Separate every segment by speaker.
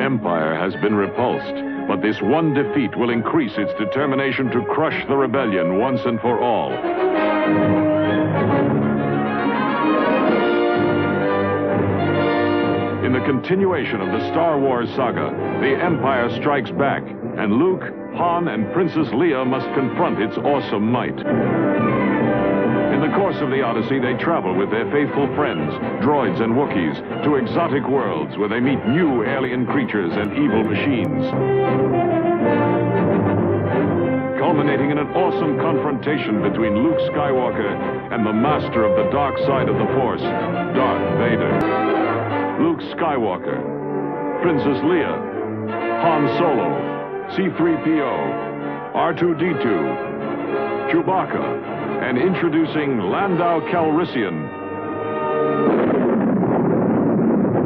Speaker 1: empire has been repulsed, but this one defeat will increase its determination to crush the rebellion once and for all. In the continuation of the Star Wars saga, the Empire strikes back, and Luke, Han, and Princess Leia must confront its awesome might. In the course of the Odyssey, they travel with their faithful friends, droids and Wookiees, to exotic worlds where they meet new alien creatures and evil machines. Culminating in an awesome confrontation between Luke Skywalker and the master of the dark side of the Force, Darth Vader. Luke Skywalker, Princess Leia, Han Solo, C-3PO, R2-D2, Chewbacca, and introducing Landau Calrissian.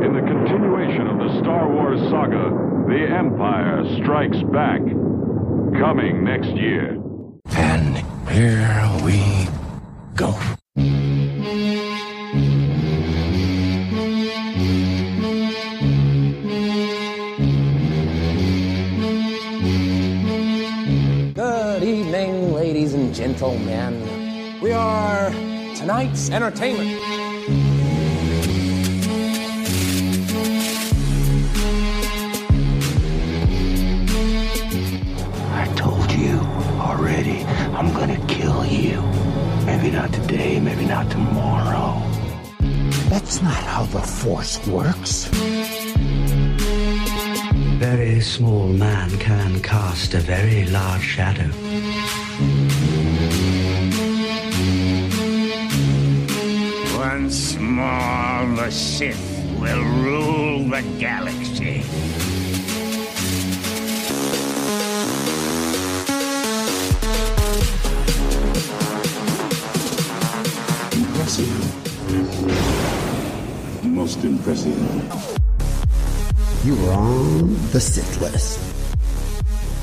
Speaker 1: In the continuation of the Star Wars saga, the Empire Strikes Back, coming next year.
Speaker 2: And here we go.
Speaker 3: Good evening, ladies and gentlemen. We are tonight's entertainment.
Speaker 2: I told you already, I'm gonna kill you. Maybe not today, maybe not tomorrow. That's not how the Force works.
Speaker 4: Very small man can cast a very large shadow.
Speaker 5: Once more, the Sith will rule the galaxy.
Speaker 6: Impressive. Most impressive.
Speaker 7: You were on the Sith list.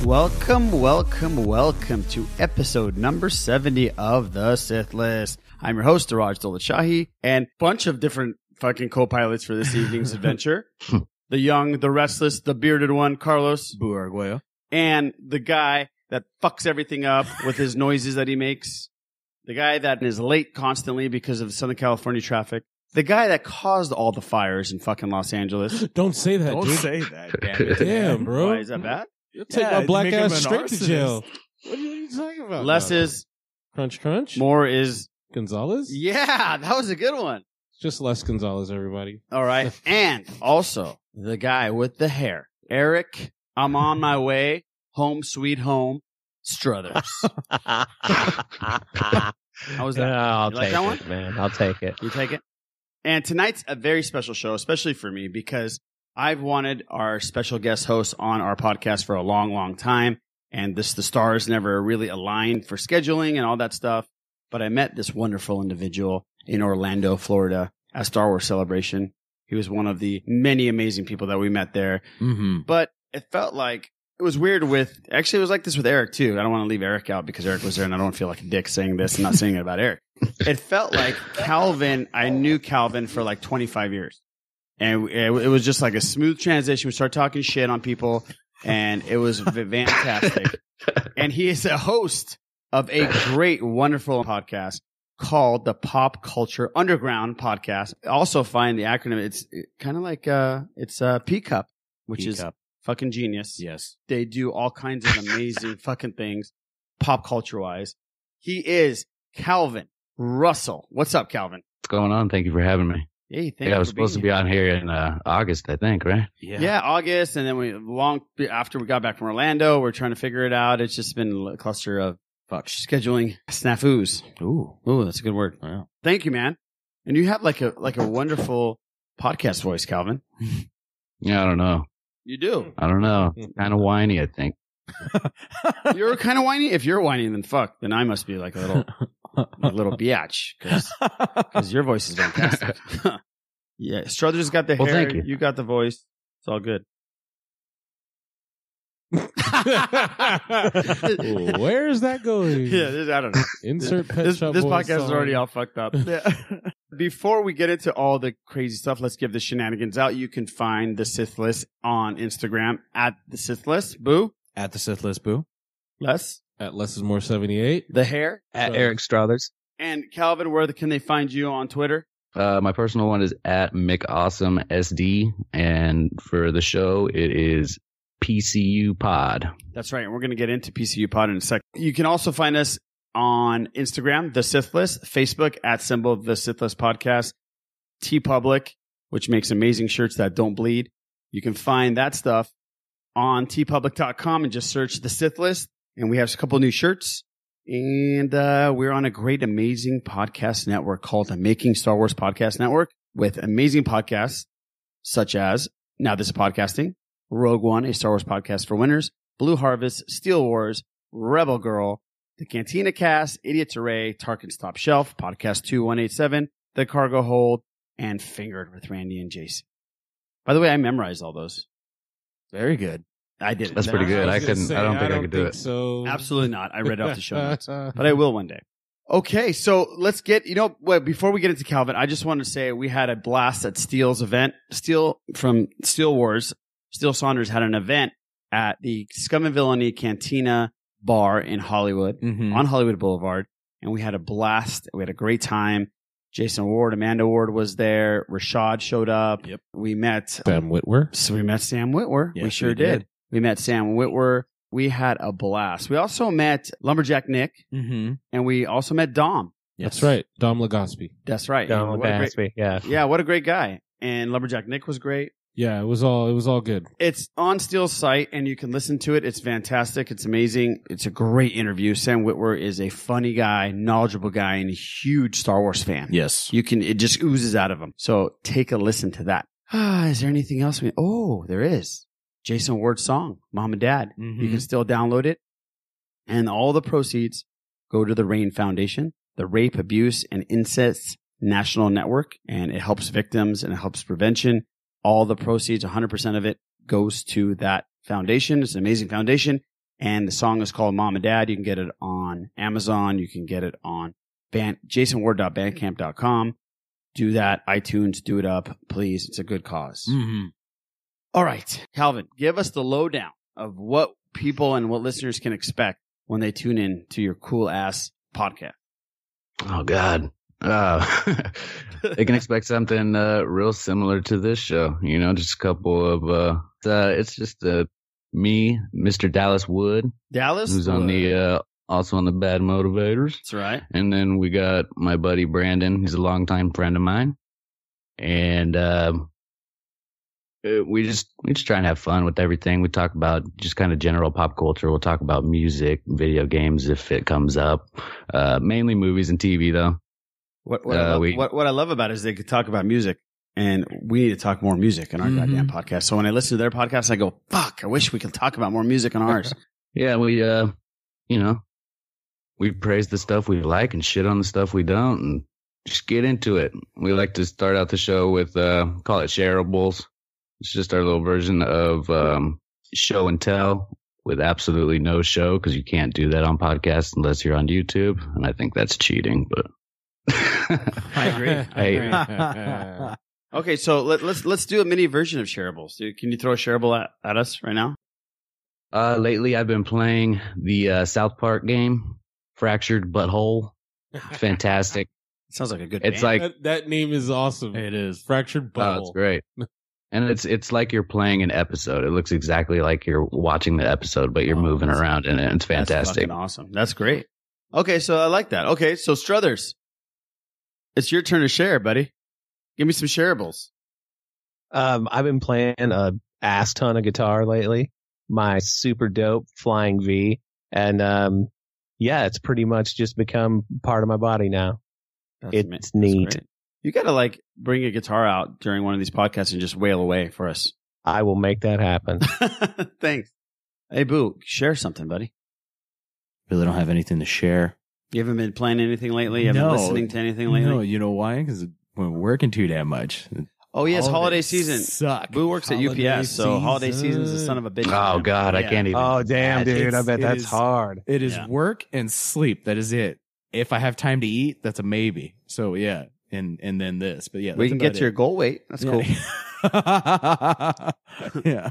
Speaker 8: Welcome, welcome, welcome to episode number 70 of The Sith List. I'm your host, Daraj Dolachahi, and bunch of different fucking co-pilots for this evening's adventure. the young, the restless, the bearded one, Carlos. Buarguayo. And the guy that fucks everything up with his noises that he makes. The guy that is late constantly because of Southern California traffic. The guy that caused all the fires in fucking Los Angeles.
Speaker 9: Don't say that, dude.
Speaker 10: that, damn it.
Speaker 9: Damn, bro.
Speaker 8: Why is that bad?
Speaker 9: You'll take
Speaker 10: Yeah,
Speaker 9: my black
Speaker 10: make him
Speaker 9: ass
Speaker 10: an
Speaker 9: straight to
Speaker 10: arsonist.
Speaker 9: jail.
Speaker 10: What are you talking about?
Speaker 8: Less is
Speaker 9: Crunch, crunch.
Speaker 8: more is
Speaker 9: Gonzalez?
Speaker 8: yeah. That was a good one.
Speaker 9: Just less Gonzalez, everybody.
Speaker 8: All right. and also the guy with the hair, Eric. I'm on my way home, sweet home, Struthers. How was that?
Speaker 10: Yeah, I'll
Speaker 8: You
Speaker 10: take
Speaker 8: like that
Speaker 10: it,
Speaker 8: one?
Speaker 10: man. I'll take it.
Speaker 8: You take it. And tonight's a very special show, especially for me, because I've wanted our special guest host on our podcast for a long, long time. And this, the stars never really aligned for scheduling and all that stuff. But I met this wonderful individual in Orlando, Florida at Star Wars Celebration. He was one of the many amazing people that we met there.
Speaker 10: Mm-hmm.
Speaker 8: But it felt like it was weird with actually it was like this with Eric too. I don't want to leave Eric out because Eric was there and I don't feel like a dick saying this and not saying it about Eric. It felt like Calvin, I knew Calvin for like 25 years. And it, it was just like a smooth transition. We started talking shit on people and it was v- fantastic. and he is a host of a great, wonderful podcast called the Pop Culture Underground Podcast. Also find the acronym. It's kind of like, uh, it's uh, P Cup, which is fucking genius.
Speaker 10: yes.
Speaker 8: They do all kinds of amazing fucking things, pop culture wise. He is Calvin Russell. What's up, Calvin?
Speaker 11: What's going on? Thank you for having me.
Speaker 8: Hey, thank
Speaker 11: yeah, I
Speaker 8: you
Speaker 11: was
Speaker 8: for
Speaker 11: supposed to
Speaker 8: being
Speaker 11: be
Speaker 8: here.
Speaker 11: on here in uh, August, I think, right?
Speaker 8: Yeah. August, and then we long after we got back from Orlando, we're trying to figure it out. It's just been a cluster of fuck scheduling snafus.
Speaker 10: Ooh.
Speaker 8: Ooh, that's a good word. Thank you, man. And you have like a like a wonderful podcast voice, Calvin.
Speaker 11: Yeah, I don't know.
Speaker 8: You do.
Speaker 11: I don't know.
Speaker 8: Mm-hmm.
Speaker 11: Kind of whiny, I think.
Speaker 8: You're kind of whiny. If you're whiny, then fuck. Then I must be like a little a little biatch because your voice is fantastic. yeah, Struthers got the
Speaker 11: Well,
Speaker 8: hair.
Speaker 11: thank you.
Speaker 8: got the voice. It's all good.
Speaker 9: Where's that going?
Speaker 8: Yeah, this, I don't know.
Speaker 9: Insert pet
Speaker 8: this
Speaker 9: shop
Speaker 8: this
Speaker 9: Boys
Speaker 8: podcast is
Speaker 9: song.
Speaker 8: already all fucked up. before we get into all the crazy stuff, let's give the shenanigans out. You can find the Sith List on Instagram at the Sith List. Boo.
Speaker 9: At the Sith List Boo.
Speaker 8: Les.
Speaker 9: At Less is More 78.
Speaker 8: The hair.
Speaker 11: At
Speaker 9: So-
Speaker 11: Eric Strothers.
Speaker 8: And Calvin, where can they find you on Twitter?
Speaker 11: Uh, my personal one is at MickAwesomeSD, and for the show, it is PCU Pod.
Speaker 8: That's right. And we're going to get into PCU Pod in a sec. You can also find us on Instagram, The Sith List, Facebook, at symbol The Sith List Podcast, T Public, which makes amazing shirts that don't bleed. You can find that stuff on tpublic.com and just search The Sith List. And we have a couple new shirts. And uh, we're on a great, amazing podcast network called the Making Star Wars Podcast Network with amazing podcasts such as Now This is Podcasting, Rogue One, a Star Wars podcast for winners, Blue Harvest, Steel Wars, Rebel Girl, The Cantina Cast, Idiots Array, Tarkin's Top Shelf, Podcast 2187, The Cargo Hold, and Fingered with Randy and Jason. By the way, I memorized all those.
Speaker 10: Very good.
Speaker 8: I did.
Speaker 11: That's pretty good.
Speaker 9: was
Speaker 11: I
Speaker 9: gonna
Speaker 11: couldn't.
Speaker 9: say,
Speaker 11: I don't think I, could do it.
Speaker 9: So
Speaker 8: Absolutely not. I read off the show notes, but I will one day. Okay, so let's get you know. Well, before we get into Calvin, I just want to say we had a blast at Steel's event. Steel from Steel Wars. Steel Saunders had an event at the Scum and Villainy Cantina Bar in Hollywood
Speaker 9: Mhm.
Speaker 8: on Hollywood Boulevard, and we had a blast. We had a great time. Jason Ward, Amanda Ward was there. Rashad showed up.
Speaker 9: Yep.
Speaker 8: We met
Speaker 9: Sam Whitwer.
Speaker 8: so we met Sam Whitwer.
Speaker 9: Yes,
Speaker 8: we
Speaker 9: we
Speaker 8: sure did.
Speaker 9: did.
Speaker 8: We met Sam Whitwer. We had a blast. We also met Lumberjack Nick,
Speaker 9: Mm-hmm.
Speaker 8: and we also met Dom.
Speaker 9: That's right. Dom Legospi.
Speaker 8: That's right.
Speaker 10: Donald
Speaker 8: What a great-
Speaker 10: Basby. Yeah.
Speaker 8: yeah, what a great guy. And Lumberjack Nick was great.
Speaker 9: Yeah, it was all it was all good.
Speaker 8: It's on Steel's site, and you can listen to it. It's fantastic. It's amazing. It's a great interview. Sam Whitwer is a funny guy, knowledgeable guy, and a huge Star Wars fan.
Speaker 9: Yes.
Speaker 8: You can, it just oozes out of him. So take a listen to that. Ah, is there anything else? We, oh, there is. Jason Ward's song, Mom and Dad. You
Speaker 9: Mm-hmm.
Speaker 8: can still download it. And all the proceeds go to the RAIN Foundation, the Rape, Abuse, and Incest National Network. And it helps victims and it helps prevention. All the proceeds, 100% of it, goes to that foundation. It's an amazing foundation. And the song is called Mom and Dad. You can get it on Amazon. You can get it on ban- jasonward.bandcamp.com. Do that. iTunes, do it up, please. It's a good because
Speaker 9: Mm-hmm.
Speaker 8: all right, Calvin, give us the lowdown of what people and what listeners can expect when they tune in to your cool ass podcast.
Speaker 11: Oh God. Uh, they can expect something uh, real similar to this show. You know, just a couple of. Uh, uh, it's just uh, me, Mr. Dallas Wood,
Speaker 8: Dallas,
Speaker 11: who's on the uh, also on the Bad Motivators,
Speaker 8: that's right.
Speaker 11: and then we got my buddy Brandon. He's a longtime friend of mine, and um, uh, we just we just try and have fun with everything. We talk about just kind of general pop culture. We'll talk about music, video games if it comes up, uh, mainly movies and TV though.
Speaker 8: What what, I
Speaker 11: Uh,
Speaker 8: love,
Speaker 11: we-
Speaker 8: what what I love about it is they could talk about music, and we need to talk more music in our
Speaker 11: Mm-hmm.
Speaker 9: Mhm.
Speaker 8: goddamn podcast. So when I listen to their podcast, I go, "Fuck, I wish we could talk about more music on ours."
Speaker 11: Yeah, we uh you know, we praise the stuff we like and shit on the stuff we don't and just get into it. We like to start out the show with uh call it shareables. It's just our little version of um show and tell with absolutely no show because you can't do that on podcasts unless you're on YouTube and I think that's cheating, but
Speaker 8: I agree.
Speaker 9: Hey.
Speaker 8: okay, so let, let's let's do a mini version of shareables. Dude, can you throw a shareable at, at us right now?
Speaker 11: uh lately I've been playing the uh South Park game, Fractured Butthole. Fantastic.
Speaker 8: sounds like a good.
Speaker 11: It's
Speaker 8: band.
Speaker 11: like
Speaker 9: that, that name is awesome.
Speaker 10: It is.
Speaker 9: Fractured
Speaker 11: Oh, it's
Speaker 9: butthole.
Speaker 11: great. And it's it's like you're playing an episode. It looks exactly like you're watching the episode, but you're
Speaker 8: Oh,
Speaker 11: moving
Speaker 8: that's-
Speaker 11: around in it. It's
Speaker 8: That's fucking
Speaker 11: fantastic.
Speaker 8: awesome. That's great. Okay, so I like that. Okay, so Struthers, it's your turn to share, buddy. Give me some shareables.
Speaker 10: Um, I've been playing a ass ton of guitar lately. My super dope Flying V, and um, yeah, it's pretty much just become part of my body now.
Speaker 8: That's
Speaker 10: It's
Speaker 8: ama- that's
Speaker 10: neat.
Speaker 8: great. You got to like bring a guitar out during one of these podcasts and just wail away for us.
Speaker 10: I will make that happen.
Speaker 8: Thanks. Hey, Boo, share something, buddy.
Speaker 6: Really don't have anything to share.
Speaker 8: You haven't been playing anything lately? You haven't
Speaker 6: No.
Speaker 8: been listening to anything lately?
Speaker 6: No, you know why? Because we're working too damn much.
Speaker 8: oh, yes,
Speaker 6: Holidays
Speaker 8: holiday season.
Speaker 6: Suck.
Speaker 8: Boo works at
Speaker 9: Holiday
Speaker 8: UPS, so holiday season's a
Speaker 9: season.
Speaker 8: son of a bitch.
Speaker 11: Oh god, I
Speaker 8: Yeah.
Speaker 11: can't even.
Speaker 10: oh damn,
Speaker 11: It's-
Speaker 10: dude! I bet
Speaker 6: it
Speaker 10: that's
Speaker 6: is-
Speaker 10: hard.
Speaker 6: It is
Speaker 8: Yeah.
Speaker 6: work and sleep. That is it. If I have time to eat, that's a maybe. So yeah, and and then this. But yeah,
Speaker 8: we
Speaker 6: that's
Speaker 8: can get
Speaker 6: about
Speaker 8: to
Speaker 6: it.
Speaker 8: your goal weight. That's
Speaker 6: Yeah.
Speaker 8: cool.
Speaker 6: yeah.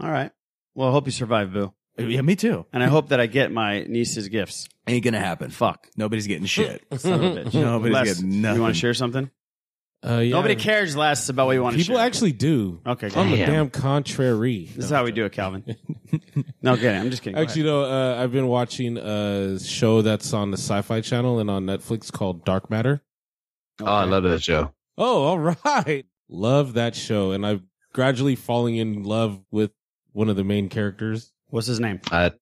Speaker 8: All right. Well, I hope you survive, Boo.
Speaker 6: Yeah, me too.
Speaker 8: And I hope that I get my niece's gifts.
Speaker 6: Ain't gonna happen.
Speaker 8: Fuck.
Speaker 6: Nobody's getting shit.
Speaker 8: Son of a bitch.
Speaker 6: Nobody's
Speaker 8: Les,
Speaker 6: getting nothing.
Speaker 8: You want to share something?
Speaker 9: Uh, yeah.
Speaker 8: Nobody cares less about what you want to
Speaker 9: People
Speaker 8: share.
Speaker 9: actually do.
Speaker 8: Okay,
Speaker 9: I'm a
Speaker 8: damn.
Speaker 9: damn contrary.
Speaker 8: This is how we do it, Calvin. no, good. I'm just kidding. Go
Speaker 9: Actually, no. Uh, I've been watching a show that's on the Sci-Fi Channel and on Netflix called Dark Matter.
Speaker 11: Oh, I love that show.
Speaker 9: Oh, all right. Love that show, and I'm gradually falling in love with one of the main characters.
Speaker 8: What's his name?
Speaker 11: I,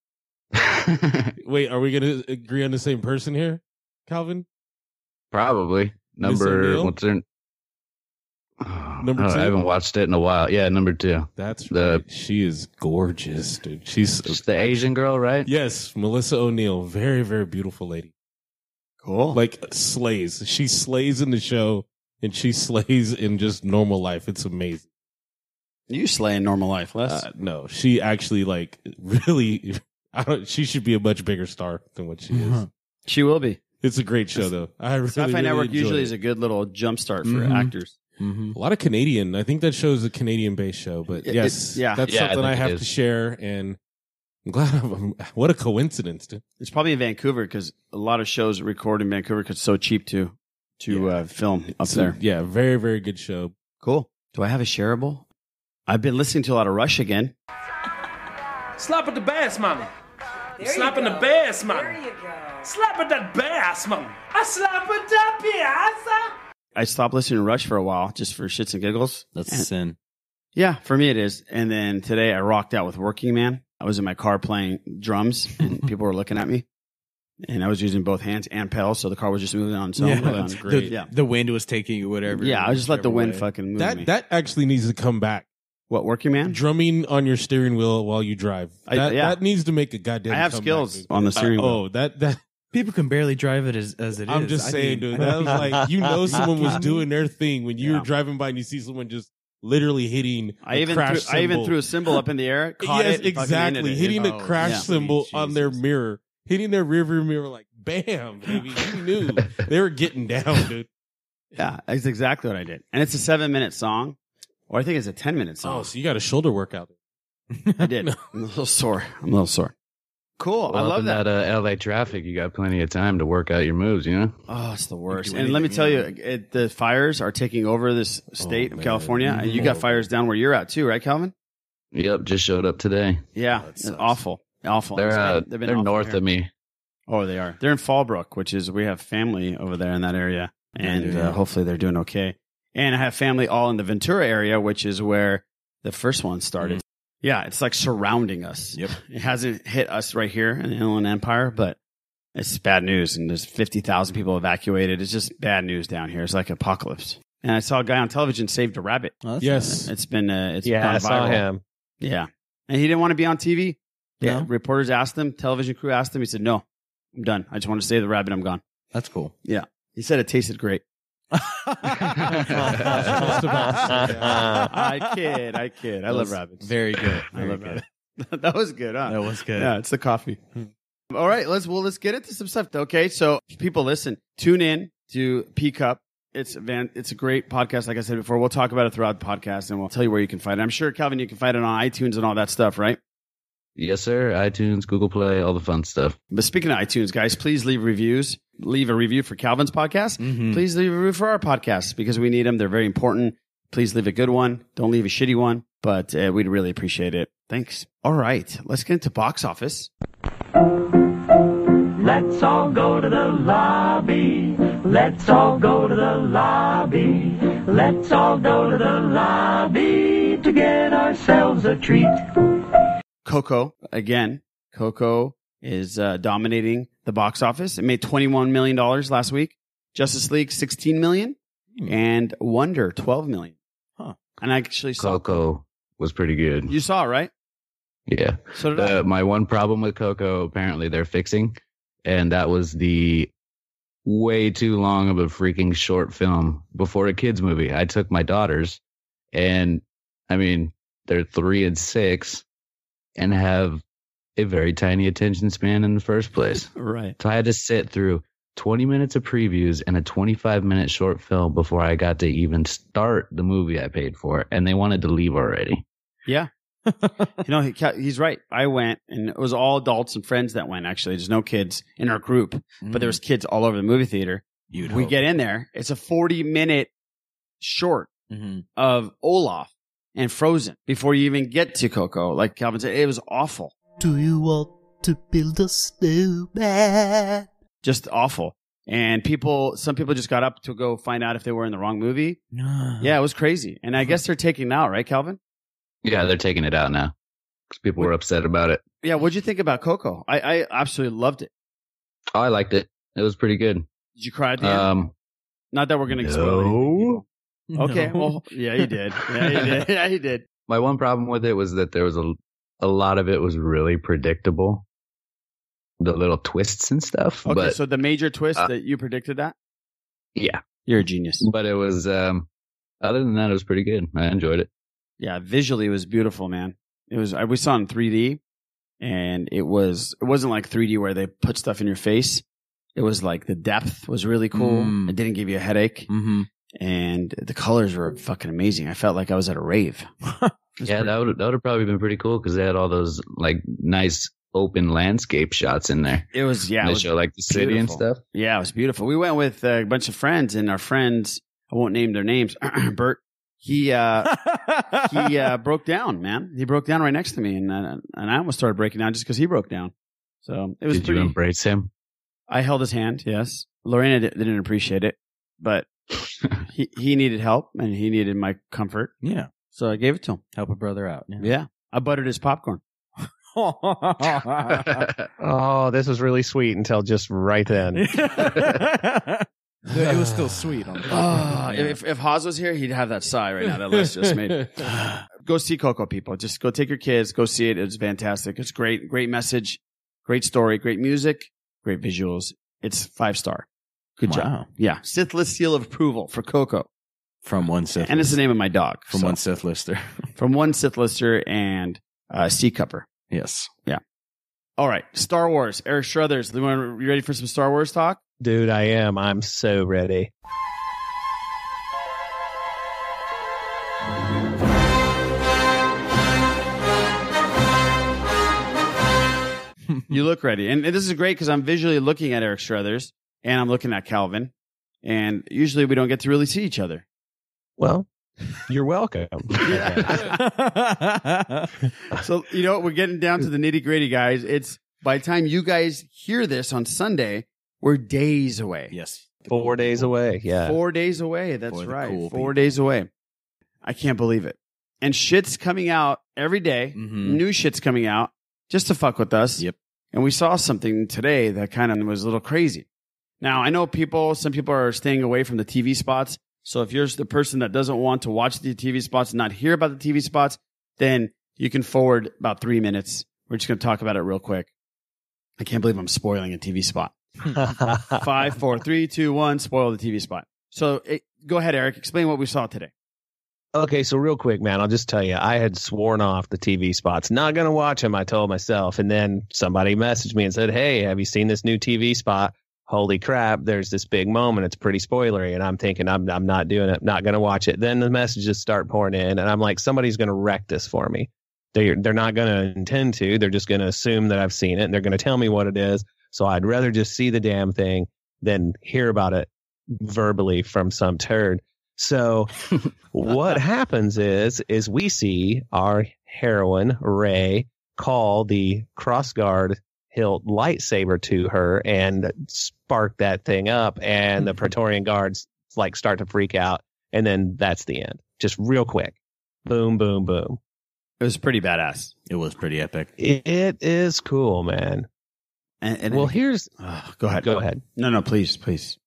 Speaker 9: Wait, are we going to agree on the same person here, Calvin?
Speaker 11: probably
Speaker 9: Miss
Speaker 11: number
Speaker 9: O'Neill?
Speaker 11: what's her?
Speaker 9: Number
Speaker 11: I, don't know,
Speaker 9: two?
Speaker 11: I haven't watched it in a while. Yeah, number two.
Speaker 9: That's
Speaker 11: The
Speaker 9: she is gorgeous, dude. She's
Speaker 11: She's the Asian girl, right?
Speaker 9: yes, Melissa O'Neill, very very beautiful lady.
Speaker 8: Cool.
Speaker 9: Like slays. She slays in the show, and she slays in just normal life. It's amazing.
Speaker 8: You slay in normal life, Les.
Speaker 9: Uh, no, she actually like really. I don't. She should be a much bigger star than what she is.
Speaker 8: she will be.
Speaker 9: It's a great show though. I really,
Speaker 8: Uh-huh. Sci-Fi
Speaker 9: really
Speaker 8: Network
Speaker 9: enjoy
Speaker 8: usually
Speaker 9: it. Mm-hmm.
Speaker 8: is a good little jumpstart for
Speaker 6: Mhm.
Speaker 8: actors.
Speaker 9: A lot of Canadian. I think that shows a Canadian based show, but
Speaker 8: It-
Speaker 9: yes,
Speaker 8: it- yeah.
Speaker 9: that's
Speaker 11: Yeah, I
Speaker 9: something I,
Speaker 11: think it
Speaker 9: have to
Speaker 11: is.
Speaker 9: share. And I'm glad. I'm, what a coincidence! dude.
Speaker 8: It's probably in Vancouver because a lot of shows record in Vancouver because it's so cheap to to uh, film up
Speaker 9: It's a-
Speaker 8: there.
Speaker 9: yeah, very very good show.
Speaker 8: Cool. Do I have a shareable? I've been listening to a lot of Rush again.
Speaker 3: Slap at the bass, mommy. Slap at the bass, mommy. Slap at that bass, mommy. I slap at that bass.
Speaker 8: I stopped listening to Rush for a while just for shits and giggles.
Speaker 6: That's
Speaker 8: And-
Speaker 6: sin.
Speaker 8: Yeah, for me it is. And then today I rocked out with Working Man. I was in my car playing drums and people were looking at me. And I was using both hands and pedals, so the car was just moving on. So
Speaker 6: that's great.
Speaker 8: Yeah.
Speaker 6: The wind was taking you whatever.
Speaker 8: Yeah, I just let the
Speaker 6: whichever
Speaker 8: wind
Speaker 6: way.
Speaker 8: fucking move me.
Speaker 9: That that actually needs to come back.
Speaker 8: what Working Man?
Speaker 9: Drumming on your steering wheel while you drive.
Speaker 8: I-
Speaker 9: That,
Speaker 8: yeah.
Speaker 9: that needs to make a goddamn.
Speaker 8: I have
Speaker 9: comeback,
Speaker 8: skills
Speaker 9: dude.
Speaker 8: on the steering
Speaker 9: Uh,
Speaker 8: wheel.
Speaker 9: oh, that that
Speaker 6: People can barely drive it as as it
Speaker 9: I'm
Speaker 6: is.
Speaker 9: just
Speaker 6: I
Speaker 9: saying,
Speaker 6: mean,
Speaker 9: dude. That was like you know someone was doing their thing when you
Speaker 8: Yeah.
Speaker 9: were driving by and you see someone just literally hitting.
Speaker 8: I
Speaker 9: a
Speaker 8: even
Speaker 9: crash
Speaker 8: threw, I even
Speaker 9: cymbal.
Speaker 8: threw a cymbal up in the air. Caught
Speaker 9: yes,
Speaker 8: it, and fucking ended
Speaker 9: exactly.
Speaker 8: it.
Speaker 9: Hitting the
Speaker 6: Oh,
Speaker 9: crash
Speaker 8: yeah.
Speaker 9: symbol
Speaker 6: Sweet
Speaker 9: on their
Speaker 6: Jesus.
Speaker 9: mirror, hitting their rearview mirror, like bam, baby. You knew they were getting down, dude.
Speaker 8: Yeah, that's exactly what I did. And it's a seven minute song, or I think it's a ten minute song.
Speaker 9: Oh, so you got a shoulder workout. Oh,
Speaker 8: I did. I'm a little sore. I'm a little sore. Cool.
Speaker 11: Well,
Speaker 8: I
Speaker 11: up
Speaker 8: love
Speaker 11: in
Speaker 8: that.
Speaker 11: uh, LA traffic. You got plenty of time to work out your moves. You know.
Speaker 8: Oh, it's the worst.
Speaker 6: do
Speaker 8: And let me
Speaker 6: anything,
Speaker 8: tell you,
Speaker 6: yeah.
Speaker 8: it, the fires are taking over this state of
Speaker 9: Oh, man.
Speaker 8: California, and you got
Speaker 9: Mhm.
Speaker 8: fires down where you're at too, right, Calvin?
Speaker 11: Yep, just showed up today.
Speaker 8: Yeah,
Speaker 9: Oh,
Speaker 8: it's awful, awful.
Speaker 11: They're
Speaker 8: It's been-
Speaker 11: uh,
Speaker 8: they've been
Speaker 11: they're
Speaker 8: awful
Speaker 11: north
Speaker 8: here.
Speaker 11: of me.
Speaker 8: Oh, they are. They're in Fallbrook, which is we have family over there in that area, and
Speaker 6: Yeah.
Speaker 8: uh, hopefully they're doing okay. And I have family all in the Ventura area, which is where the first one started. Yeah, it's like surrounding us.
Speaker 6: Mm-hmm. Yep.
Speaker 8: It hasn't hit us right here in the Inland Empire, but it's bad news. And there's fifty thousand people evacuated. It's just bad news down here. It's like apocalypse. And I saw a guy on television saved a rabbit.
Speaker 6: Oh, that's
Speaker 9: Yes.
Speaker 8: It's been uh, it's
Speaker 10: yeah,
Speaker 8: gone
Speaker 10: I saw
Speaker 8: viral.
Speaker 10: him.
Speaker 8: Yeah. And he didn't want to be on TV. Yeah.
Speaker 6: No?
Speaker 8: Reporters asked him, television crew asked him. He said, No, I'm done. I just want to save the rabbit. I'm gone.
Speaker 6: That's cool.
Speaker 8: He said it tasted great. I kid. I kid. I love
Speaker 6: That's
Speaker 8: rabbits.
Speaker 6: Very good.
Speaker 8: I
Speaker 6: Very
Speaker 8: love
Speaker 6: good.
Speaker 8: rabbits. that was good, huh?
Speaker 6: That was good. Hmm.
Speaker 8: Yeah, it's the coffee. All right, let's well let's get into some stuff. Okay, so people listen, tune in to P Cup. It's van, it's a great podcast. Like I said before, we'll talk about it throughout the podcast, and we'll tell you where you can find it. I'm sure Calvin, you can find it on iTunes and all that stuff, right?
Speaker 11: Yes, sir. iTunes, Google Play, all the fun stuff.
Speaker 8: But speaking of iTunes, guys, please leave reviews. Leave a review for Calvin's podcast.
Speaker 9: Mm-hmm.
Speaker 6: Mhm.
Speaker 8: Please leave a review for our podcast because we need them. They're very important. Please leave a good one. Don't leave a shitty one, but uh, we'd really appreciate it. Thanks. All right, let's get into box office.
Speaker 2: Let's all go to the lobby. Let's all go to the lobby. Let's all go to the lobby to get ourselves a treat.
Speaker 8: Coco again. Coco is uh, dominating the box office. It made twenty-one million dollars last week. Justice League sixteen million
Speaker 6: Hmm.
Speaker 8: and Wonder twelve million.
Speaker 6: Huh.
Speaker 8: And I actually saw.
Speaker 11: Coco was pretty good.
Speaker 8: You saw it, right?
Speaker 11: Yeah.
Speaker 8: So did I.
Speaker 11: Uh, my one problem with Coco, apparently they're fixing, and that was the way too long of a freaking short film before a kids movie. I took my daughters, and I mean they're three and six, and have a very tiny attention span in the first place.
Speaker 8: Right.
Speaker 11: So I had to sit through 20 minutes of previews and a 25 minute short film before I got to even start the movie I paid for, and they wanted to leave already.
Speaker 8: Yeah. you know, he, ca- he's right. I went and it was all adults and friends that went actually. There's no kids in our group,
Speaker 9: Mm-hmm.
Speaker 8: but there was kids all over the movie theater.
Speaker 6: You'd
Speaker 8: we
Speaker 6: hope.
Speaker 8: get in there. It's a 40 minute short of Olaf and Frozen before you even get to Coco. Like Calvin said, it was awful.
Speaker 12: Do you want to build a snowman?
Speaker 8: Just awful. And people, some people just got up to go find out if they were in the wrong movie.
Speaker 9: Uh-huh. Mm-hmm.
Speaker 8: Yeah, it was crazy. And I guess they're taking it out, right, Calvin?
Speaker 11: Yeah, they're taking it out now because people were upset about it.
Speaker 8: Yeah, what'd you think about Coco? I, I absolutely loved it.
Speaker 11: Oh, I liked it. It was pretty good.
Speaker 8: Did you cry at the end?
Speaker 11: Um,
Speaker 8: Not that we're going to spoil anything.
Speaker 11: no.
Speaker 8: Okay. Well, yeah, you did. Yeah, you did. Yeah, you did.
Speaker 11: My one problem with it was that there was a a lot of it was really predictable. The little twists and stuff.
Speaker 8: Okay.
Speaker 11: but
Speaker 8: so the major twist
Speaker 11: uh,
Speaker 8: that you predicted that.
Speaker 11: yeah.
Speaker 8: You're a genius.
Speaker 11: But it was um other than that it was pretty good. I enjoyed it.
Speaker 8: Yeah, visually it was beautiful, man. It was I we saw it in 3D, and it was it wasn't like 3D where they put stuff in your face. It was like the depth was really cool.
Speaker 6: Mm.
Speaker 8: It didn't give you a headache,
Speaker 6: Mm-hmm.
Speaker 8: and the colors were fucking amazing. I felt like I was at a rave.
Speaker 11: yeah, that would that would have probably been pretty cool because they had all those like nice open landscape shots in there.
Speaker 8: It was yeah.
Speaker 11: They
Speaker 8: it was
Speaker 11: show like the city and
Speaker 8: beautiful.
Speaker 11: stuff.
Speaker 8: Yeah, it was beautiful. We went with uh, a bunch of friends, and our friends I won't name their names. Bert, he uh, he uh, broke down, man. He broke down right next to me, and uh, and I almost started breaking down just because he broke down. So it was
Speaker 11: Did
Speaker 8: pretty.
Speaker 11: you embrace him?
Speaker 8: I held his hand. Yes, Lorena di- didn't appreciate it, but he he needed help and he needed my comfort.
Speaker 6: Yeah.
Speaker 8: so I gave it to him.
Speaker 6: Help a brother out.
Speaker 8: Yeah, I buttered his popcorn.
Speaker 10: Oh, this was really sweet until just right then.
Speaker 6: it was still sweet. On
Speaker 8: Ah, if if Haas was here, he'd have that sigh right now that Les just made. go see Coco, people. Just go take your kids. Go see it. It's fantastic. It's great. Great message. Great story. Great music. Great visuals. It's five star. Good job.
Speaker 6: Wow.
Speaker 8: Yeah, Sithless seal of approval for Coco.
Speaker 6: From one Sith.
Speaker 8: And it's the name of my dog.
Speaker 6: From
Speaker 8: so-
Speaker 6: one Sith Lister.
Speaker 8: from one Sith Lister and uh, C Cupper.
Speaker 6: Yes.
Speaker 8: Yeah. All right. Star Wars. Eric Struthers. You wanna- you ready for some Star Wars talk?
Speaker 10: Dude, I am. I'm so ready.
Speaker 8: you look ready. And, and this is great because I'm visually looking at Eric Struthers and I'm looking at Calvin. And usually we don't get to really see each other.
Speaker 10: Well, you're welcome.
Speaker 8: so, you know, what? we're getting down to the nitty gritty, guys. It's by the time you guys hear this on Sunday, we're days away.
Speaker 6: Yes.
Speaker 10: Four days away. Yeah.
Speaker 8: Four days away. That's
Speaker 10: For the
Speaker 8: right.
Speaker 10: cool
Speaker 8: Four days away. I can't believe it. And shit's coming out every day.
Speaker 9: Mm. Mm-hmm.
Speaker 8: New shit's coming out just to fuck with us. Yep. And we saw something today that kind of was a little crazy. Now, I know people, some people are staying away from the TV spots. So if you're the person that doesn't want to watch the TV spots and not hear about the TV spots, then you can forward about three minutes. We're just going to talk about it real quick. I can't believe I'm spoiling a TV spot. Five, four, three, two, one. Spoil the TV spot. So it, go ahead, Eric. Explain what we saw today.
Speaker 10: Okay, so real quick, man, I'll just tell you, I had sworn off the TV spots, not going to watch them, I told myself. And then somebody messaged me and said, Hey, have you seen this new TV spot? Holy crap, there's this big moment. It's pretty spoilery. And I'm thinking, I'm, I'm not doing it, not going to watch it. Then the messages start pouring in, and I'm like, somebody's going to wreck this for me. They're, they're not going to intend to. They're just going to assume that I've seen it, and they're going to tell me what it is. So I'd rather just see the damn thing than hear about it verbally from some turd. So
Speaker 8: Uh,
Speaker 10: what happens is is we see our heroine Ray call the crossguard hilt lightsaber to her and spark that thing up and the
Speaker 8: Mm-hmm.
Speaker 10: Praetorian guards like start to freak out and then that's the end. Just real quick. Boom boom boom.
Speaker 8: It was pretty badass.
Speaker 6: It was pretty epic.
Speaker 10: it is cool, man.
Speaker 8: And,
Speaker 10: well, here's
Speaker 8: go ahead.
Speaker 10: Go ahead.
Speaker 8: No, no, please, please.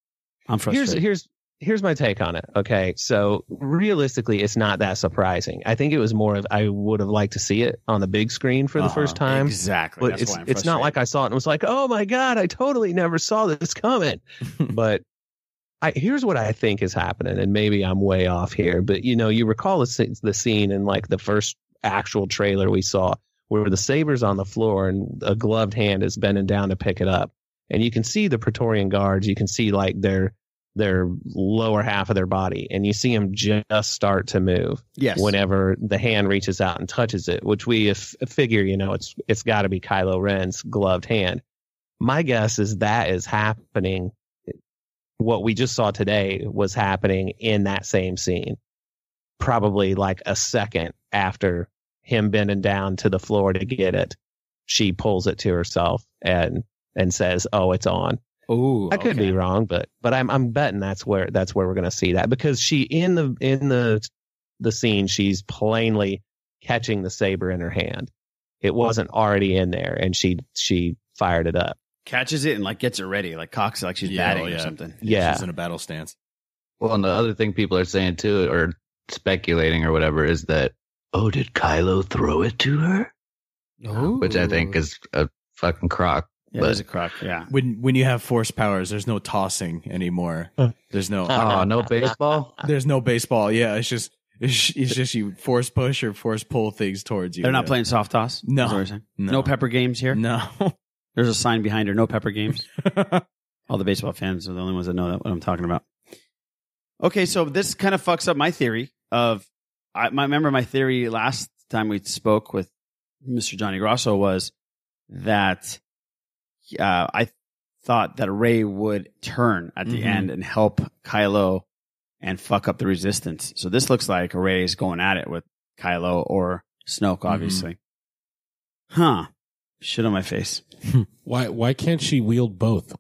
Speaker 8: I'm frustrated.
Speaker 10: here's here's here's my take on it. Okay, so realistically, it's not that surprising. I think it was more of I would have liked to see it on the big screen for the
Speaker 8: Uh-huh.
Speaker 10: first time.
Speaker 8: Exactly.
Speaker 10: but
Speaker 8: That's
Speaker 10: it's
Speaker 8: why I'm
Speaker 10: it's not
Speaker 8: frustrated.
Speaker 10: like I saw it and was like, oh my god, I totally never saw this coming. but I, here's what I think is happening, and maybe I'm way off here, but you know, you recall the, sce- the scene in like the first actual trailer we saw where the saber's on the floor and a gloved hand is bending down to pick it up and you can see the Praetorian guards. You can see like their their lower half of their body, and you see them just start to move.
Speaker 8: Yes.
Speaker 10: Whenever the hand reaches out and touches it, which we if, figure, you know, it's it's got to be Kylo Ren's gloved hand. My guess is that is happening. What we just saw today was happening in that same scene, probably like a second after him bending down to the floor to get it. She pulls it to herself and and says, "Oh, it's on."
Speaker 6: Oh,
Speaker 10: I could be wrong, but but I'm I'm betting that's where that's where we're gonna see that because she in the in the the scene she's plainly catching the saber in her hand. It wasn't already in there, and she she fired it up.
Speaker 8: Catches it and like gets it ready, like cocks it like she's
Speaker 11: Yeah,
Speaker 8: batting
Speaker 11: oh,
Speaker 8: or
Speaker 11: yeah.
Speaker 8: something.
Speaker 10: Yeah.
Speaker 11: She's in
Speaker 6: a battle stance.
Speaker 11: Well, and the other thing people are saying too, or speculating or whatever, is that oh, did Kylo throw it to her? Which I think is a fucking crock.
Speaker 8: Yeah,
Speaker 11: but
Speaker 8: there's a crock. Yeah.
Speaker 6: When when you have force powers, there's no tossing anymore. There's no
Speaker 11: Oh, no baseball.
Speaker 6: There's no baseball. Yeah, it's just it's, it's just you force push or force pull things towards you.
Speaker 8: They're not
Speaker 6: Yeah.
Speaker 8: playing soft toss.
Speaker 6: No.
Speaker 8: is what you're saying?
Speaker 6: No.
Speaker 8: no, pepper games here.
Speaker 6: No,
Speaker 8: there's a sign behind her. No pepper games. All the baseball fans are the only ones that know that, what I'm talking about. Okay, so this kind of fucks up my theory of. I my, remember my theory last time we spoke with Mr. Johnny Grosso was that uh, I thought that Ray would turn at the
Speaker 6: Mhm.
Speaker 8: end and help Kylo and fuck up the resistance. So this looks like Ray's going at it with Kylo or Snoke, obviously. Huh. Shit on my face.
Speaker 9: Why why can't she wield both?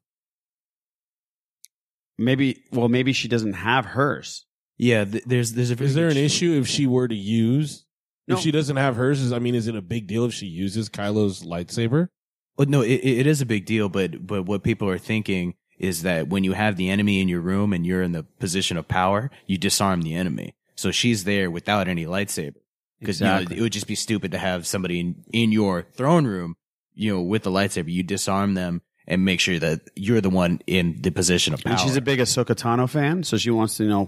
Speaker 8: Maybe, well, maybe she doesn't have hers.
Speaker 6: Yeah, th- there's there's a
Speaker 9: Is there an issue if she were to use
Speaker 8: No.
Speaker 9: if she doesn't have hers? Is I mean, is it a big deal if she uses Kylo's lightsaber?
Speaker 6: Well, no, it, it it is a big deal, but but what people are thinking is that when you have the enemy in your room and you're in the position of power, you disarm the enemy. So she's there without any lightsaber because
Speaker 8: Exactly.
Speaker 6: it would just be stupid to have somebody in, in your throne room, you know, with a lightsaber. You disarm them and make sure that you're the one in the position of power.
Speaker 8: And she's a big Ahsoka Tano fan, so she wants to know,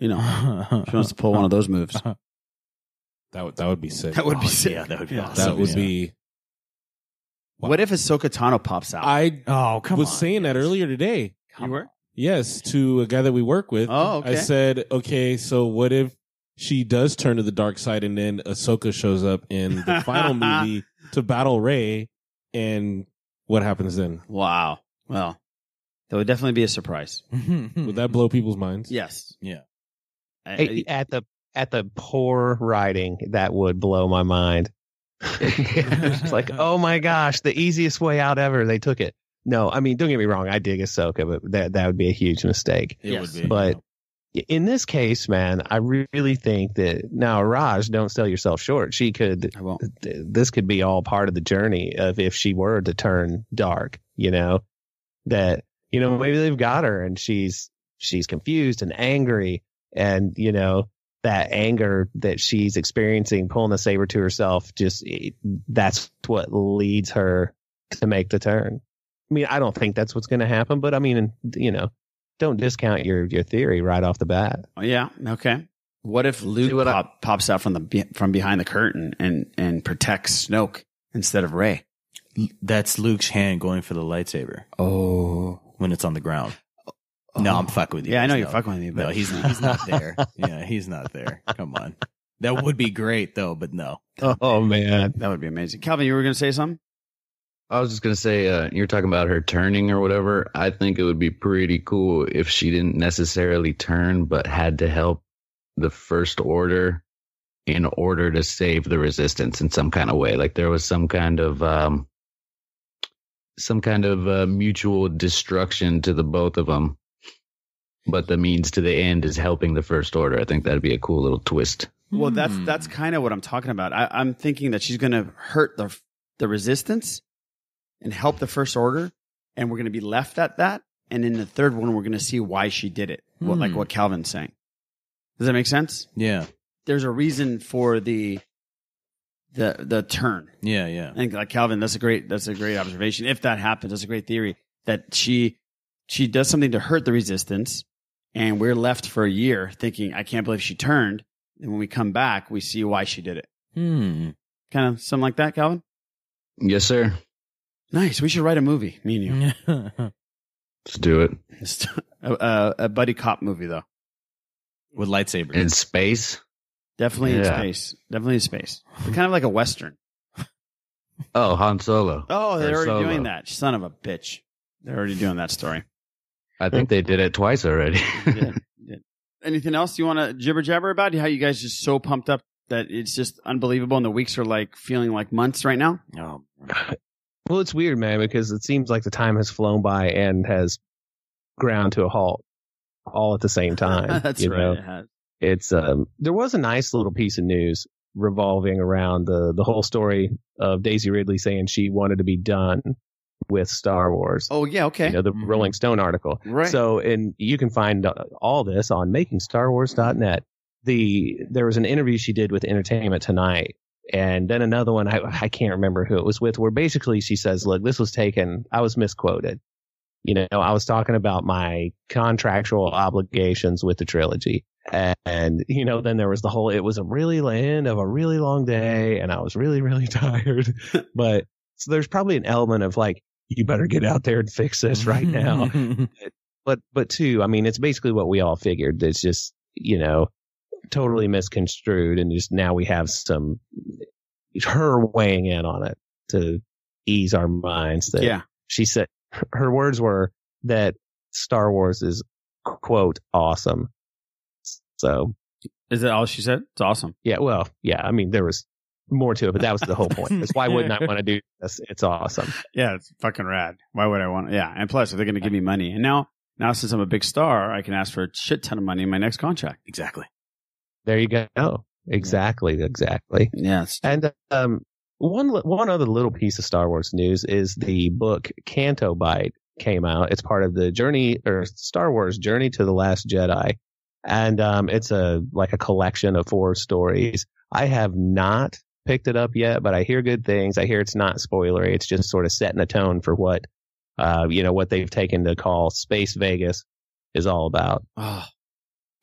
Speaker 8: you know, she wants to pull one of those moves.
Speaker 9: That would that would be sick.
Speaker 8: That would be
Speaker 6: Oh,
Speaker 8: sick.
Speaker 6: yeah, that would be awesome.
Speaker 9: That would
Speaker 6: Yeah.
Speaker 9: be.
Speaker 8: What if Ahsoka Tano pops out?
Speaker 9: I
Speaker 6: oh
Speaker 9: was saying that earlier today.
Speaker 8: you were?
Speaker 9: Yes, to a guy that we work with.
Speaker 8: Oh, okay.
Speaker 9: I said, okay, so what if she does turn to the dark side and then Ahsoka shows up in the final movie to battle Rey, and what happens then?
Speaker 8: Wow. Well, that would definitely be a surprise.
Speaker 9: Would that blow people's minds?
Speaker 8: Yes.
Speaker 6: Yeah.
Speaker 8: I-
Speaker 10: Hey, at the at the poor writing that would blow my mind. it's like, oh my gosh, the easiest way out ever. They took it. No, I mean, don't get me wrong. I dig Ahsoka, but that that would be a huge mistake.
Speaker 6: It would be.
Speaker 10: But in this case, man, I really think that now, Raj, don't sell yourself short. She could,
Speaker 8: I won't.
Speaker 10: th- this could be all part of the journey of if she were to turn dark, you know, that, you know, maybe they've got her and she's, she's confused and angry. And, you know, that anger that she's experiencing, pulling the saber to herself, just it- that's what leads her to make the turn. I mean, I don't think that's what's going to happen, but I mean, you know, don't discount your your theory right off the bat.
Speaker 8: Oh, yeah. Okay. What if Luke pop, pops out from the be- from behind the curtain and and protects Snoke instead of Ray?
Speaker 6: That's Luke's hand going for the lightsaber
Speaker 8: Oh.
Speaker 6: when it's on the ground. No,
Speaker 10: Oh.
Speaker 6: I'm fucking with you.
Speaker 8: Yeah, I know
Speaker 6: guys.
Speaker 8: you're
Speaker 6: No.
Speaker 8: fucking with me, but
Speaker 6: no, he's he's not there. yeah, he's not there. Come on, that would be great though, but no.
Speaker 10: Oh man,
Speaker 8: that would be amazing. Calvin, you were going to say something?
Speaker 11: I was just gonna say, uh, you're talking about her turning or whatever. I think it would be pretty cool if she didn't necessarily turn, but had to help the First Order in order to save the Resistance in some kind of way. Like there was some kind of um, some kind of uh, mutual destruction to the both of them, but the means to the end is helping the First Order. I think that'd be a cool little twist.
Speaker 8: Well, that's that's kind of what I'm talking about. I, I'm thinking that she's going to hurt the the resistance and help the first order, and we're going to be left at that. And in the third one, we're going to see why she did it, what, like
Speaker 6: Hmm.
Speaker 8: what Calvin's saying. Does that make sense?
Speaker 6: Yeah,
Speaker 8: There's a reason for the the the turn.
Speaker 6: yeah, yeah.
Speaker 8: I think like Calvin, that's a great that's a great observation. If that happens, that's a great theory that she she does something to hurt the resistance, and we're left for a year thinking, I can't believe she turned. And when we come back, we see why she did it.
Speaker 6: Hmm.
Speaker 8: Kind of something like that, Calvin.
Speaker 11: Yes, sir.
Speaker 8: Nice. We should write a movie. Me and you.
Speaker 11: Let's do it.
Speaker 8: Just a, a, a buddy cop movie though,
Speaker 6: with lightsabers
Speaker 11: in space.
Speaker 8: Definitely in
Speaker 11: Yeah.
Speaker 8: space. Definitely in space. But kind of like a western.
Speaker 11: Oh, Han Solo.
Speaker 8: Oh, they're
Speaker 11: Or
Speaker 8: already
Speaker 11: Solo.
Speaker 8: doing that. Son of a bitch. They're already doing that story.
Speaker 11: I think they did it twice already.
Speaker 8: Anything else you want to jibber jabber about? How you guys just so pumped up that it's just unbelievable, and the weeks are like feeling like months right now.
Speaker 6: No.
Speaker 10: Well, it's weird, man, because it seems like the time has flown by and has ground to a halt all at the same time.
Speaker 8: That's
Speaker 10: you
Speaker 8: right.
Speaker 10: know?
Speaker 8: It has.
Speaker 10: It's um, there was a nice little piece of news revolving around the the whole story of Daisy Ridley saying she wanted to be done with Star Wars.
Speaker 8: Oh yeah, okay.
Speaker 10: You know, the Rolling Stone article.
Speaker 8: Right.
Speaker 10: So, and you can find uh, all this on makingstarwars.net. The there was an interview she did with Entertainment Tonight, and then another one I I can't remember who it was with, where basically she says, "Look, this was taken. I was misquoted. You know, I was talking about my contractual obligations with the trilogy." And, and you know, then there was the whole. It was a really la- end of a really long day, and I was really really tired. but so there's probably an element of like, you better get out there and fix this right now
Speaker 6: Mm-hmm.
Speaker 10: but but two, I mean, it's basically what we all figured. It's just you know totally misconstrued, and just now we have some her weighing in on it to ease our minds. That
Speaker 8: Yeah.
Speaker 10: she said her words were that Star Wars is quote awesome. So
Speaker 8: is that all she said? It's awesome.
Speaker 10: Yeah. Well, yeah. I mean, there was more to it, but that was the whole point. That's why wouldn't I want to do this? It's awesome.
Speaker 8: Yeah, it's fucking rad. Why would I want? Yeah, and plus, if they're going to give me money, and now now since I'm a big star, I can ask for a shit ton of money in my next contract. Exactly.
Speaker 10: There you go. Exactly. Exactly.
Speaker 8: Yes.
Speaker 10: And um, one one other little piece of Star Wars news is the book Canto Bite came out. It's part of the journey or Star Wars Journey to the Last Jedi, and um, it's a like a collection of four stories. I have not picked it up yet, but I hear good things. I hear it's not spoilery. It's just sort of setting a tone for what, uh, you know, what they've taken to call Space Vegas is all about.
Speaker 8: Oh,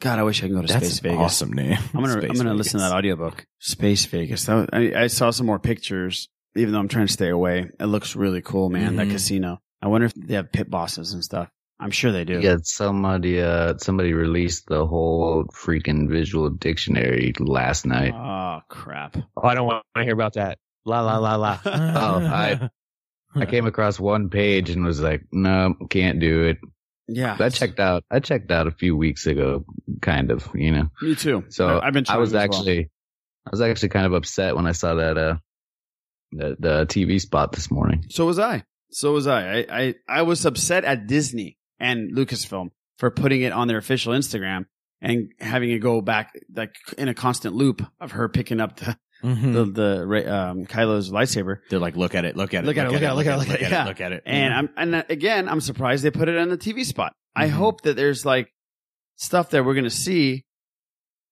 Speaker 8: God, I wish I could go to
Speaker 10: That's
Speaker 8: Space
Speaker 10: an
Speaker 8: Vegas.
Speaker 10: awesome name.
Speaker 8: I'm gonna
Speaker 10: Space
Speaker 8: I'm gonna listen to that audiobook. Space Vegas. That was, I, I saw some more pictures, even though I'm trying to stay away. It looks really cool, man. That
Speaker 11: Mhm.
Speaker 8: casino. I wonder if they have pit bosses and stuff. I'm sure they do.
Speaker 11: Yeah, somebody uh somebody released the whole freaking visual dictionary last night.
Speaker 8: Oh crap.
Speaker 10: Oh, I don't want to hear about that. La la la la.
Speaker 11: oh, I I came across one page and was like, no, can't do it.
Speaker 8: Yeah.
Speaker 11: I checked out I checked out a few weeks ago, kind of, you know.
Speaker 8: Me too.
Speaker 11: So
Speaker 8: I- I've been
Speaker 11: I
Speaker 8: trying
Speaker 11: was
Speaker 8: as well.
Speaker 11: actually I was actually kind of upset when I saw that uh the, the TV spot this morning.
Speaker 8: So was I. So was I. I, I. I was upset at Disney and Lucasfilm for putting it on their official Instagram and having it go back like in a constant loop of her picking up the the, the ra- um, Kylo's lightsaber.
Speaker 6: They're like, look at it, look at it,
Speaker 8: Look at it, look at it, look at it,
Speaker 6: look at it,
Speaker 8: yeah.
Speaker 6: look at it.
Speaker 8: And I'm and uh, again, I'm surprised they put it on the TV spot. I
Speaker 6: Mm-hmm.
Speaker 8: hope that there's like stuff that we're gonna see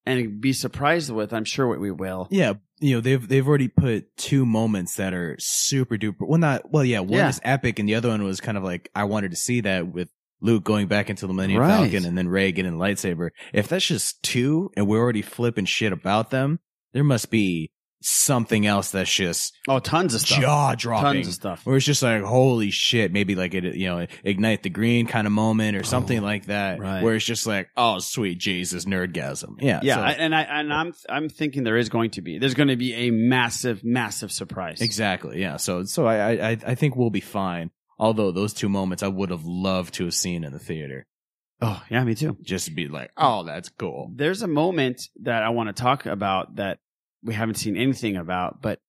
Speaker 8: and be surprised with. I'm sure we- we will.
Speaker 6: Yeah, you know they've they've already put two moments that are super duper. Well, not well, yeah. One
Speaker 8: Yeah.
Speaker 6: is epic, and the other one was kind of like I wanted to see that with Luke going back into the Millennium
Speaker 8: Right.
Speaker 6: Falcon, and then Ray getting the lightsaber. If that's just two, and we're already flipping shit about them, there must be something else that's just
Speaker 8: oh tons of stuff.
Speaker 6: jaw dropping
Speaker 8: Tons of stuff.
Speaker 6: where it's just like holy shit maybe like it you know ignite the green kind of moment or something like that
Speaker 8: Oh, right.
Speaker 6: where it's just like oh sweet jesus nerdgasm yeah
Speaker 8: yeah,
Speaker 6: so-
Speaker 8: I, and I and I'm I'm thinking there is going to be there's going to be a massive, massive surprise.
Speaker 6: Exactly. Yeah. So so I I I- I think we'll be fine. Although those two moments I would have loved to have seen in the theater.
Speaker 8: Oh yeah, me too.
Speaker 6: Just to be like, oh, that's cool.
Speaker 8: There's a moment that I want to talk about that we haven't seen anything about, but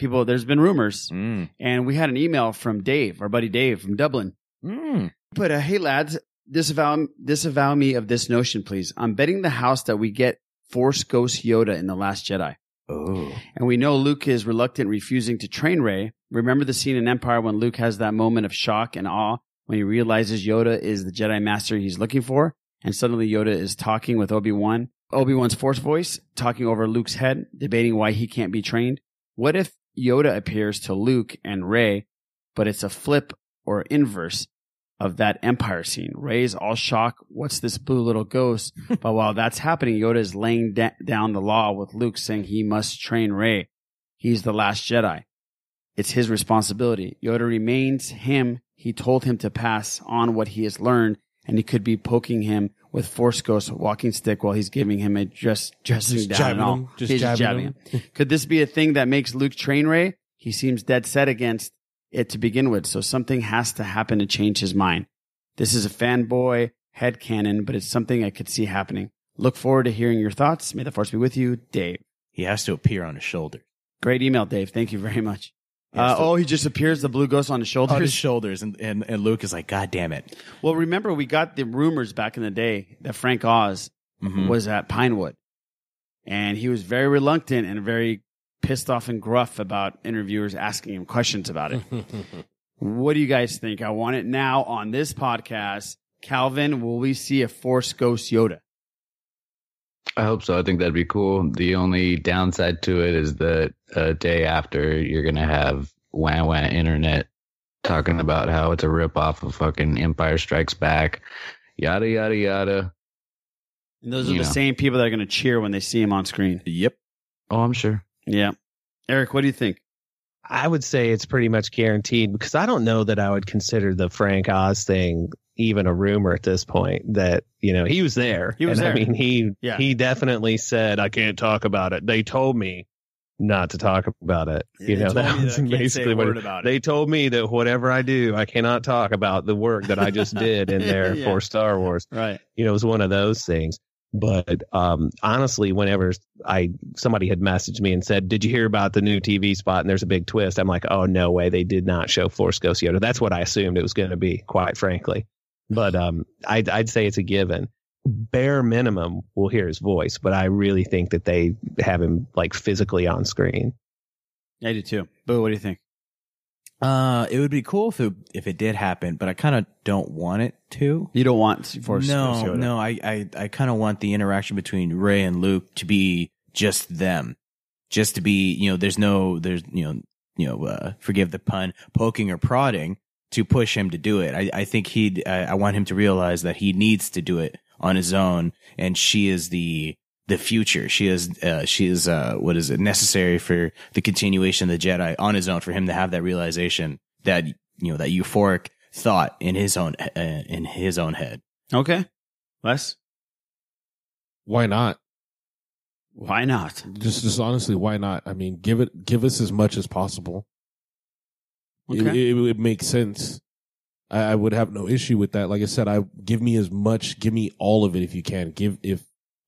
Speaker 8: people, there's been rumors,
Speaker 6: Mm.
Speaker 8: and we had an email from Dave, our buddy Dave from Dublin.
Speaker 6: Mm.
Speaker 8: But uh, hey, lads, disavow disavow me of this notion, please. I'm betting the house that we get Force Ghost Yoda in the Last Jedi.
Speaker 6: Oh.
Speaker 8: And we know Luke is reluctant, refusing to train Ray. Remember the scene in Empire when Luke has that moment of shock and awe when he realizes Yoda is the Jedi Master he's looking for, and suddenly Yoda is talking with Obi Wan. Obi Wan's Force voice talking over Luke's head, debating why he can't be trained. What if Yoda appears to Luke and Ray, but it's a flip or inverse of that Empire scene? Ray's all shock. What's this blue little ghost? but while that's happening, Yoda is laying da- down the law with Luke, saying he must train Ray. He's the last Jedi. It's his responsibility. Yoda remains him. He told him to pass on what he has learned, and he could be poking him with Force Ghost walking stick while he's giving him a dress dressing
Speaker 9: Just
Speaker 8: down.
Speaker 9: jabbing
Speaker 8: and all.
Speaker 9: him. Just
Speaker 8: He's
Speaker 9: jabbing
Speaker 8: him. could this be a thing that makes Luke train Ray? He seems dead set against it to begin with, so something has to happen to change his mind. This is a fanboy headcanon, but it's something I could see happening. Look forward to hearing your thoughts. May the force be with you, Dave.
Speaker 6: He has to appear on his shoulder.
Speaker 8: Great email, Dave. Thank you very much.
Speaker 6: has
Speaker 8: Uh,
Speaker 6: to-
Speaker 8: oh, he just appears, the blue ghost on his shoulders.
Speaker 6: On his shoulders, and, and, and Luke is like, God damn it.
Speaker 8: Well, remember, we got the rumors back in the day that Frank Oz
Speaker 6: Mhm.
Speaker 8: was at Pinewood. And he was very reluctant and very pissed off and gruff about interviewers asking him questions about it. what do you guys think? I want it now on this podcast. Calvin, will we see a Force Ghost Yoda?
Speaker 11: I hope so. I think that'd be cool. The only downside to it is that a day after you're gonna have wah wah internet talking about how it's a rip off of fucking Empire Strikes Back, yada yada yada.
Speaker 8: And those are
Speaker 11: Yeah.
Speaker 8: the same people that are going to cheer when they see him on screen.
Speaker 6: Yep.
Speaker 11: Oh, I'm sure.
Speaker 8: Yeah. Eric, what do you think?
Speaker 10: I would say it's pretty much guaranteed because I don't know that I would consider the Frank Oz thing even a rumor at this point. That you know he was there.
Speaker 8: He was
Speaker 10: And, I
Speaker 8: there.
Speaker 10: mean, he
Speaker 8: Yeah.
Speaker 10: he definitely said I can't talk about it. They told me not to talk about it.
Speaker 8: Yeah,
Speaker 10: you
Speaker 8: they
Speaker 10: know
Speaker 8: told
Speaker 10: that
Speaker 8: me
Speaker 10: was
Speaker 8: that I can't say a
Speaker 10: basically what
Speaker 8: word about it.
Speaker 10: they told me that whatever I do, I cannot talk about the work that I just did in there
Speaker 8: Yeah.
Speaker 10: for Star Wars
Speaker 8: Right.
Speaker 10: you know, it was one of those things. But um, honestly, whenever I somebody had messaged me and said, "Did you hear about the new TV spot?" and there's a big twist, I'm like, "Oh no way! They did not show Force Ghost Yoda." That's what I assumed it was going to be, quite frankly. But um, I'd, I'd say it's a given. Bare minimum, we'll hear his voice, but I really think that they have him like physically on screen.
Speaker 8: I do too. Boo, what do you think?
Speaker 6: Uh, it would be cool if it, if it did happen, but I kind of don't want it to.
Speaker 8: You don't want Force
Speaker 6: no,
Speaker 8: Ghost Yoda.
Speaker 6: no, I, I, I kind of want the interaction between Ray and Luke to be just them, just to be, you know, there's no, there's, you know, you know, uh, forgive the pun, poking or prodding to push him to do it. I, I think he'd, I, I want him to realize that he needs to do it on his own, and she is the the future. She is, uh, she is, uh, what is it necessary for the continuation of the Jedi on his own for him to have that realization that you know that euphoric thought in his own uh, in his own head.
Speaker 8: Okay. Les?
Speaker 9: Why not?
Speaker 8: Why not?
Speaker 9: Just, just honestly, why not? I mean, give it, give us as much as possible. It-
Speaker 8: Okay.
Speaker 9: It, it, makes sense. I, I would have no issue with that. Like I said, I give me as much, give me all of it if you can. Give if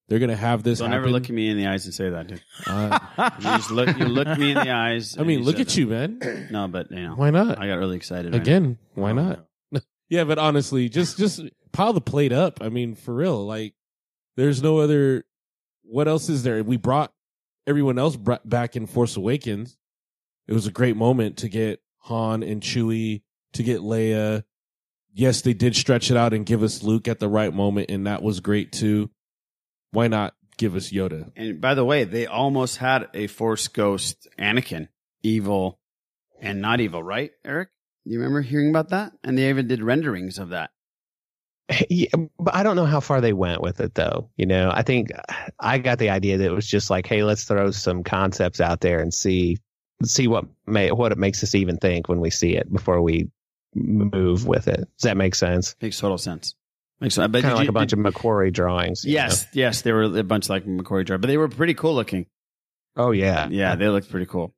Speaker 9: they're gonna have this.
Speaker 8: Don't
Speaker 9: happen,
Speaker 8: ever look at me in the eyes and say that, dude.
Speaker 9: uh,
Speaker 8: You just look. You looked me in the eyes.
Speaker 9: I
Speaker 8: and
Speaker 9: mean, look
Speaker 8: said
Speaker 9: at you, man.
Speaker 8: that. No, but you know,
Speaker 9: Why not?
Speaker 8: I got really excited right
Speaker 9: Again,
Speaker 8: now.
Speaker 9: why
Speaker 8: Oh,
Speaker 9: not? yeah, but honestly, just just pile the plate up. I mean, for real, like there's no other. What else is there? We brought everyone else br- back in Force Awakens. It was a great moment to get Han and Chewie to get Leia. Yes, they did stretch it out and give us Luke at the right moment, and that was great too. Why not give us Yoda?
Speaker 8: And by the way, they almost had a Force Ghost Anakin, evil and not evil, right, Eric? You remember hearing about that? And they even did renderings of that.
Speaker 10: Yeah, but I don't know how far they went with it though. You know, I think I got the idea that it was just like, hey, let's throw some concepts out there and see see what may what it makes us even think when we see it before we move with it. Does that make sense?
Speaker 8: Makes total sense. Makes sense. But
Speaker 10: Kind
Speaker 8: did
Speaker 10: of like
Speaker 8: you-
Speaker 10: a bunch
Speaker 8: did-
Speaker 10: of Macquarie drawings. you
Speaker 8: Yes, yes, they were a bunch like McCory Drive, but they were pretty cool looking.
Speaker 10: know? Oh yeah.
Speaker 8: Yeah, they looked pretty cool.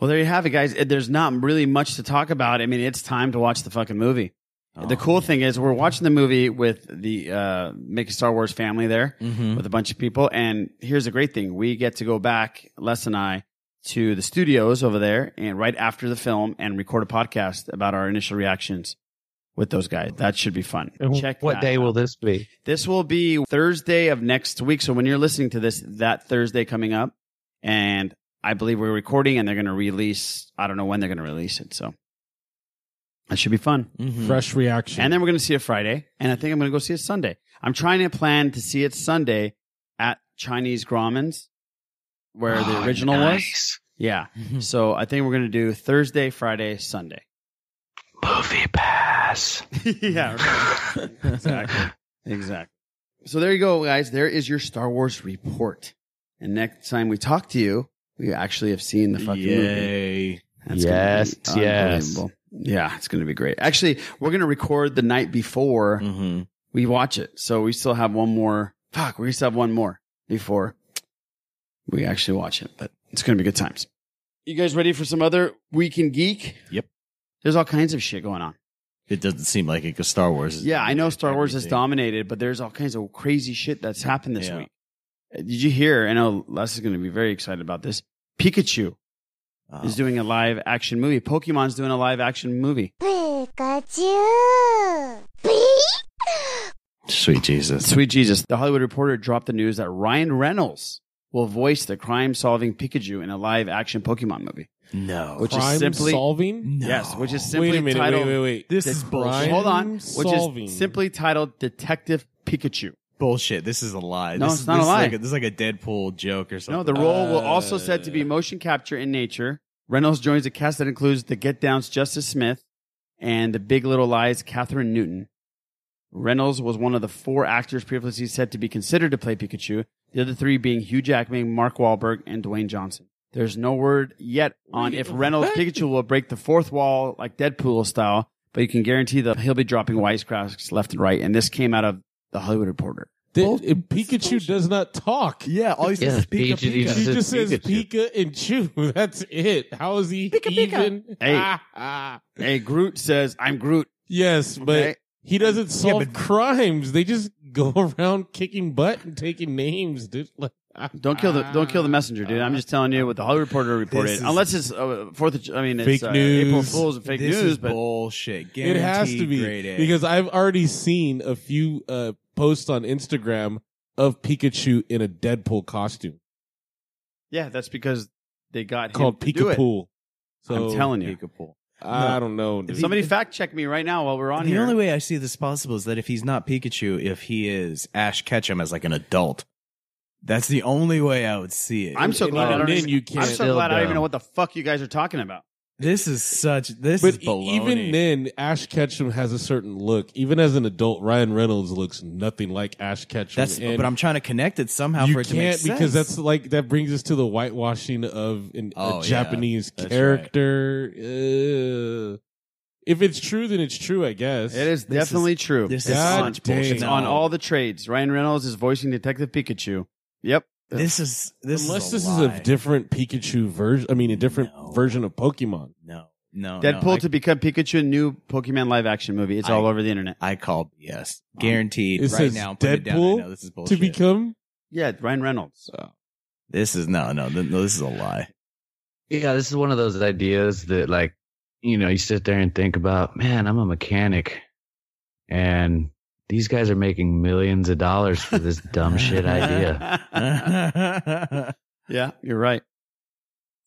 Speaker 8: Well, there you have it, guys. It- There's not really much to talk about. I mean, it's time to watch the fucking movie.
Speaker 10: Oh,
Speaker 6: Oh,
Speaker 8: the cool thing is, we're watching the movie with the uh, Make a Star Wars family there
Speaker 6: Mm-hmm.
Speaker 8: with a bunch of people. And here's the great thing we get to go back, Les and I, to the studios over there and right after the film and record a podcast about our initial reactions with those guys. That should be fun.
Speaker 10: And
Speaker 8: Check
Speaker 10: what
Speaker 8: that
Speaker 10: day
Speaker 8: out.
Speaker 10: will this be?
Speaker 8: This will be Thursday of next week. So when you're listening to this, that Thursday coming up, and I believe we're recording, and they're going to release. I don't know when they're going to release it, so that should be fun.
Speaker 6: mm-hmm.
Speaker 9: Fresh reaction.
Speaker 8: And then we're going to see it Friday, and I think I'm going to go see it Sunday. I'm trying to plan to see it Sunday at Chinese Grauman's, where
Speaker 11: Ah, Oh,
Speaker 8: the original was. Yeah. So I think we're going to do Thursday, Friday, Sunday.
Speaker 11: Movie pass.
Speaker 8: yeah. right. exactly. Exactly. So there you go, guys. There is your Star Wars report. And next time we talk to you, we actually have seen the fucking movie.
Speaker 6: Yay!
Speaker 10: yes,
Speaker 8: gonna be
Speaker 10: yes.
Speaker 8: unbelievable. Yeah, it's going to be great. Actually, we're going to record the night before
Speaker 6: Mm. Mm-hmm.
Speaker 8: we watch it. So we still have one more. Fuck, we still have one more before we actually watch it, but it's going to be good times. You guys ready for some other Week in Geek?
Speaker 6: Yep.
Speaker 8: There's all kinds of shit going on.
Speaker 6: It doesn't seem like it because Star Wars is
Speaker 8: Yeah, I know Star Wars is dominated, but there's all kinds of crazy shit that's happened this week. Uh, Did you hear? I know Les is going to be very excited about this. Pikachu
Speaker 6: Oh.
Speaker 8: is doing a live action movie. Pokemon's doing a live action movie.
Speaker 13: Pikachu!
Speaker 6: Sweet Jesus.
Speaker 8: Sweet Jesus. The Hollywood Reporter dropped the news that Ryan Reynolds will voice the crime solving Pikachu in a live action Pokemon movie.
Speaker 6: No.
Speaker 8: Which
Speaker 9: Crime
Speaker 8: is simply
Speaker 9: solving?
Speaker 8: Yes, which is
Speaker 9: No.
Speaker 8: simply
Speaker 9: Wait a minute, wait,
Speaker 8: titled
Speaker 9: wait, wait. This is
Speaker 8: bullshit.
Speaker 9: crime
Speaker 8: Hold on.
Speaker 9: solving.
Speaker 8: Which is simply titled Detective Pikachu.
Speaker 6: bullshit. This is a lie.
Speaker 8: No,
Speaker 6: this
Speaker 8: it's
Speaker 6: is,
Speaker 8: not a
Speaker 6: this is
Speaker 8: lie.
Speaker 6: Like this is like a Deadpool joke or something.
Speaker 8: No, the role will also said to be motion capture in nature. Reynolds joins a cast that includes The Get Down's Justice Smith and The Big Little Lies' Catherine Newton. Reynolds was one of the four actors previously said to be considered to play Pikachu, the other three being Hugh Jackman, Mark Wahlberg, and Dwayne Johnson. There's no word yet on if Reynolds Pikachu will break the fourth wall like Deadpool style, but you can guarantee that he'll be dropping wisecracks left and right. And this came out of The Hollywood Reporter.
Speaker 9: Th- uh, Pikachu does not talk.
Speaker 6: Yeah, all he
Speaker 8: says Yeah, is Pika, Pikachu Pika. just
Speaker 9: He
Speaker 8: says
Speaker 9: just says
Speaker 8: Pikachu.
Speaker 9: Pika and Chew. That's it. How is he even?
Speaker 6: Ah.
Speaker 8: Hey.
Speaker 9: ah.
Speaker 8: hey, Groot says, I'm Groot.
Speaker 9: Yes, but
Speaker 8: Okay.
Speaker 9: he doesn't solve crimes. They just go around kicking butt and taking names, dude. Like, ah,
Speaker 8: Don't kill the don't kill the messenger, dude. I'm just telling you what the Hollywood Reporter reported.
Speaker 9: is-
Speaker 8: Unless it's uh, Fourth of Ju- I mean it's
Speaker 9: Fake
Speaker 8: uh,
Speaker 9: news.
Speaker 8: April Fools and fake
Speaker 9: This
Speaker 8: news,
Speaker 9: is
Speaker 8: but
Speaker 6: bullshit.
Speaker 9: it has to be because I've already seen a few uh, posts on Instagram of Pikachu in a Deadpool costume
Speaker 8: yeah, that's because they got
Speaker 9: called
Speaker 8: him to do it.
Speaker 9: Pikapool. So
Speaker 8: I'm telling you,
Speaker 9: I don't know. dude.
Speaker 8: Somebody fact check me right now while we're on
Speaker 6: the
Speaker 8: here.
Speaker 6: only way I see this possible is that if he's not Pikachu, if he is Ash Ketchum as like an adult, that's the only way I would see it.
Speaker 8: I'm so glad I don't. even- I'm so glad I don't even know
Speaker 6: What-
Speaker 8: what the fuck you guys are talking about.
Speaker 6: this is such. This
Speaker 9: but
Speaker 6: is
Speaker 9: e-
Speaker 6: baloney.
Speaker 9: even then, Ash Ketchum has a certain look. Even as an adult, Ryan Reynolds looks nothing like Ash Ketchum.
Speaker 6: that's.
Speaker 9: And
Speaker 6: But I'm trying to connect it somehow
Speaker 9: you
Speaker 6: for it to make
Speaker 9: can't
Speaker 6: sense.
Speaker 9: because that's like that brings us to the whitewashing of an,
Speaker 6: Oh,
Speaker 9: a
Speaker 6: yeah.
Speaker 9: Japanese
Speaker 6: That's right.
Speaker 9: character. Ugh. If it's true, then it's true. I guess
Speaker 8: It is definitely true.
Speaker 9: This
Speaker 8: It's
Speaker 9: is
Speaker 8: on-
Speaker 9: such bullshit.
Speaker 8: It's on all the trades. Ryan Reynolds is voicing Detective Pikachu. Yep.
Speaker 6: This is this
Speaker 9: unless
Speaker 6: is
Speaker 9: this
Speaker 6: a
Speaker 9: is
Speaker 6: lie.
Speaker 9: a different Pikachu version. I mean, a different version of Pokemon.
Speaker 6: no
Speaker 9: Oh,
Speaker 6: no no,
Speaker 8: Deadpool to become Pikachu, new Pokemon live action movie. It's
Speaker 6: I-
Speaker 8: all over the internet.
Speaker 6: I call BS. Guaranteed.
Speaker 9: Um, It
Speaker 6: right
Speaker 9: says
Speaker 6: now, put it down. I know
Speaker 9: Deadpool
Speaker 6: this is
Speaker 9: to
Speaker 6: bullshit.
Speaker 9: become.
Speaker 8: Yeah, Ryan Reynolds.
Speaker 6: this is no, no, th- no. This is a lie.
Speaker 11: Yeah, this is one of those ideas that, like, you know, you sit there and think about, man, I'm a mechanic, and these guys are making millions of dollars for this dumb shit idea.
Speaker 8: yeah, you're right.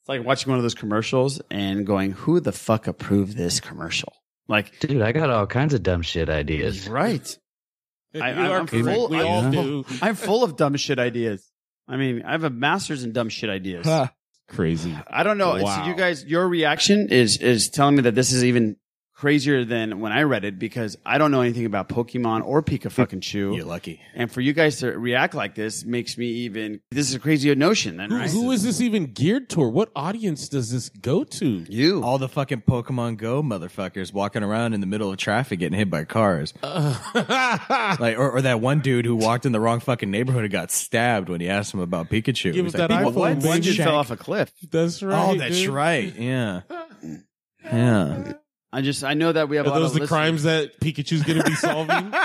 Speaker 8: It's like watching one of those commercials and going, "Who the fuck approved this commercial?" Like,
Speaker 11: dude, I got all kinds of dumb shit ideas.
Speaker 8: Right. I,
Speaker 9: You are
Speaker 8: I'm, I'm
Speaker 9: correct.
Speaker 8: full,
Speaker 9: We
Speaker 8: I'm
Speaker 9: all
Speaker 8: full- I'm full of dumb shit ideas. I mean, I have a master's in dumb shit ideas.
Speaker 9: Huh. Crazy.
Speaker 8: I don't know.
Speaker 9: Wow.
Speaker 8: So you guys, your reaction is is telling me that this is even crazier than when I read it because I don't know anything about Pokemon or Pika fucking Chew.
Speaker 6: You're lucky.
Speaker 8: And for you guys to react like this makes me even. This is a crazy notion. Then
Speaker 9: Who,
Speaker 8: right?
Speaker 9: who is this even geared toward? What audience does this go to?
Speaker 8: You.
Speaker 6: All the fucking Pokemon Go motherfuckers walking around in the middle of traffic getting hit by cars. like, or, or that one dude who walked in the wrong fucking neighborhood and got stabbed when he asked him about Pikachu.
Speaker 9: Give
Speaker 6: He's
Speaker 9: us that
Speaker 6: "Pikachu,
Speaker 9: iPhone,
Speaker 6: what?
Speaker 9: baby."
Speaker 6: One
Speaker 8: dude
Speaker 6: shank.
Speaker 8: fell off a cliff.
Speaker 9: That's right.
Speaker 6: Oh, that's
Speaker 9: dude.
Speaker 6: right. Yeah. Yeah.
Speaker 8: I just I know that we have a
Speaker 9: Are
Speaker 8: lot
Speaker 9: those
Speaker 8: of
Speaker 9: the
Speaker 8: listeners.
Speaker 9: crimes that Pikachu's gonna be solving? this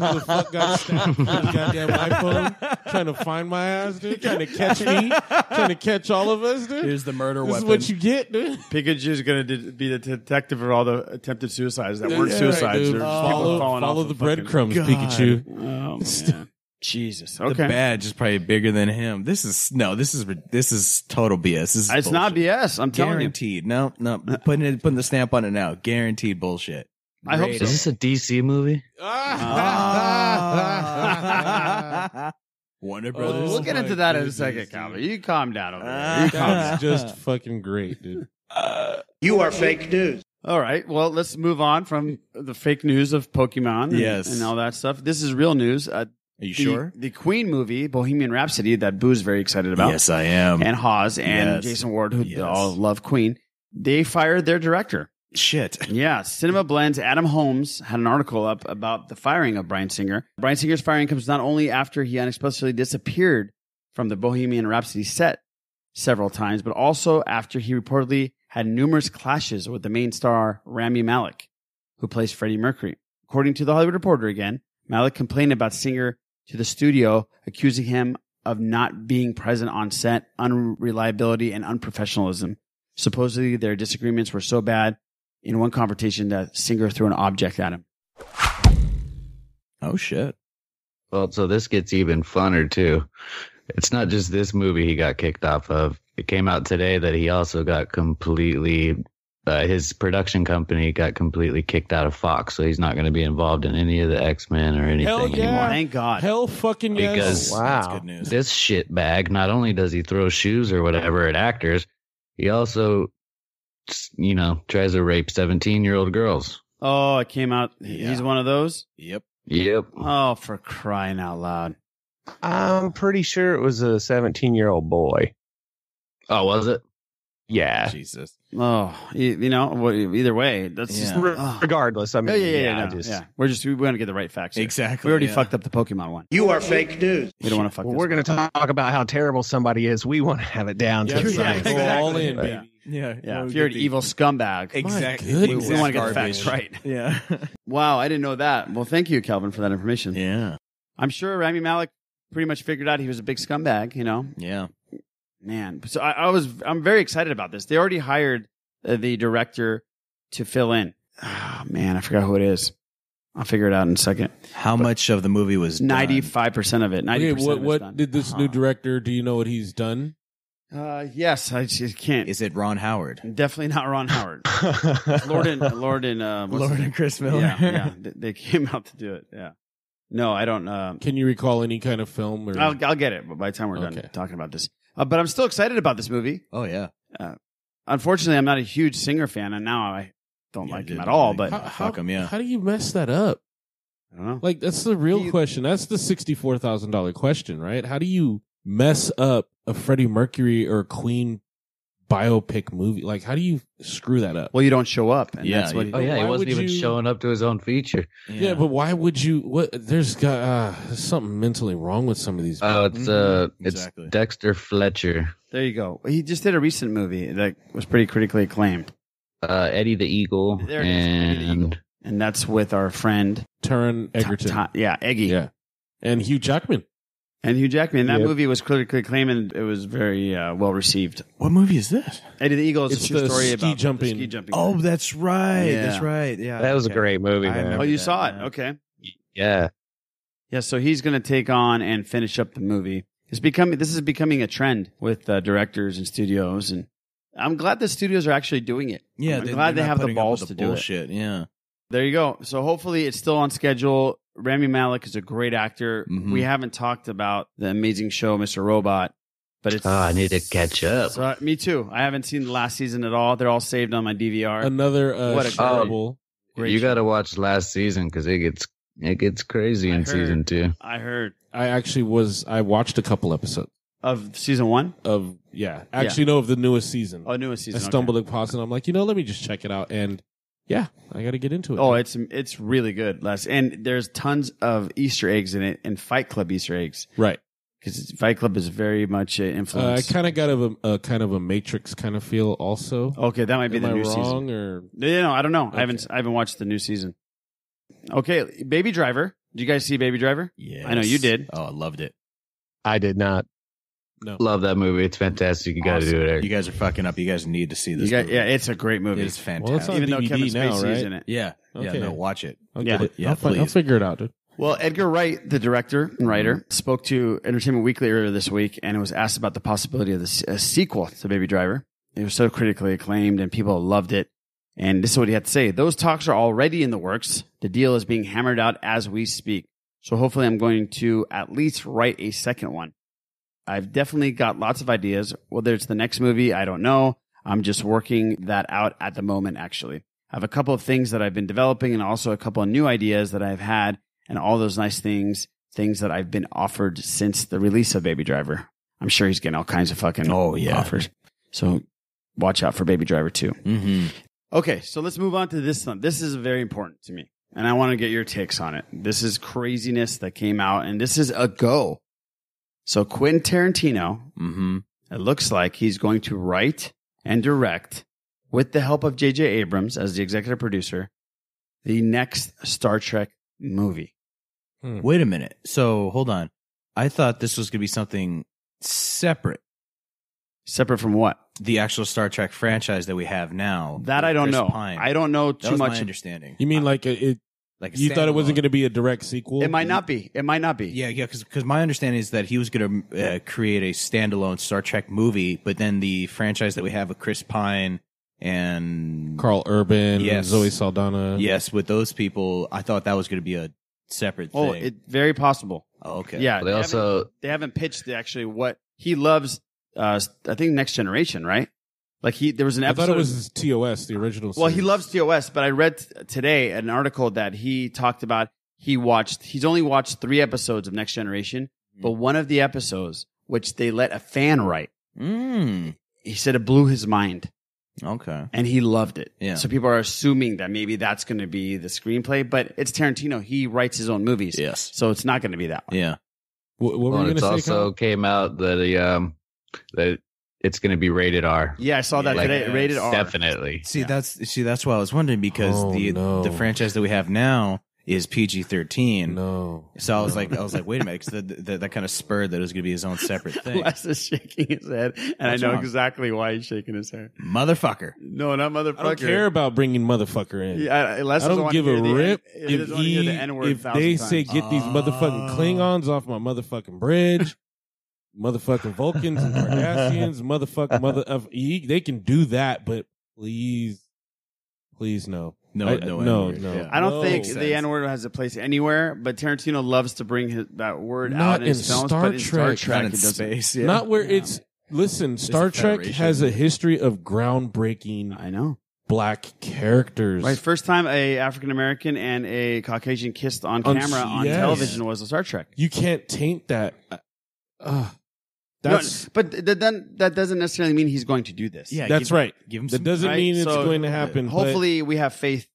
Speaker 9: motherfucker got stabbed with his goddamn iPhone, trying to find my ass, dude. Trying to catch me, trying to catch all of us, dude.
Speaker 6: Here's the murder
Speaker 9: this is
Speaker 6: weapon.
Speaker 9: what you get, dude.
Speaker 8: Pikachu's going to be the detective of all the attempted suicides that weren't
Speaker 9: Yeah,
Speaker 8: suicides.
Speaker 9: right, dude.
Speaker 8: There's
Speaker 9: follow
Speaker 8: people falling
Speaker 9: follow
Speaker 8: off
Speaker 9: the
Speaker 8: a fucking-
Speaker 9: breadcrumbs,
Speaker 6: God.
Speaker 9: Pikachu.
Speaker 8: Oh, man. Jesus.
Speaker 6: The
Speaker 8: Okay.
Speaker 6: badge is probably bigger than him. This is no. This is rid- this is total BS. This is
Speaker 8: It's not BS. I'm telling you.
Speaker 6: guaranteed. No, no. Putting it, putting the stamp on it now. Guaranteed bullshit.
Speaker 8: I hope
Speaker 11: Is
Speaker 8: so.
Speaker 11: this a DC movie?
Speaker 8: Ah,
Speaker 6: Ah. Warner
Speaker 9: Brothers.
Speaker 8: we'll get
Speaker 9: Oh
Speaker 8: into
Speaker 9: my
Speaker 8: that
Speaker 9: goodness,
Speaker 8: in a second, Calvin. You calm down over
Speaker 6: Ah,
Speaker 8: there. You calm down.
Speaker 9: That's just fucking great, dude.
Speaker 2: You are fake news.
Speaker 8: All right. Well, let's move on from the fake news of Pokemon and,
Speaker 6: Yes.
Speaker 8: and all that stuff. This is real news. Uh,
Speaker 6: Are you
Speaker 8: the-
Speaker 6: sure?
Speaker 8: The Queen movie, Bohemian Rhapsody, that Boo's very excited about.
Speaker 6: Yes, I am.
Speaker 8: and Haas and
Speaker 6: Yes.
Speaker 8: Jason Ward, who
Speaker 6: Yes.
Speaker 8: all love Queen. They fired their director.
Speaker 6: Shit.
Speaker 8: Yeah. Cinema Blends, Adam Holmes had an article up about the firing of Brian Singer. Brian Singer's firing comes not only after he unexpectedly disappeared from the Bohemian Rhapsody set several times, but also after he reportedly had numerous clashes with the main star, Rami Malik, who plays Freddie Mercury. According to the Hollywood Reporter again, Malik complained about Singer to the studio, accusing him of not being present on set, unreliability, and unprofessionalism. Supposedly, their disagreements were so bad in one confrontation that Singer threw an object at him.
Speaker 6: Oh shit.
Speaker 11: Well, so this gets even funner too. It's not just this movie he got kicked off of. It came out today that he also got completely uh, his production company got completely kicked out of Fox, so he's not going to be involved in any of the X Men or anything
Speaker 9: Hell yeah.
Speaker 11: anymore.
Speaker 8: Thank God.
Speaker 9: Hell fucking yes. Oh,
Speaker 11: Because
Speaker 9: That's good news.
Speaker 11: this shit bag, not only does he throw shoes or whatever at actors, he also, you know, tries to rape seventeen-year-old girls.
Speaker 8: Oh, it came out. He's one of those?
Speaker 6: Yep.
Speaker 11: Yep.
Speaker 8: Oh, for crying out loud.
Speaker 10: I'm pretty sure it was a 17 year old boy.
Speaker 11: Oh, was it?
Speaker 10: Yeah.
Speaker 6: Jesus.
Speaker 8: Oh, you, you know, well, either way, that's just.
Speaker 10: Re- Regardless, I mean,
Speaker 8: yeah, yeah, yeah,
Speaker 10: Oh. I
Speaker 8: no,
Speaker 10: just-
Speaker 8: yeah. We're just we want to get the right facts. here.
Speaker 6: Exactly,
Speaker 8: We already
Speaker 10: yeah.
Speaker 8: fucked up the Pokemon one.
Speaker 10: You are fake
Speaker 8: news. We don't want to fuck.
Speaker 10: Well,
Speaker 8: this
Speaker 10: we're going to talk about how terrible somebody is. We want to have it down to the science.
Speaker 6: Yeah.
Speaker 8: Yeah. If you're an evil scumbag,
Speaker 6: Exactly.
Speaker 8: We,
Speaker 6: Exact
Speaker 8: want to get the facts right.
Speaker 6: garbage. Yeah.
Speaker 8: wow, I didn't know that. Well, thank you, Calvin, for that information.
Speaker 6: Yeah.
Speaker 8: I'm sure Rami Malik pretty much figured out he was a big scumbag. You know.
Speaker 6: Yeah.
Speaker 8: Man, so I, I was I'm very excited about this. They already hired uh, the director to fill in. Oh, man, I forgot who it is. I'll figure it out in a second.
Speaker 6: How much of the movie was
Speaker 8: ninety five percent of it? Ninety
Speaker 9: Okay,
Speaker 8: percent.
Speaker 9: what what did this new director? Do you know what he's done?
Speaker 8: Uh, yes, I just can't.
Speaker 6: Is it Ron Howard?
Speaker 8: Definitely not Ron Howard. Lord and Lord and uh, what's his
Speaker 6: Lord and
Speaker 8: name?
Speaker 6: Chris Miller.
Speaker 8: Yeah, yeah. They, they came out to do it. Yeah. No, I don't. Uh,
Speaker 9: Can you recall any kind of film? Or
Speaker 8: I'll, I'll get it by the time we're done talking about this. Uh, but I'm still excited about this movie.
Speaker 6: Oh yeah.
Speaker 8: Uh, unfortunately, I'm not a huge singer fan, and now I don't like him
Speaker 6: dude,
Speaker 8: at all. But
Speaker 6: like, how- how- Fuck 'em, yeah.
Speaker 9: How do you mess that up?
Speaker 8: I don't know.
Speaker 9: Like that's the real question. That's the sixty-four thousand dollar question, right? How do you mess up a Freddie Mercury or Queen biopic movie? Like, how do you screw that up?
Speaker 8: Well, you don't show up, and
Speaker 11: yeah,
Speaker 8: that's what.
Speaker 11: oh yeah, he
Speaker 9: Why
Speaker 11: wasn't
Speaker 9: would
Speaker 11: even
Speaker 9: you-
Speaker 11: showing up to his own feature.
Speaker 9: Yeah. but why would you? What? There's got uh, there's something mentally wrong with some of these.
Speaker 11: Oh, it's uh,
Speaker 6: Exactly.
Speaker 11: it's Dexter Fletcher,
Speaker 8: There you go. He just did a recent movie that was pretty critically acclaimed,
Speaker 11: uh, Eddie the Eagle,
Speaker 8: There it is, Eddie the
Speaker 11: and
Speaker 8: and that's with our friend
Speaker 9: Taron Egerton.
Speaker 8: Ta- yeah, Eggy.
Speaker 9: Yeah. And Hugh Jackman.
Speaker 8: And Hugh Jackman. That
Speaker 9: Yep.
Speaker 8: movie was critically acclaimed, and it was very uh, well received.
Speaker 6: What movie is this?
Speaker 8: Eddie the Eagle is
Speaker 9: It's
Speaker 8: a true
Speaker 9: the
Speaker 8: story
Speaker 9: ski
Speaker 8: about the
Speaker 9: jumping.
Speaker 8: ski jumping.
Speaker 6: Oh, that's right.
Speaker 8: Yeah.
Speaker 6: That's right. Yeah.
Speaker 10: That was a
Speaker 6: okay.
Speaker 10: great movie,
Speaker 6: I
Speaker 10: man.
Speaker 8: oh, you saw it. Okay.
Speaker 11: yeah,
Speaker 8: Yeah, so he's going to take on and finish up the movie. It's becoming this is becoming a trend with uh, directors and studios, and I'm glad the studios are actually doing it.
Speaker 6: Yeah.
Speaker 8: I'm
Speaker 6: they-
Speaker 8: glad
Speaker 6: they're
Speaker 8: they
Speaker 6: not
Speaker 8: have the
Speaker 6: putting up
Speaker 8: balls
Speaker 6: with
Speaker 8: to
Speaker 6: the
Speaker 8: do it.
Speaker 6: bullshit. Yeah.
Speaker 8: There you go. So hopefully it's still on schedule. Rami Malik is a great actor.
Speaker 11: Mm-hmm.
Speaker 6: Mhm.
Speaker 8: We haven't talked about the amazing show Mr. Robot, but it's
Speaker 11: Oh, I need to catch up.
Speaker 8: So, uh, me too. I haven't seen the last season at all. They're all saved on my DVR.
Speaker 9: Another uh,
Speaker 8: What a
Speaker 9: terrible.
Speaker 8: Great
Speaker 11: you
Speaker 8: show.
Speaker 11: got to watch last season because it gets it gets crazy
Speaker 8: I
Speaker 11: in season
Speaker 8: heard.
Speaker 11: two.
Speaker 8: I heard
Speaker 9: I actually was. I watched a couple episodes
Speaker 8: of season one.
Speaker 9: of. Yeah. Actually, no, of the newest season.
Speaker 8: Oh, newest
Speaker 9: I
Speaker 8: season. okay.
Speaker 9: stumbled across it. I'm like, you know, let me just check it out. And yeah, I got to get into it.
Speaker 8: Oh, it's it's really good, Les. And there's tons of Easter eggs in it, and Fight Club Easter eggs,
Speaker 9: right.
Speaker 8: because Fight Club is very much uh,
Speaker 9: Uh, I
Speaker 8: influenced.
Speaker 9: kind of got a, a kind of a Matrix kind of feel also.
Speaker 8: okay, that might be
Speaker 9: Am
Speaker 8: Oh, the
Speaker 9: I
Speaker 8: new
Speaker 9: wrong
Speaker 8: season.
Speaker 9: or
Speaker 8: No, no, no, I don't know. I haven't I haven't watched the new season. Okay, Baby Driver. Did you guys see Baby Driver?
Speaker 6: Yeah.
Speaker 8: I know you did.
Speaker 6: Oh, I loved it.
Speaker 10: I did not.
Speaker 9: no?
Speaker 11: Love that movie. It's fantastic. You got to do it, Eric.
Speaker 6: You guys are fucking up. You guys need to see
Speaker 8: You
Speaker 6: this.
Speaker 8: got,
Speaker 6: movie.
Speaker 8: yeah, it's a great movie.
Speaker 6: It is fantastic.
Speaker 9: Well, it's on
Speaker 8: Even though
Speaker 9: DVD
Speaker 8: Kevin
Speaker 9: now,
Speaker 8: Spacey's
Speaker 9: right?
Speaker 8: in it.
Speaker 6: yeah. Yeah.
Speaker 9: Okay.
Speaker 6: No, watch it.
Speaker 9: I'll
Speaker 8: Yeah.
Speaker 9: get it.
Speaker 6: Yeah,
Speaker 9: I'll, fi- I'll
Speaker 6: please.
Speaker 9: figure it out, dude.
Speaker 8: Well, Edgar Wright, the director and writer,
Speaker 6: Mm-hmm.
Speaker 8: spoke to Entertainment Weekly earlier this week and was asked about the possibility of this, a sequel to Baby Driver. It was so critically acclaimed and people loved it. And this is what he had to say. Those talks are already in the works. The deal is being hammered out as we speak. So hopefully I'm going to at least write a second one. I've definitely got lots of ideas. Whether it's the next movie, I don't know. I'm just working that out at the moment, actually. I have a couple of things that I've been developing and also a couple of new ideas that I've had and all those nice things, things that I've been offered since the release of Baby Driver. I'm sure he's getting all kinds of fucking
Speaker 6: Oh, yeah.
Speaker 8: offers. So watch out for Baby Driver 2.
Speaker 6: Mm-hmm,
Speaker 8: Okay, so let's move on to this one. This is very important to me, and I want to get your takes on it. This is craziness that came out, and this is a go. So Quentin Tarantino,
Speaker 6: mm-hmm.
Speaker 8: it looks like he's going to write and direct, with the help of J.J. Abrams as the executive producer, the next Star Trek movie.
Speaker 6: Wait a minute. So hold on. I thought this was going to be something separate.
Speaker 8: Separate from what?
Speaker 6: The actual Star Trek franchise that we have now.
Speaker 8: That I
Speaker 6: with
Speaker 8: don't
Speaker 6: Chris
Speaker 8: know.
Speaker 6: Pine.
Speaker 8: I don't know
Speaker 6: That
Speaker 8: too
Speaker 6: was my
Speaker 8: much.
Speaker 6: understanding. Uh,
Speaker 9: You mean like a, it?
Speaker 6: Like a
Speaker 9: you thought it wasn't
Speaker 6: standalone.
Speaker 9: going to be a direct sequel?
Speaker 8: Uh, It might not be. It might not be.
Speaker 6: Yeah, yeah, because my understanding is that he was going to uh, create a standalone Star Trek movie, but then the franchise that we have with Chris Pine and
Speaker 9: Carl Urban,
Speaker 6: Yes.
Speaker 9: Zoe Saldana.
Speaker 6: yes, with those people, I thought that was going to be a separate
Speaker 8: Oh,
Speaker 6: thing.
Speaker 8: it very possible.
Speaker 6: Oh, okay.
Speaker 8: Yeah,
Speaker 6: They also-
Speaker 8: haven't, they haven't pitched the, actually what he loves. Uh, I think Next Generation, right? Like he, there was an
Speaker 9: I
Speaker 8: episode.
Speaker 9: thought it was TOS, the original.
Speaker 8: well, he
Speaker 9: series.
Speaker 8: loves TOS, but I read t- today an article that he talked about. He watched. He's only watched three episodes of Next Generation, but one of the episodes, which they let a fan write,
Speaker 6: mm.
Speaker 8: he said it blew his mind.
Speaker 6: Okay.
Speaker 8: and he loved it.
Speaker 6: Yeah.
Speaker 8: So people are assuming that maybe that's going to be the screenplay, but it's Tarantino. He writes his own movies.
Speaker 6: Yes.
Speaker 8: So it's not going to be that one.
Speaker 6: Yeah.
Speaker 9: What,
Speaker 11: Well,
Speaker 8: you
Speaker 11: and it's
Speaker 8: gonna say,
Speaker 11: also
Speaker 8: Kyle?
Speaker 11: came out that the um that it's going to be rated R.
Speaker 8: Yeah, I saw that
Speaker 11: Like,
Speaker 8: today. Rated R.
Speaker 11: Definitely.
Speaker 6: See, that's see, that's why I was wondering because
Speaker 11: Oh,
Speaker 6: the
Speaker 11: no.
Speaker 6: the franchise that we have now is PG thirteen.
Speaker 9: No.
Speaker 6: So I was like, I was like, wait a minute, because that kind of spurred that it was going to be his own separate thing.
Speaker 8: Les is shaking his head, and
Speaker 6: What's
Speaker 8: I know
Speaker 6: wrong?
Speaker 8: exactly why he's shaking his head.
Speaker 6: Motherfucker.
Speaker 8: No, not motherfucker.
Speaker 9: I don't care about bringing motherfucker in.
Speaker 8: Yeah, I- Les
Speaker 9: I
Speaker 8: doesn't
Speaker 9: don't
Speaker 8: wanna
Speaker 9: give
Speaker 8: hear
Speaker 9: a
Speaker 8: the N-
Speaker 9: rip
Speaker 8: he doesn't
Speaker 9: if,
Speaker 8: wanna hear the
Speaker 9: he-
Speaker 8: N-word a
Speaker 9: if
Speaker 8: thousand
Speaker 9: they
Speaker 8: times.
Speaker 9: say get these motherfucking
Speaker 8: Oh.
Speaker 9: Klingons off my motherfucking bridge, motherfucking Vulcans and Cardassians, motherfucking mother of he, they can do that, but please, please no,
Speaker 6: No,
Speaker 9: I,
Speaker 6: no
Speaker 9: no,
Speaker 6: N-word.
Speaker 9: no.
Speaker 6: Yeah.
Speaker 8: I don't
Speaker 9: no.
Speaker 8: think the N word has a place anywhere, but Tarantino loves to bring his, that word out
Speaker 9: Not
Speaker 8: in his
Speaker 9: in
Speaker 8: films,
Speaker 9: Star
Speaker 8: but in Star
Speaker 9: Trek.
Speaker 8: Trek,
Speaker 9: Not in
Speaker 8: it doesn't.
Speaker 6: space,
Speaker 9: Not where it's listen. Star Trek
Speaker 8: Federation.
Speaker 9: has a history of groundbreaking.
Speaker 8: I know
Speaker 9: black characters.
Speaker 8: Right, first time a African American and a Caucasian kissed on
Speaker 9: On-
Speaker 8: camera on
Speaker 9: yes.
Speaker 8: television was a Star Trek.
Speaker 9: You can't taint that. Uh,
Speaker 8: No,
Speaker 9: that's
Speaker 8: but th- th- then that doesn't necessarily mean he's going to do this.
Speaker 9: Yeah, That's give- right. give him That some- doesn't mean it's going to happen, but-
Speaker 8: Hopefully, we have faith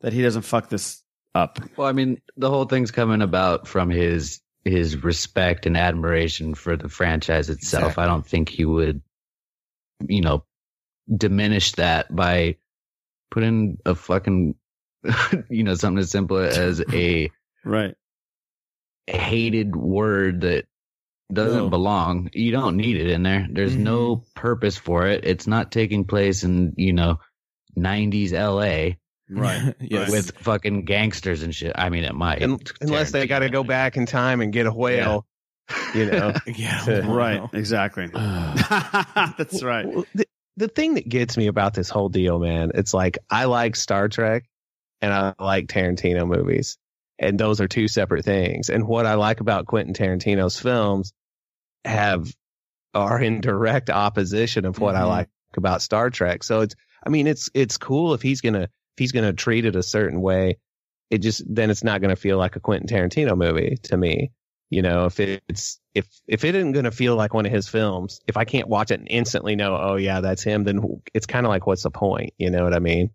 Speaker 8: that he doesn't fuck this up.
Speaker 11: Well, I mean, the whole thing's coming about from his his respect and admiration for the franchise itself. I don't think he would, you know, diminish that by putting a fucking, you know, something as simple as a
Speaker 8: right
Speaker 11: hated word that doesn't
Speaker 9: No.
Speaker 11: belong. You don't need it in there. There's
Speaker 8: Mm-hmm.
Speaker 11: no purpose for it. It's not taking place in you know, '90s LA.
Speaker 6: Right. Yes.
Speaker 11: With fucking gangsters and shit. I mean, it might.
Speaker 10: Un- unless they got to go back in time and get a whale, you know.
Speaker 6: yeah.
Speaker 8: Right, exactly. That's right.
Speaker 10: The, the thing that gets me about this whole deal, man, it's like I like Star Trek and I like Tarantino movies, and those are two separate things. And what I like about Quentin Tarantino's films have are in direct opposition of what I
Speaker 8: Mm-hmm.
Speaker 10: like about Star Trek. So it's, I mean, it's it's cool if he's gonna if he's gonna treat it a certain way. It just then it's not gonna feel like a Quentin Tarantino movie to me. You know, if it's if if it isn't gonna feel like one of his films, if I can't watch it and instantly know, oh yeah, that's him, then it's kind of like, what's the point? You know what I mean?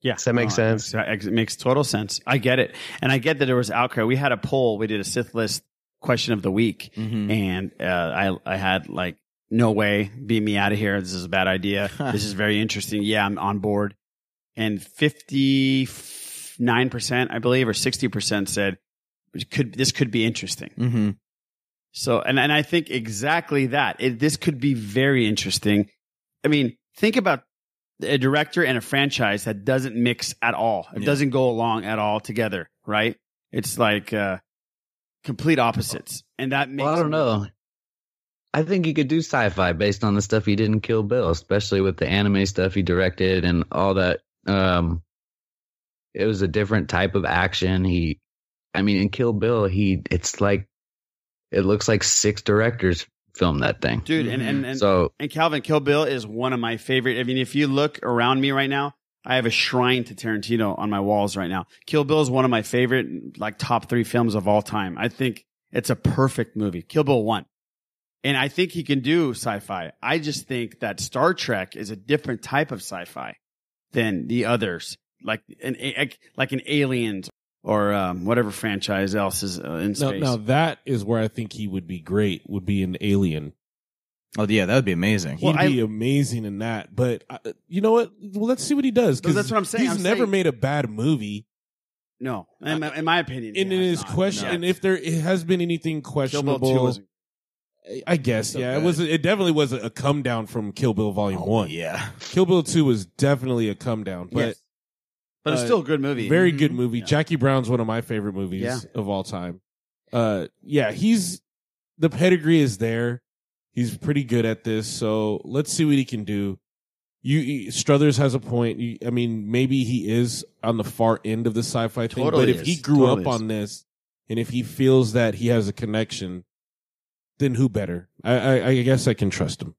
Speaker 8: Yeah.
Speaker 10: Does that make
Speaker 8: No,
Speaker 10: sense?
Speaker 8: It makes, it makes total sense. I get it. And I get that there was outcry. We had a poll. We did a Sith list question of the week.
Speaker 10: Mm-hmm.
Speaker 8: And uh, I, I had like, no way, beat me out of here. This is a bad idea. this is very interesting. Yeah, I'm on board. And 59%, I believe, or 60% said, could this could be interesting.
Speaker 6: Mm-hmm.
Speaker 8: So, and, and I think exactly that. It, this could be very interesting. I mean, think about a director and a franchise that doesn't mix at all. It
Speaker 6: Yeah.
Speaker 8: doesn't go along at all together, right? It's like uh, complete opposites. And that makes.
Speaker 11: I don't know. I think you could do sci-fi based on the stuff he did in Kill Bill, especially with the anime stuff he directed and all that. Um, it was a different type of action. He, I mean, in Kill Bill, he it's like it looks like six directors filmed that thing,
Speaker 8: Dude, and, and, and,
Speaker 11: so
Speaker 8: and Calvin Kill Bill is one of my favorite. I mean, if you look around me right now, I have a shrine to Tarantino on my walls right now. Kill Bill is one of my favorite, like top three films of all time. I think it's a perfect movie. Kill Bill 1. And I think he can do sci-fi. I just think that Star Trek is a different type of sci-fi than the others, like an a- like an Aliens or um, whatever franchise else is uh, in
Speaker 9: Now,
Speaker 8: space.
Speaker 9: now that is where I think he would be great. Would be an alien.
Speaker 6: Oh yeah, that would be amazing.
Speaker 9: He'd
Speaker 6: Well, I-
Speaker 9: be amazing in that. But uh, you know what? Well, let's see what he does. 'cause
Speaker 8: that's what I'm saying.
Speaker 9: He's
Speaker 8: I'm
Speaker 9: never
Speaker 8: saying-
Speaker 9: made a bad movie.
Speaker 8: No, in, my- in my opinion,
Speaker 9: And it is question. And if there has been anything
Speaker 8: Kill Bill
Speaker 9: questionable,
Speaker 8: 2 was
Speaker 9: I guess, yeah, it was. It definitely was a, a come down from Kill Bill Volume
Speaker 8: Oh,
Speaker 9: One.
Speaker 6: Yeah,
Speaker 9: Kill Bill Two was definitely a come down, but
Speaker 8: Yes. But it's still a good movie.
Speaker 9: Very
Speaker 8: Mhm.
Speaker 9: good movie. Jackie Brown's one of my favorite movies
Speaker 8: Yeah.
Speaker 9: of all time. Uh, yeah, he's the pedigree is there. He's pretty good at this, so let's see what he can do. You, you- Struthers has a point. You, I mean, maybe he is on the far end of the sci-fi thing, but
Speaker 6: Totally
Speaker 9: if he
Speaker 6: is.
Speaker 9: grew
Speaker 6: Totally
Speaker 9: up
Speaker 6: is.
Speaker 9: on this, and if he feels that he has a connection, then who better? I, I, I guess I can trust him.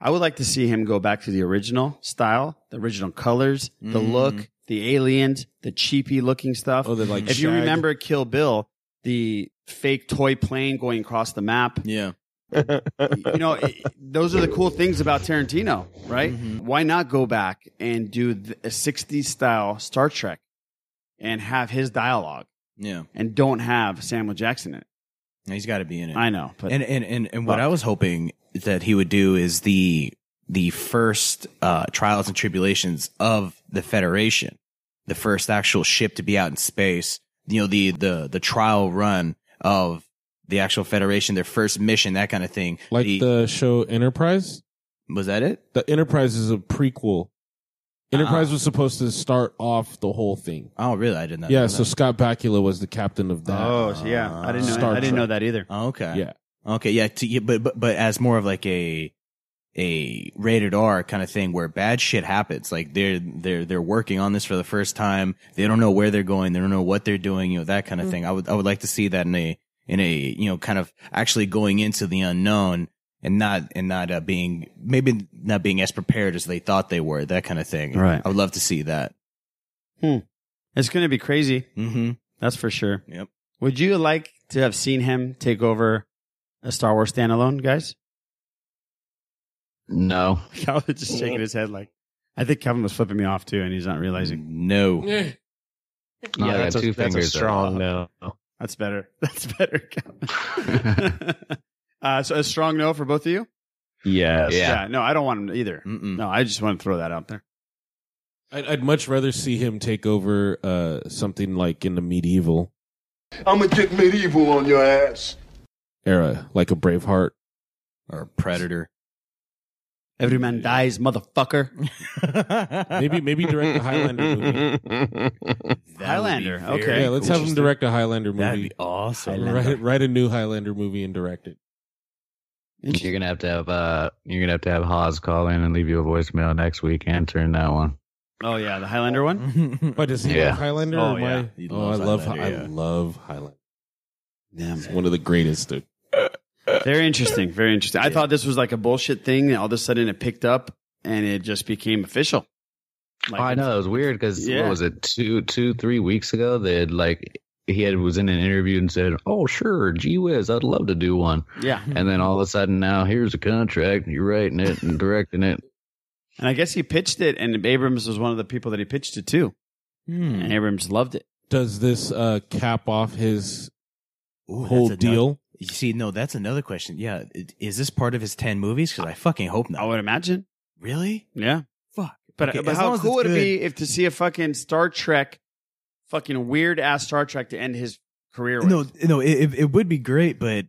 Speaker 8: I would like to see him go back to the original style, the original colors, the
Speaker 9: Mm.
Speaker 8: look, the aliens, the cheapy looking stuff. Oh,
Speaker 9: like
Speaker 8: if you
Speaker 9: shag.
Speaker 8: remember Kill Bill, the fake toy plane going across the map.
Speaker 6: Yeah.
Speaker 8: you know, it, those are the cool things about Tarantino, right? Why not go back and do th- a 60s style Star Trek and have his dialogue
Speaker 6: Yeah.
Speaker 8: and don't have Samuel Jackson in it?
Speaker 6: He's got to be in it.
Speaker 8: I know, but
Speaker 6: and and and, and what I was hoping that he would do is the the first uh, trials and tribulations of the Federation, the first actual ship to be out in space. You know the the the trial run of the actual Federation, their first mission, that kind of thing.
Speaker 9: Like the show Enterprise?
Speaker 6: Was that it?
Speaker 9: The Enterprise is a prequel. Enterprise was supposed to start off the whole thing.
Speaker 6: Oh, really? I didn't know.
Speaker 9: yeah, so Scott Bakula was the captain of that.
Speaker 8: Oh, so yeah. I didn't know- I didn't know that either.
Speaker 6: Oh, okay.
Speaker 9: Yeah.
Speaker 6: Okay. Yeah. To, yeah, but, but but as more of like a a rated R kind of thing where bad shit happens. Like they're they're they're working on this for the first time. They don't know where they're going. They don't know what they're doing. You know that kind of
Speaker 13: Mm.
Speaker 6: thing. I would I would like to see that in a in a you know kind of actually going into the unknown and not and not uh, being maybe not being as prepared as they thought they were. That kind of thing.
Speaker 8: Right.
Speaker 6: I would love to see that.
Speaker 8: Hmm. It's going to be crazy.
Speaker 6: Mm-hmm.
Speaker 8: That's for sure.
Speaker 6: Yep.
Speaker 8: Would you like to have seen him take over a Star Wars standalone, guys?
Speaker 11: No.
Speaker 8: Calvin was just shaking his head like, I think Calvin was flipping me off too, and he's not
Speaker 6: Mm-hmm.
Speaker 8: realizing.
Speaker 6: No.
Speaker 9: Yeah,
Speaker 11: No, I got
Speaker 8: that's,
Speaker 11: two
Speaker 8: a, that's a
Speaker 11: fingers up.
Speaker 8: strong no. That's better. That's better, Calvin. uh, so a strong no for both of you?
Speaker 11: Yes.
Speaker 8: Yeah. No, I don't want him either.
Speaker 6: Mm-hmm.
Speaker 8: No, I just want to throw that out there.
Speaker 9: I'd, I'd much rather see him take over uh, something like in the medieval
Speaker 14: I'm gonna get medieval on your ass.
Speaker 9: era, like a Braveheart
Speaker 6: or Predator.
Speaker 8: Every man dies, motherfucker.
Speaker 9: maybe maybe direct a Highlander movie.
Speaker 8: Highlander. Okay.
Speaker 9: Yeah, let's have him direct a Highlander movie.
Speaker 8: That'd be
Speaker 6: awesome.
Speaker 9: Write, write a new Highlander movie and direct it.
Speaker 11: You're gonna have to have uh, you're gonna have to have Haas call in and leave you a voicemail next week answering that one.
Speaker 8: Oh yeah, the Highlander one.
Speaker 9: but does he
Speaker 11: Yeah.
Speaker 9: like Highlander?
Speaker 8: Oh
Speaker 9: or am
Speaker 8: yeah.
Speaker 9: I- oh, I love Highlander, I love Highlander. It's one of the greatest. Dude.
Speaker 8: Very interesting. Very interesting. I
Speaker 9: Yeah.
Speaker 8: thought this was like a bullshit thing. And all of a sudden it picked up and it just became official. Like,
Speaker 11: oh, I know it was weird because
Speaker 8: Yeah.
Speaker 11: what was it two two three weeks ago that like he had was in an interview and said, "Oh sure, gee whiz, I'd love to do one,"
Speaker 8: Yeah.
Speaker 11: and then all of a sudden now here's a contract, you're writing it and directing it.
Speaker 8: And I guess he pitched it and Abrams was one of the people that he pitched it to.
Speaker 6: Hmm.
Speaker 8: And Abrams loved it.
Speaker 9: Does this uh, cap off his
Speaker 6: Ooh,
Speaker 9: whole
Speaker 6: that's
Speaker 9: deal?
Speaker 6: another- you see, no, that's another question. Yeah, it- is this part of his ten movies? Because I fucking hope not. I
Speaker 9: Oh,
Speaker 8: would imagine.
Speaker 6: Really?
Speaker 8: Yeah.
Speaker 6: Fuck.
Speaker 8: But,
Speaker 6: Okay,
Speaker 8: but
Speaker 6: as
Speaker 8: how
Speaker 6: long as
Speaker 8: cool would
Speaker 6: it's
Speaker 8: it be if to see a fucking Star Trek, fucking weird ass Star Trek to end his career with?
Speaker 6: No, no, it, it it would be great, but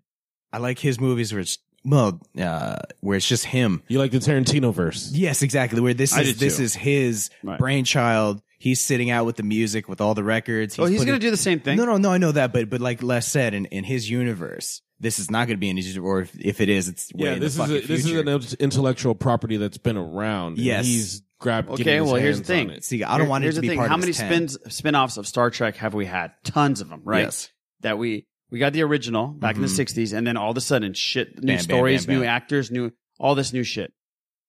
Speaker 6: I like his movies where it's well, uh, where it's just him.
Speaker 9: You like the Tarantino verse?
Speaker 6: Yes, exactly. Where this
Speaker 9: I
Speaker 6: is
Speaker 9: did
Speaker 6: this
Speaker 9: too.
Speaker 6: is his
Speaker 9: Right.
Speaker 6: brainchild. He's sitting out with the music, with all the records.
Speaker 8: Oh, he's
Speaker 6: putting-
Speaker 8: gonna do the same thing.
Speaker 6: No, no, no. I know that, but but like Les said, in, in his universe, this is not going to be in his universe. Or if, if it is, it's way
Speaker 9: Yeah,
Speaker 6: in
Speaker 9: this
Speaker 6: the
Speaker 9: is
Speaker 6: fucking
Speaker 9: a, this is
Speaker 6: future.
Speaker 9: an int- intellectual property that's been around. and
Speaker 6: Yes.
Speaker 9: he's grabbed.
Speaker 8: Okay,
Speaker 9: getting his
Speaker 8: well, here's the
Speaker 9: hands on
Speaker 8: thing.
Speaker 9: it.
Speaker 8: Here- here's the thing. How many spins spin-offs of Star Trek have we had? Tons of them, right?
Speaker 6: Yes.
Speaker 8: That we we got the original back in
Speaker 6: Mhm.
Speaker 8: the '60s, and then all of a sudden, shit, new
Speaker 6: Bam, bam,
Speaker 8: stories,
Speaker 6: bam,
Speaker 8: new
Speaker 6: bam.
Speaker 8: actors, new all this new shit.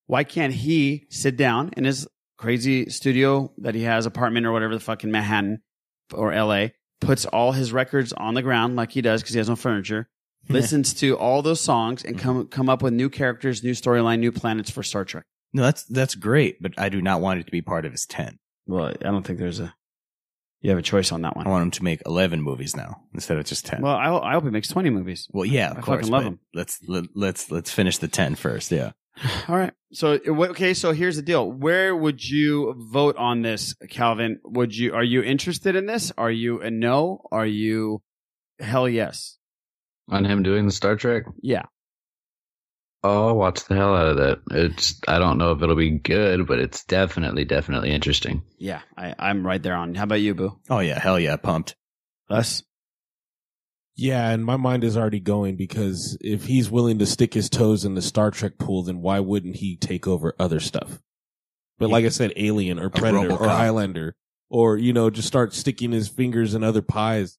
Speaker 8: Why can't he sit down in his crazy studio that he has apartment or whatever the fuck in Manhattan or L.A. puts all his records on the ground like he does because he has no furniture, listens to all those songs and come come up with new characters, new storyline, new planets for Star Trek.
Speaker 6: No, that's that's great, but I do not want it to be part of his ten.
Speaker 8: Well, I don't think there's a you have a choice on that one.
Speaker 6: I want him to make eleven movies now instead of just ten.
Speaker 8: Well, I, I hope he makes twenty movies.
Speaker 6: Well, yeah, of
Speaker 8: I
Speaker 6: course.
Speaker 8: fucking love
Speaker 6: but
Speaker 8: him.
Speaker 6: Let's let, let's let's finish the 10 first. Yeah.
Speaker 8: All right. So wh- okay. So here's the deal. Where would you vote on this, Calvin? Would you are you interested in this? Are you a no? Are you hell yes?
Speaker 11: on him doing the Star Trek.
Speaker 8: Yeah.
Speaker 11: Oh, I'll watch the hell out of that. It's I don't know if it'll be good, but it's definitely definitely interesting.
Speaker 8: Yeah. I I'm right there on. How about you, Boo?
Speaker 6: Oh yeah, hell yeah, pumped.
Speaker 8: Us.
Speaker 9: Yeah, and my mind is already going because if he's willing to stick his toes in the Star Trek pool, then why wouldn't he take over other stuff? But like I said, Alien or Predator or
Speaker 6: RoboCop.
Speaker 9: Highlander, or you know, just start sticking his fingers in other pies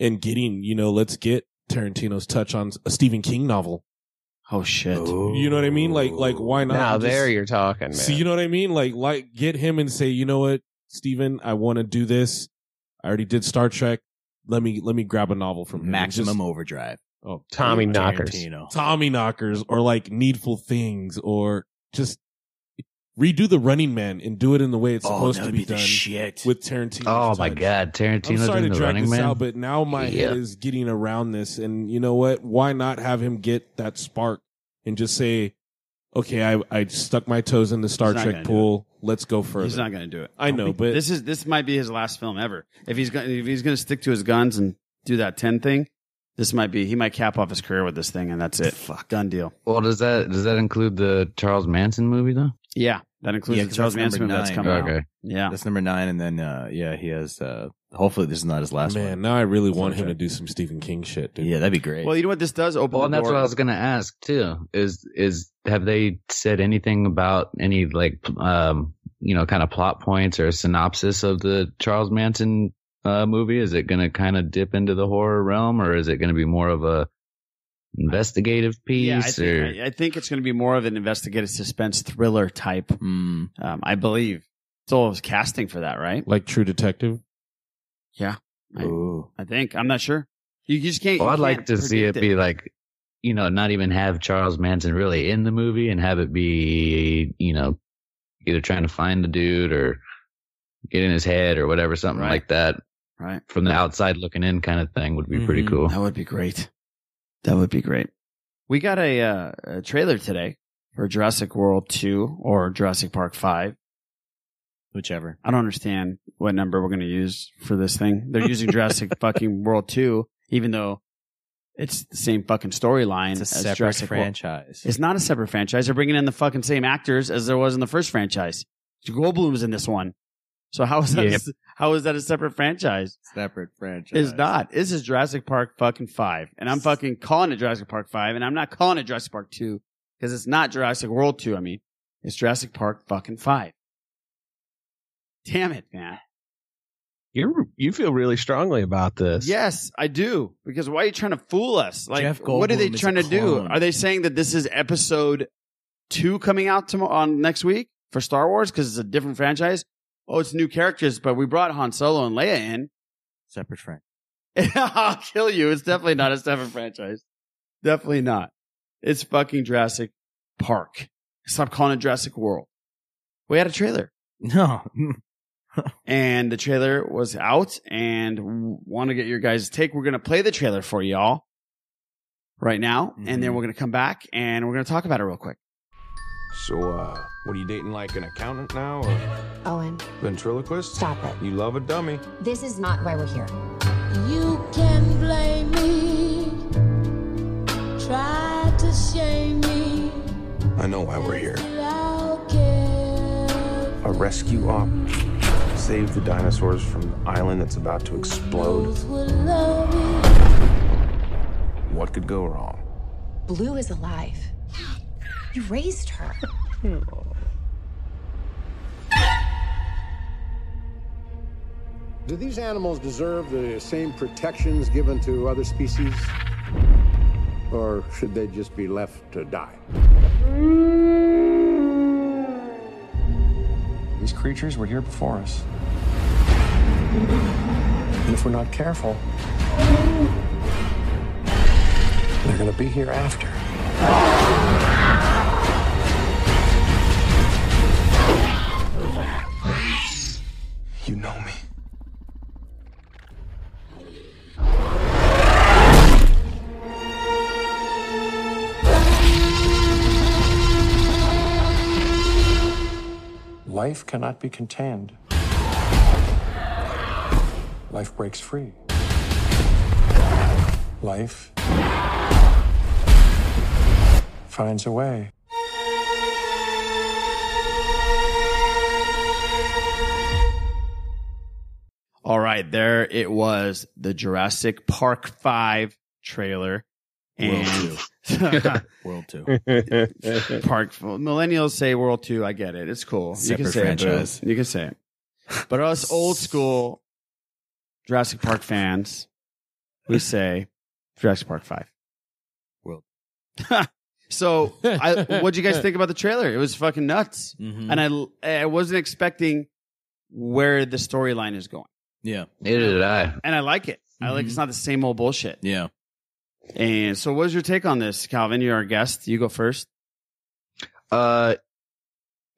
Speaker 9: and getting, you know, let's get Tarantino's touch on a Stephen King novel.
Speaker 8: Oh shit!
Speaker 9: You know what I mean? Like, like why not?
Speaker 10: Now
Speaker 9: Just-
Speaker 10: there you're talking, man.
Speaker 9: so you know what I mean? Like, like get him and say, you know what, Steven, I want to do this. I already did Star Trek. Let me let me grab a novel from him.
Speaker 6: Maximum
Speaker 9: Just-
Speaker 6: Overdrive.
Speaker 9: Oh,
Speaker 10: Tommy
Speaker 9: Tarantino.
Speaker 10: Knockers.
Speaker 9: Tommy Knockers, or like Needful Things, or just redo the Running Man and do it in the way it's
Speaker 6: Oh,
Speaker 9: supposed
Speaker 6: that
Speaker 9: to
Speaker 6: would
Speaker 9: be,
Speaker 6: be the
Speaker 9: done
Speaker 6: shit.
Speaker 9: with Tarantino.
Speaker 11: Oh my God,
Speaker 9: I'm
Speaker 11: Tarantino's
Speaker 9: sorry
Speaker 11: in
Speaker 9: to
Speaker 11: the
Speaker 9: drag
Speaker 11: Running
Speaker 9: this
Speaker 11: Man.
Speaker 9: out, but now my
Speaker 11: Yeah.
Speaker 9: head is getting around this, and you know what? Why not have him get that spark and just say, "Okay, I, I stuck my toes in the Star
Speaker 8: not
Speaker 9: Trek
Speaker 8: gonna do
Speaker 9: pool. Let's go further."
Speaker 8: He's not going to do it.
Speaker 9: I know, but
Speaker 8: this is this might be his last film ever. If he's going if he's going to stick to his guns and do that ten thing, this might be he might cap off his career with this thing, and that's it. Fuck, done deal.
Speaker 11: Well, does that does that include the Charles Manson movie though?
Speaker 8: Yeah, that includes
Speaker 6: Yeah,
Speaker 8: the
Speaker 6: 'cause
Speaker 8: Charles
Speaker 6: that's number
Speaker 8: Manson movie that's
Speaker 6: nine.
Speaker 8: coming out.
Speaker 11: Okay.
Speaker 8: Yeah,
Speaker 6: That's number nine, and then uh, yeah, he has. Uh, hopefully, this is not his last
Speaker 9: man,
Speaker 6: one.
Speaker 9: now I really want him to do some Stephen King shit, dude.
Speaker 6: Yeah, that'd be great.
Speaker 8: Well, you know what this does? Open
Speaker 11: Well,
Speaker 8: the
Speaker 11: and that's
Speaker 8: door.
Speaker 11: what I was gonna ask too. Is is have they said anything about any like um you know kind of plot points or synopsis of the Charles Manson uh, movie? Is it gonna kind of dip into the horror realm, or is it gonna be more of a investigative piece?
Speaker 8: yeah, I
Speaker 11: or
Speaker 8: think, I, I think it's going to be more of an investigative suspense thriller type.
Speaker 6: Mm.
Speaker 8: Um, I believe still is casting for that, right?
Speaker 9: Like True Detective.
Speaker 8: Yeah, I,
Speaker 6: Ooh.
Speaker 8: I think I'm not sure. You just can't.
Speaker 11: Well,
Speaker 8: you
Speaker 11: Oh, I'd like
Speaker 8: can't
Speaker 11: to see it
Speaker 8: predict
Speaker 11: be like, you know, not even have Charles Manson really in the movie and have it be, you know, either trying to find the dude or get in his head or whatever, something
Speaker 8: Right.
Speaker 11: like that
Speaker 8: right.
Speaker 11: from the outside looking in kind of thing would be pretty
Speaker 6: Mhm.
Speaker 11: cool.
Speaker 8: Mm-hmm. That would be great. That would be great. We got a, uh, a trailer today for Jurassic World 2 or Jurassic Park 5.
Speaker 6: Whichever.
Speaker 8: I don't understand what number we're going to use for this thing. They're using Jurassic fucking World 2, even though it's the same fucking storyline
Speaker 6: It's a
Speaker 8: as
Speaker 6: separate
Speaker 8: Jurassic World.
Speaker 6: franchise.
Speaker 8: It's not a separate franchise. They're bringing in the fucking same actors as there was in the first franchise. Goldblum's in this one. So how is that,
Speaker 6: Yep.
Speaker 8: how is that a separate franchise?
Speaker 6: separate franchise.
Speaker 8: It's not. This is Jurassic Park fucking five, and I'm fucking calling it Jurassic Park five, and I'm not calling it Jurassic Park two because it's not Jurassic World two. I mean, it's Jurassic Park fucking five. Damn it, man.
Speaker 10: you you feel really strongly about this.
Speaker 8: Yes, I do. Because why are you trying to fool us? Like,
Speaker 6: Jeff
Speaker 8: what are they
Speaker 6: Goldblum is
Speaker 8: trying
Speaker 6: a
Speaker 8: to do?
Speaker 6: clone.
Speaker 8: Are they saying that this is episode two coming out tomorrow on next week for Star Wars because it's a different franchise? Oh, it's new characters, but we brought Han Solo and Leia in.
Speaker 6: Separate franchise.
Speaker 8: I'll kill you. It's definitely not a separate franchise. Definitely not. It's fucking Jurassic Park. Stop calling it Jurassic World. We had a trailer,
Speaker 6: No.
Speaker 8: and the trailer was out, and want to get your guys' take. We're gonna play the trailer for y'all right now, and then we're gonna come back and we're gonna talk about it real quick.
Speaker 13: So, uh, what are you dating like an accountant now or
Speaker 15: Owen,
Speaker 13: ventriloquist?
Speaker 15: Stop it.
Speaker 13: You love a dummy.
Speaker 15: this is not why we're here. You can blame me, try to shame me,
Speaker 13: I know why we're here.
Speaker 15: I'll care.
Speaker 13: A rescue op. Save the dinosaurs from the island that's about to explode.
Speaker 15: Will love me.
Speaker 13: What could go wrong?
Speaker 15: Blue is alive. You raised her.
Speaker 16: Do these animals deserve the same protections given to other species? Or should they just be left to die?
Speaker 13: These creatures were here before us. And if we're not careful, They're gonna be here after. You know me. Life cannot be contained. Life breaks free. Life finds a way.
Speaker 8: All right, there it was the Jurassic Park 5 trailer. And
Speaker 6: World Two.
Speaker 8: Park millennials say World 2, I get it. It's cool. you
Speaker 6: Separate
Speaker 8: can say
Speaker 6: franchise.
Speaker 8: it. boo. You can say it. But us old school Jurassic Park fans, we say Jurassic Park 5.
Speaker 6: World.
Speaker 8: so, I, what'd you guys think about the trailer? It was fucking nuts.
Speaker 6: Mm-hmm.
Speaker 8: And I, I wasn't expecting where the storyline is going.
Speaker 6: Yeah.
Speaker 11: Neither did I.
Speaker 8: And I like it. I like it's not the same old bullshit.
Speaker 6: Mm-hmm. Yeah.
Speaker 8: And so, what's your take on this, Calvin? You're our guest. You go first.
Speaker 11: Uh,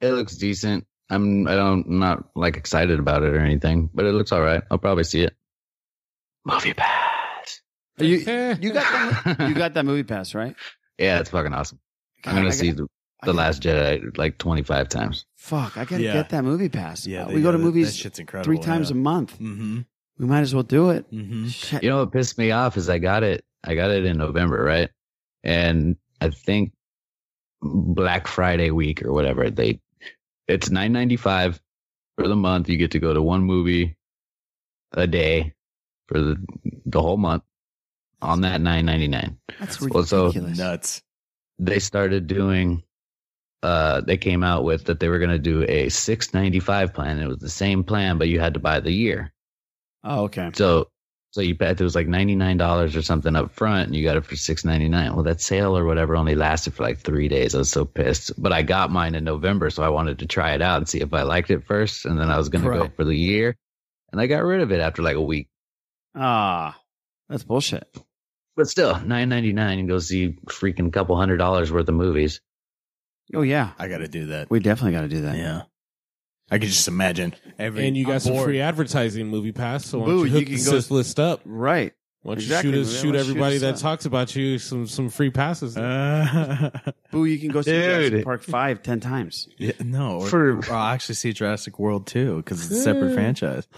Speaker 11: it looks decent. I'm I don't I'm not like excited about it or anything, but it looks all right. I'll probably see it. Movie pass.
Speaker 8: You you got that, you got that movie pass right?
Speaker 11: Yeah, it's fucking awesome. I'm gonna
Speaker 8: I
Speaker 11: see the, the Last Jedi like 25 times.
Speaker 8: Fuck, I gotta
Speaker 11: Yeah.
Speaker 8: get that movie pass.
Speaker 11: Yeah,
Speaker 8: we
Speaker 11: they-
Speaker 8: go to
Speaker 11: yeah, that-
Speaker 8: movies
Speaker 11: that shit's incredible,
Speaker 8: three times
Speaker 11: yeah. Mm-hmm.
Speaker 8: a month.
Speaker 6: Mm-hmm.
Speaker 8: We might as well do it.
Speaker 11: You know what pissed me off is I got it. I got it in November, right? And I think Black Friday week or whatever they. It's nine ninety five for the month. You get to go to one movie a day for the the whole month on that nine ninety nine.
Speaker 8: That's
Speaker 11: so
Speaker 6: nuts.
Speaker 11: They started doing. Uh, they came out with that they were going to do a six ninety five plan. It was the same plan, but you had to buy the year.
Speaker 8: Oh, okay.
Speaker 11: So so you bet it was like ninety nine dollars or something up front, and you got it for six ninety nine. Well, that sale or whatever only lasted for like three days. I was so pissed, but I got mine in November, so I wanted to try it out and see if I liked it first, and then I was gonna go
Speaker 8: Right.
Speaker 11: for the year, and I got rid of it after like a week.
Speaker 8: Ah, that's bullshit.
Speaker 11: But still, nine ninety nine, and go see freaking couple hundred dollars worth of movies.
Speaker 8: Oh yeah,
Speaker 6: I got to do that.
Speaker 8: We definitely got to do that.
Speaker 6: Yeah. I could just imagine every
Speaker 9: and you got
Speaker 6: I'm
Speaker 9: some
Speaker 6: bored.
Speaker 9: free advertising movie pass. So why don't
Speaker 6: Boo,
Speaker 9: you hook
Speaker 6: you can
Speaker 9: this
Speaker 6: go-
Speaker 9: list up?
Speaker 8: Right.
Speaker 9: Why don't
Speaker 8: Exactly,
Speaker 9: you shoot
Speaker 8: man.
Speaker 9: us,
Speaker 8: Why
Speaker 9: shoot
Speaker 8: don't you shoot
Speaker 9: everybody
Speaker 8: us
Speaker 9: that
Speaker 8: up?
Speaker 9: talks about you some some free passes?
Speaker 6: Uh,
Speaker 8: Boo, you can go see Jurassic Park Five ten times.
Speaker 6: Yeah, no, or,
Speaker 8: For-
Speaker 6: or I'll actually see Jurassic World too because it's a separate
Speaker 10: Yeah.
Speaker 6: franchise.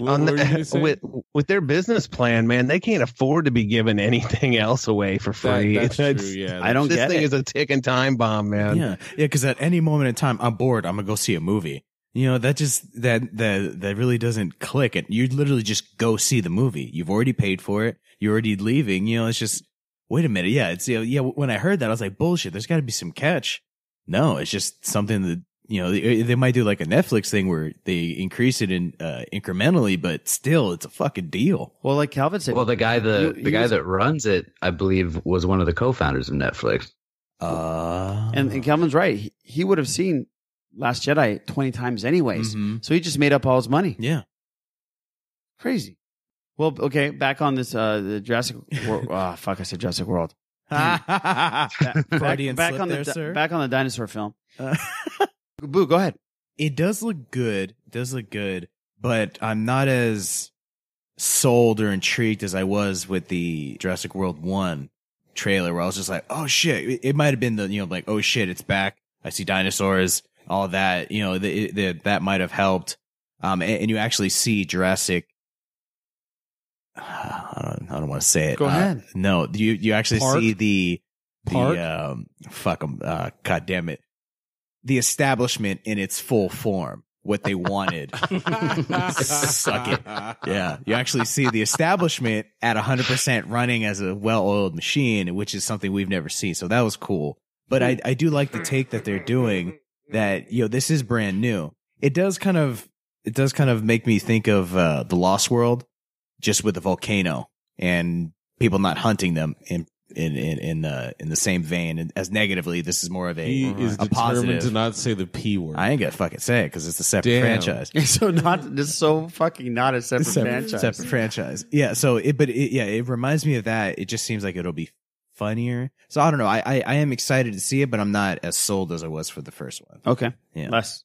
Speaker 10: On the, with with their business plan, man, they can't afford to be giving anything else away for free.
Speaker 6: that's true,
Speaker 10: It's-
Speaker 6: yeah, I don't
Speaker 10: This
Speaker 6: get
Speaker 10: thing
Speaker 6: it.
Speaker 10: is a ticking time bomb, man.
Speaker 6: Yeah, yeah. Because at any moment in time, I'm bored. I'm gonna go see a movie. You know that just that that that really doesn't click. It you literally just go see the movie. You've already paid for it. You're already leaving. You know it's just wait a minute. Yeah, it's you know, yeah. When I heard that, I was like bullshit. There's got to be some catch. No, it's just something that you know they, they might do like a Netflix thing where they increase it in uh, incrementally, but still, it's a fucking deal.
Speaker 8: Well, like Calvin said,
Speaker 11: well, the guy the
Speaker 6: you-
Speaker 11: the guy
Speaker 6: you-
Speaker 11: that runs it, I believe, was one of the co-founders of Netflix.
Speaker 6: Uh,
Speaker 8: And, and Calvin's right. He, he would have seen Last Jedi 20 times anyways.
Speaker 11: Mm-hmm.
Speaker 8: So he just made up all his money.
Speaker 6: Mm-hmm. Yeah.
Speaker 8: Crazy. Well, okay, back on this uh the Jurassic World. Ah, fuck, I said Jurassic World.
Speaker 6: Freudian slip
Speaker 8: on the
Speaker 6: there,
Speaker 8: di-
Speaker 6: sir.
Speaker 8: Hmm. back on the dinosaur film. Boo, go ahead.
Speaker 6: It does look good. It does look good, but I'm not as sold or intrigued as I was with the Jurassic World One trailer, where I was just like, "Oh shit!" It- It might have been the you know like, "Oh shit, it's back." I see dinosaurs, all that. You know, the, the, that might have helped. Um, and, and you actually see Jurassic. I don't. I don't want to say it.
Speaker 8: Go
Speaker 6: Uh,
Speaker 8: ahead.
Speaker 6: No, you you actually
Speaker 8: Park?
Speaker 6: see the the
Speaker 8: Park?
Speaker 6: um fuck 'em, uh, god damn it the establishment in its full form what they wanted suck it yeah you actually see the establishment at 100% running as a well-oiled machine which is something we've never seen so that was cool but i, I do like the take that they're doing that you know this is brand new it does kind of it does kind of make me think of uh, the lost world just with the volcano and people not hunting them in in in in, uh, in the same vein and as negatively this is more of a,
Speaker 9: He is
Speaker 6: a
Speaker 9: determined
Speaker 6: positive
Speaker 9: to not say the p word.
Speaker 6: I ain't gonna fucking say it because it's a separate
Speaker 9: Damn.
Speaker 6: franchise.
Speaker 8: so not this so fucking not a separate,
Speaker 6: Separate-
Speaker 8: franchise.
Speaker 6: separate franchise. Yeah. So it, but it, yeah, it reminds me of that. It just seems like it'll be funnier. So I don't know. I, I, I am excited to see it, but I'm not as sold as I was for the first one.
Speaker 8: Okay.
Speaker 6: Yeah.
Speaker 8: Less.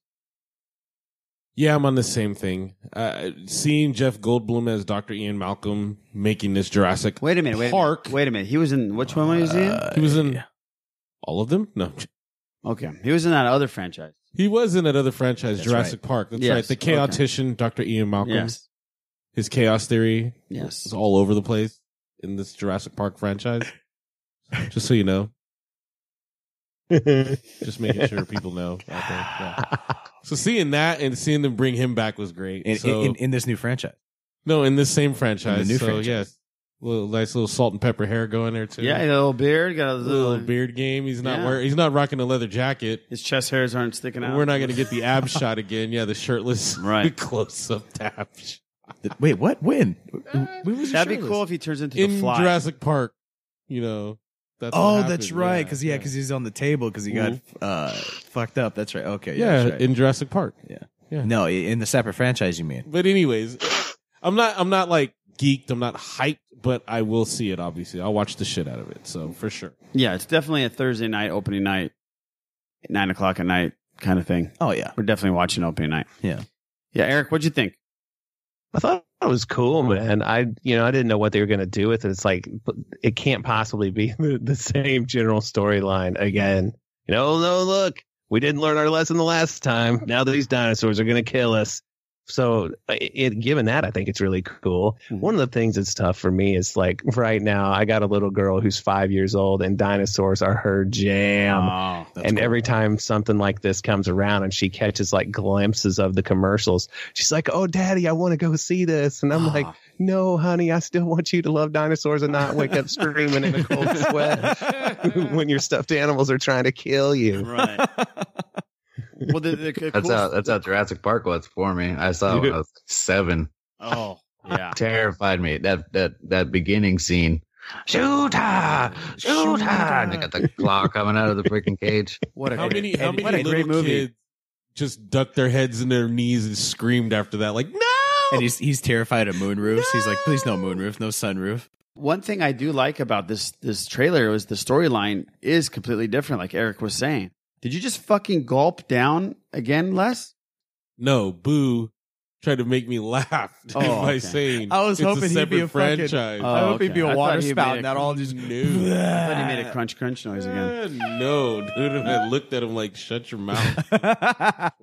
Speaker 9: Yeah, I'm on the same thing. Uh, seeing Jeff Goldblum as Dr. Ian Malcolm making this Jurassic
Speaker 8: Wait a minute. Wait
Speaker 9: Park. Uh,
Speaker 8: A minute, wait a minute. He was in which one was he in?
Speaker 9: he was in all of them. No,
Speaker 8: Okay. He was in that other franchise.
Speaker 9: he was in that other franchise,
Speaker 8: That's
Speaker 9: Jurassic
Speaker 8: right.
Speaker 9: Park. That's
Speaker 8: Yes,
Speaker 9: right. The
Speaker 8: okay.
Speaker 9: chaotician, Dr. Ian Malcolm.
Speaker 8: Yes.
Speaker 9: His chaos theory.
Speaker 8: Yes.
Speaker 9: is all over the place in this Jurassic Park franchise. Just so you know. Just making sure people know. out there. Yeah. So seeing that and seeing them bring him back was great.
Speaker 6: In,
Speaker 9: So-
Speaker 6: in, in this new franchise.
Speaker 9: no, in this same franchise.
Speaker 6: new
Speaker 9: so
Speaker 6: franchise.
Speaker 9: yes, little nice little salt and pepper hair going there too.
Speaker 8: Yeah, he got a little beard. Got a little,
Speaker 9: Little beard game. He's not
Speaker 8: Yeah.
Speaker 9: wearing. He's not rocking a leather jacket.
Speaker 8: His chest hairs aren't sticking out.
Speaker 9: We're not going to get the ab shot again. Yeah, the shirtless
Speaker 8: Right.
Speaker 9: close up tap.
Speaker 6: Wait, what? When?
Speaker 9: Uh,
Speaker 8: That'd be cool if he turns into
Speaker 9: in
Speaker 8: the fly.
Speaker 9: Jurassic Park. You know. That's
Speaker 6: oh,
Speaker 9: what
Speaker 6: that's
Speaker 9: happened.
Speaker 6: right.
Speaker 9: Yeah,
Speaker 6: Because yeah, because he's on the table because he
Speaker 9: Mhm.
Speaker 6: got uh, fucked up. That's right. Okay.
Speaker 9: Yeah,
Speaker 6: that's right.
Speaker 9: in Jurassic Park.
Speaker 6: Yeah.
Speaker 9: Yeah.
Speaker 6: No, i- in the separate franchise, you mean?
Speaker 9: But anyways, I'm not. I'm not like geeked. I'm not hyped. But I will see it. Obviously, I'll watch the shit out of it. So for sure.
Speaker 8: Yeah, it's definitely a Thursday night opening night, nine o'clock at night kind of thing.
Speaker 6: Oh yeah,
Speaker 8: we're definitely watching opening night.
Speaker 6: Yeah,
Speaker 8: yeah. Eric, what'd you think?
Speaker 10: I thought it was cool, man. I, you know, I didn't know what they were going to do with it. It's like it can't possibly be the, the same general storyline again. You know, oh, no, look, we didn't learn our lesson the last time. Now these dinosaurs are going to kill us. So, it, it- given that, I think it's really cool. One of the things that's tough for me is like right now, I got a little girl who's five years old, and dinosaurs are her jam.
Speaker 8: Oh,
Speaker 10: and every time something like this comes around and she catches like glimpses of the commercials, she's like, Oh, daddy, I want to go see this. And I'm like,
Speaker 8: ah.
Speaker 10: No, honey, I still want you to love dinosaurs and not wake up screaming in a cold sweat when your stuffed animals are trying to kill you.
Speaker 8: Right. well, the, the, the
Speaker 11: That's
Speaker 8: cool-
Speaker 11: how that's how Jurassic Park was for me. I saw it when I was seven.
Speaker 8: Oh, yeah.
Speaker 11: Terrified me. That that that beginning scene. Shoot her! Shoot her! And they got the claw coming out of the freaking cage.
Speaker 8: What a
Speaker 9: How many? How many
Speaker 8: what a
Speaker 9: little
Speaker 8: great movie.
Speaker 9: kids just ducked their heads in their knees and screamed after that? Like no.
Speaker 6: And he's he's terrified of moon roofs. He's like, please no moon roof, no sunroof.
Speaker 8: One thing I do like about this this trailer was the storyline is completely different, like Eric was saying. Did you just fucking gulp down again, Les?
Speaker 9: No, Boo tried to make me laugh
Speaker 8: Oh,
Speaker 9: by
Speaker 8: okay.
Speaker 9: saying
Speaker 6: I was
Speaker 9: it's
Speaker 6: hoping
Speaker 9: a
Speaker 6: he'd
Speaker 9: separate
Speaker 6: be a fucking- Oh,
Speaker 9: franchise.
Speaker 6: I hope he'd be a
Speaker 8: I thought
Speaker 6: water
Speaker 8: he
Speaker 6: spout,
Speaker 8: made a-
Speaker 6: not all just
Speaker 9: no.
Speaker 8: I thought he made a crunch crunch noise again.
Speaker 9: Eh, no, dude. And I looked at him like, shut your mouth.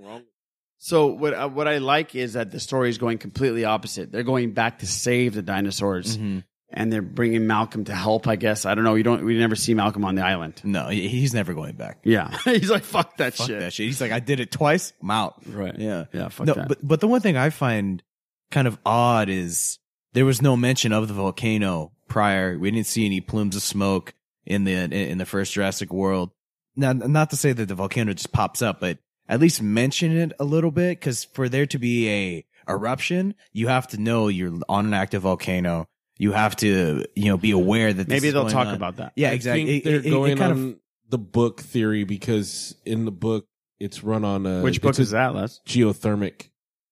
Speaker 8: So what uh, what I like is that the story is going completely opposite. They're going back to save the dinosaurs,
Speaker 6: Mm-hmm.
Speaker 8: and they're bringing Malcolm to help. I guess I don't know. You don't. We never see Malcolm on the island.
Speaker 6: No, he- he's never going back.
Speaker 8: Yeah, he's like fuck that
Speaker 6: Fuck
Speaker 8: shit.
Speaker 6: that shit. He's like, I did it twice. I'm out.
Speaker 8: Right.
Speaker 6: Yeah.
Speaker 8: Yeah. Fuck
Speaker 6: no,
Speaker 8: that.
Speaker 6: but but the one thing I find kind of odd is there was no mention of the volcano prior. We didn't see any plumes of smoke in the in the first Jurassic World. Now, not to say that the volcano just pops up, but at least mention it a little bit because for there to be a eruption, you have to know you're on an active volcano. You have to, you know, be aware that this
Speaker 8: Maybe
Speaker 6: is
Speaker 8: they'll
Speaker 6: going
Speaker 8: talk
Speaker 6: on.
Speaker 8: about that.
Speaker 6: Yeah,
Speaker 9: I
Speaker 6: exactly.
Speaker 9: think
Speaker 6: It-
Speaker 9: they're
Speaker 6: it- it
Speaker 9: going
Speaker 6: kind of-
Speaker 9: on the book theory because in the book it's run on a
Speaker 8: Which book
Speaker 9: Uh, it's a
Speaker 8: is that, Les?
Speaker 9: Geothermic,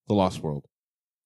Speaker 9: The Lost World,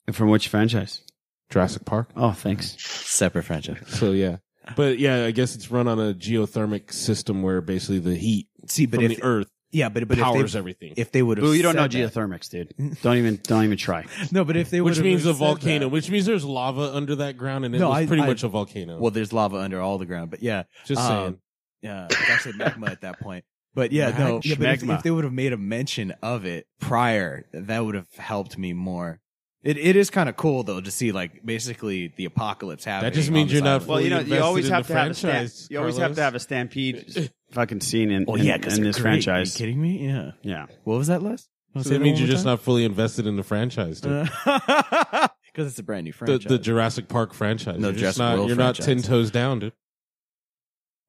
Speaker 8: And from which franchise?
Speaker 9: Jurassic Park.
Speaker 8: Oh, thanks.
Speaker 6: separate franchise.
Speaker 9: So yeah, but yeah, I guess it's run on a geothermic system where basically the heat
Speaker 6: See, but
Speaker 9: from
Speaker 6: if-
Speaker 9: the Earth
Speaker 6: Yeah, but but if
Speaker 9: powers
Speaker 6: they,
Speaker 9: everything.
Speaker 6: If they would have,
Speaker 8: Boo, you don't know
Speaker 6: said that-
Speaker 8: geothermics, dude. Don't even don't even try.
Speaker 6: No, but if they
Speaker 9: which
Speaker 6: would've
Speaker 9: means a
Speaker 6: said
Speaker 9: volcano,
Speaker 6: that-
Speaker 9: which means there's lava under that ground, and it
Speaker 6: No,
Speaker 9: was
Speaker 6: I-
Speaker 9: pretty
Speaker 6: I-
Speaker 9: much a volcano.
Speaker 6: Well, there's lava under all the ground, but yeah,
Speaker 9: Just
Speaker 6: um,
Speaker 9: saying.
Speaker 6: Yeah, it's actually magma at that point. But yeah, no,
Speaker 8: Mag-
Speaker 6: yeah, but if,
Speaker 8: magma.
Speaker 6: if they would have made a mention of it prior, that would have helped me more. It it is kind of cool though to see like basically the apocalypse happening.
Speaker 9: just
Speaker 6: on
Speaker 9: means
Speaker 6: this
Speaker 9: you're not
Speaker 6: island.
Speaker 8: Well, you know,
Speaker 9: invested
Speaker 8: you always
Speaker 9: in
Speaker 8: have
Speaker 9: the
Speaker 8: to have a stamp,
Speaker 9: franchise,
Speaker 8: you always have
Speaker 9: Carlos.
Speaker 8: to have a stampede fucking scene in,
Speaker 6: Oh
Speaker 8: in,
Speaker 6: yeah, because
Speaker 8: in this franchise.
Speaker 6: Are you kidding me? Yeah.
Speaker 8: Yeah.
Speaker 6: What was that, Les?
Speaker 9: so that means you're just not fully invested in the franchise, dude.
Speaker 6: because it's a brand new
Speaker 9: the,
Speaker 6: Uh, franchise.
Speaker 9: the Jurassic Park franchise.
Speaker 6: No,
Speaker 9: you're just
Speaker 6: Jurassic
Speaker 9: not,
Speaker 6: World
Speaker 9: you're not ten
Speaker 6: franchise.
Speaker 9: toes down, dude.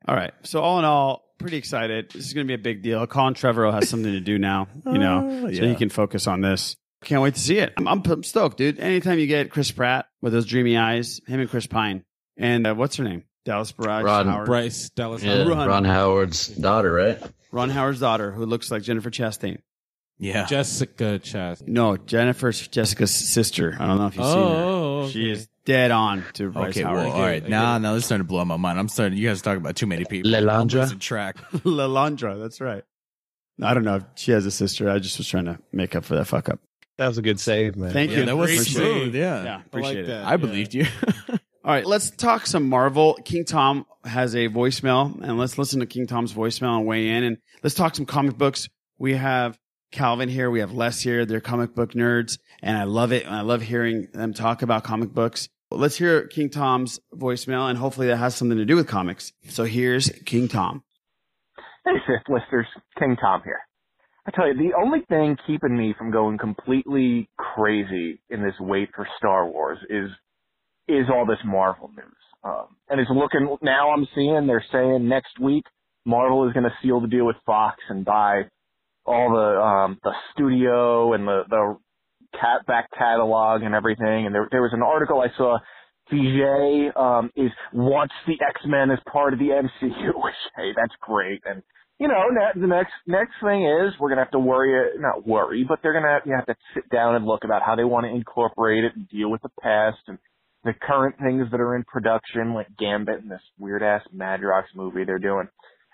Speaker 8: All right. So all in all, pretty excited. This is going to be a big deal. Colin Trevorrow has something to do now, you know,
Speaker 6: Oh,
Speaker 8: so he
Speaker 6: yeah.
Speaker 8: can focus on this. Can't wait to see it. I'm, I'm, I'm stoked, dude. Anytime you get Chris Pratt with those dreamy eyes, him and Chris Pine, and uh, what's her name? Dallas Barrage
Speaker 11: Rod-
Speaker 8: Howard.
Speaker 9: Bryce Dallas.
Speaker 11: Yeah,
Speaker 8: Run.
Speaker 11: Ron. Howard's daughter, right?
Speaker 8: Ron Howard's daughter, who looks like Jennifer Chastain.
Speaker 6: yeah.
Speaker 9: Jessica Chastain.
Speaker 8: No, Jennifer's Jessica's sister. I don't know if you've
Speaker 9: Oh,
Speaker 8: seen her. She is dead on to Bryce
Speaker 6: Okay, well,
Speaker 8: Howard.
Speaker 6: all right. Now, now this is starting to blow my mind. I'm starting. You guys are talking about too many people.
Speaker 8: Lelandra?
Speaker 6: It's a track.
Speaker 8: Lalandra, that's right. I don't know. if She has a sister. I just was trying to make up for that fuck up.
Speaker 10: That was a good save, man.
Speaker 8: Thank you.
Speaker 6: That was
Speaker 8: Appreciate it.
Speaker 6: smooth. Yeah,
Speaker 8: Yeah, appreciate it.
Speaker 6: I believed you.
Speaker 8: All right, let's talk some Marvel. King Tom has a voicemail, and let's listen to King Tom's voicemail and weigh in. And let's talk some comic books. We have Calvin here, we have Les here. They're comic book nerds, and I love it. And I love hearing them talk about comic books. Let's hear King Tom's voicemail, and hopefully that has something to do with comics. So here's King Tom.
Speaker 17: Hey, Fifth Listeners, King Tom here. I tell you, the only thing keeping me from going completely crazy in this wait for Star Wars is is all this Marvel news. Um, and it's looking now. I'm seeing they're saying next week Marvel is going to seal the deal with Fox and buy all the um, the studio and the the cat back catalog and everything. And there there was an article I saw. CJ um, is wants the X Men as part of the MCU. Which hey, that's great. And you know, ne- the next next thing is we're gonna have to worry not worry, but they're gonna you have to sit down and look about how they want to incorporate it and deal with the past and the current things that are in production, like Gambit and this weird ass Madrox movie they're doing.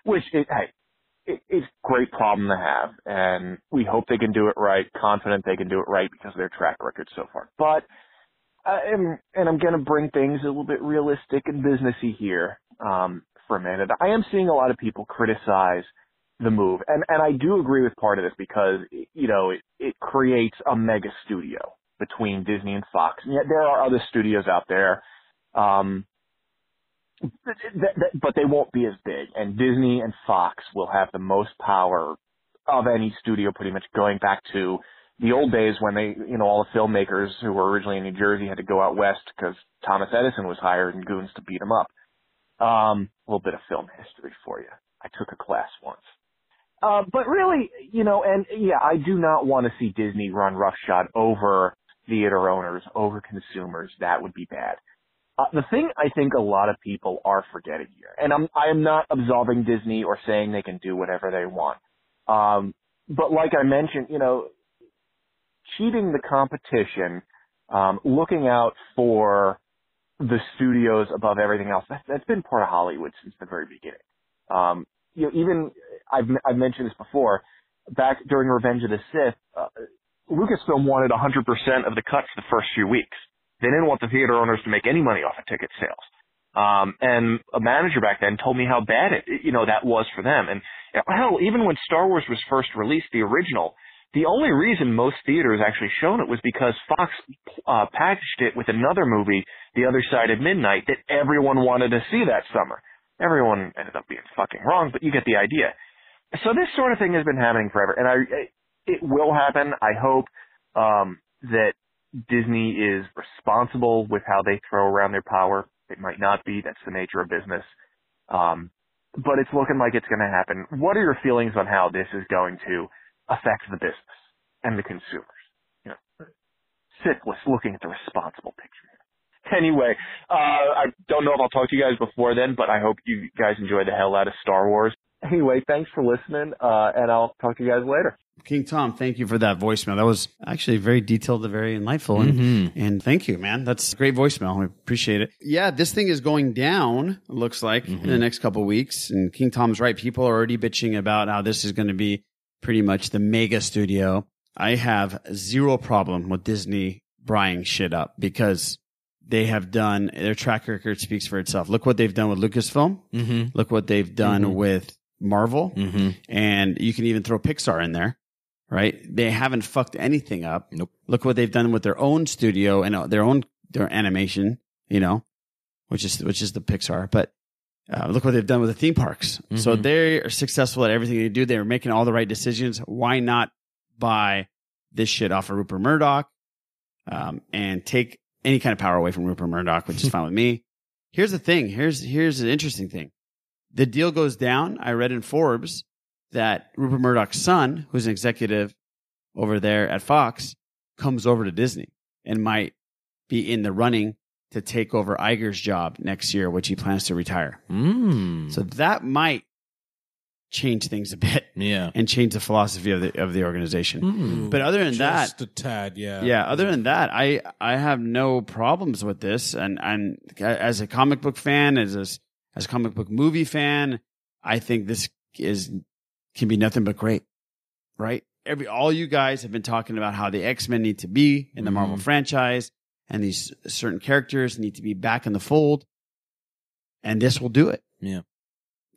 Speaker 17: Which it, hey, it, it's a great problem to have, and we hope they can do it right. Confident they can do it right because of their track record so far. But I am, and I'm going to bring things a little bit realistic and businessy here um, for a minute. I am seeing a lot of people criticize the move, and and I do agree with part of this because you know it, it creates a mega studio between Disney and Fox, and yet there are other studios out there. Um, but- but- but they won't be as big, and Disney and Fox will have the most power of any studio, pretty much going back to the old days when they, you know, all the filmmakers who were originally in New Jersey had to go out west because Thomas Edison was hired and goons to beat him up. Um, a little bit of film history for you. I took a class once. Uh, but really, you know, and yeah, I do not want to see Disney run roughshod over theater owners, over consumers. That would be bad. Uh, the thing I think a lot of people are forgetting here, and I'm I am not absolving Disney or saying they can do whatever they want. Um, but like I mentioned, you know, cheating the competition, um, looking out for the studios above everything else. That's, that's been part of Hollywood since the very beginning. Um, you know, even I've I've mentioned this before. Back during Revenge of the Sith, uh, Lucasfilm wanted 100% of the cuts the first few weeks. They didn't want the theater owners to make any money off of ticket sales. Um, and a manager back then told me how bad it, you know, that was for them. And you know, hell, even when Star Wars was first released, the original, the only reason most theaters actually shown it was because Fox uh, packaged it with another movie, The Other Side of Midnight, that everyone wanted to see that summer. Everyone ended up being fucking wrong, but you get the idea. So this sort of thing has been happening forever, and I, it will happen. I hope um, that Disney is responsible with how they throw around their power. They might not be. That's the nature of business. Um, but it's looking like it's going to happen. What are your feelings on how this is going to affect the business and the consumers? You know, sickless looking at the responsible picture. Anyway, uh, I don't know if I'll talk to you guys before then, but I hope you guys enjoy the hell out of Star Wars. Anyway, thanks for listening, uh, and I'll talk to you guys later.
Speaker 8: King Tom, thank you for that voicemail. That was actually very detailed and very insightful. And, and thank you, man. That's a great voicemail. We appreciate it. Mm-hmm. Mm-hmm. Yeah, this thing is going down, it looks like, in the next couple weeks. And King Tom's right. People are already bitching about how this is going to be pretty much the mega studio. I have zero problem with Disney buying shit up because they have done their track record speaks for itself. Look what they've done with Lucasfilm.
Speaker 6: Mhm.
Speaker 8: Look what they've done
Speaker 6: Mhm.
Speaker 8: with Marvel.
Speaker 6: mm-hmm.
Speaker 8: And you can even throw Pixar in there, right? They haven't fucked anything up. Nope. Look what they've done with their own studio and uh, their own their animation, you know, which is which is the Pixar. But uh, look what they've done with the theme parks. So they are successful at everything they do. They're making all the right decisions. Why not buy this shit off of Rupert Murdoch um, and take any kind of power away from Rupert Murdoch, which is fine with me. Here's the thing. Here's here's an interesting thing. The deal goes down. I read in Forbes that Rupert Murdoch's son, who's an executive over there at Fox, comes over to Disney and might be in the running to take over
Speaker 6: Hmm. Mm.
Speaker 8: Iger's job next year, which he plans to retire. So that might change things a bit.
Speaker 6: Yeah.
Speaker 8: And change the philosophy of the of the organization.
Speaker 6: Hmm.
Speaker 9: Mm.
Speaker 8: But other than that,
Speaker 9: Just a tad, yeah.
Speaker 8: yeah, other than that, I I have no problems with this, and and as a comic book fan, as a, as a comic book movie fan, I think this is can be nothing but great, right? Every all you guys have been talking about how the X Men need to be in the Marvel
Speaker 9: Mm-hmm.
Speaker 8: franchise, and these certain characters need to be back in the fold, and this will do it.
Speaker 6: Yeah.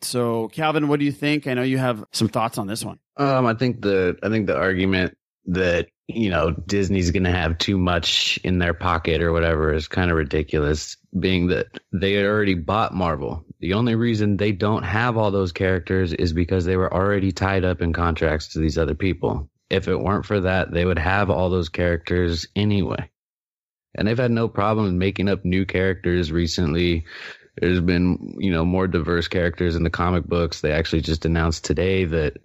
Speaker 8: So, Calvin, what do you think? I know you have some thoughts on this one.
Speaker 11: Um, I think the I think the argument that you know Disney's going to have too much in their pocket or whatever is kind of ridiculous, being that they already bought Marvel. The only reason they don't have all those characters is because they were already tied up in contracts to these other people. If it weren't for that, they would have all those characters anyway. And they've had no problem making up new characters recently there's been you know more diverse characters in the comic books they actually just announced today that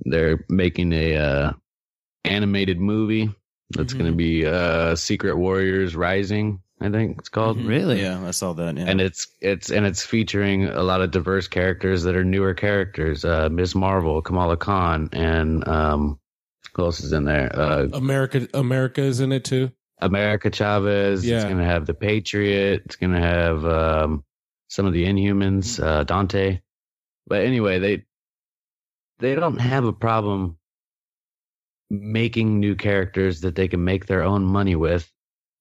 Speaker 11: they're making a uh, animated movie that's going to be uh secret warriors rising i think it's called
Speaker 6: Really? Mm-hmm. Yeah, I saw that. Yeah.
Speaker 11: and it's it's and it's featuring a lot of diverse characters that are newer characters uh ms marvel kamala khan and um who else is in there uh
Speaker 9: America America is in it too.
Speaker 11: America Chavez. It's
Speaker 9: Yeah.
Speaker 11: going to have the Patriot. It's going to have um, some of the Inhumans, uh, Dante. But anyway, they they don't have a problem making new characters that they can make their own money with.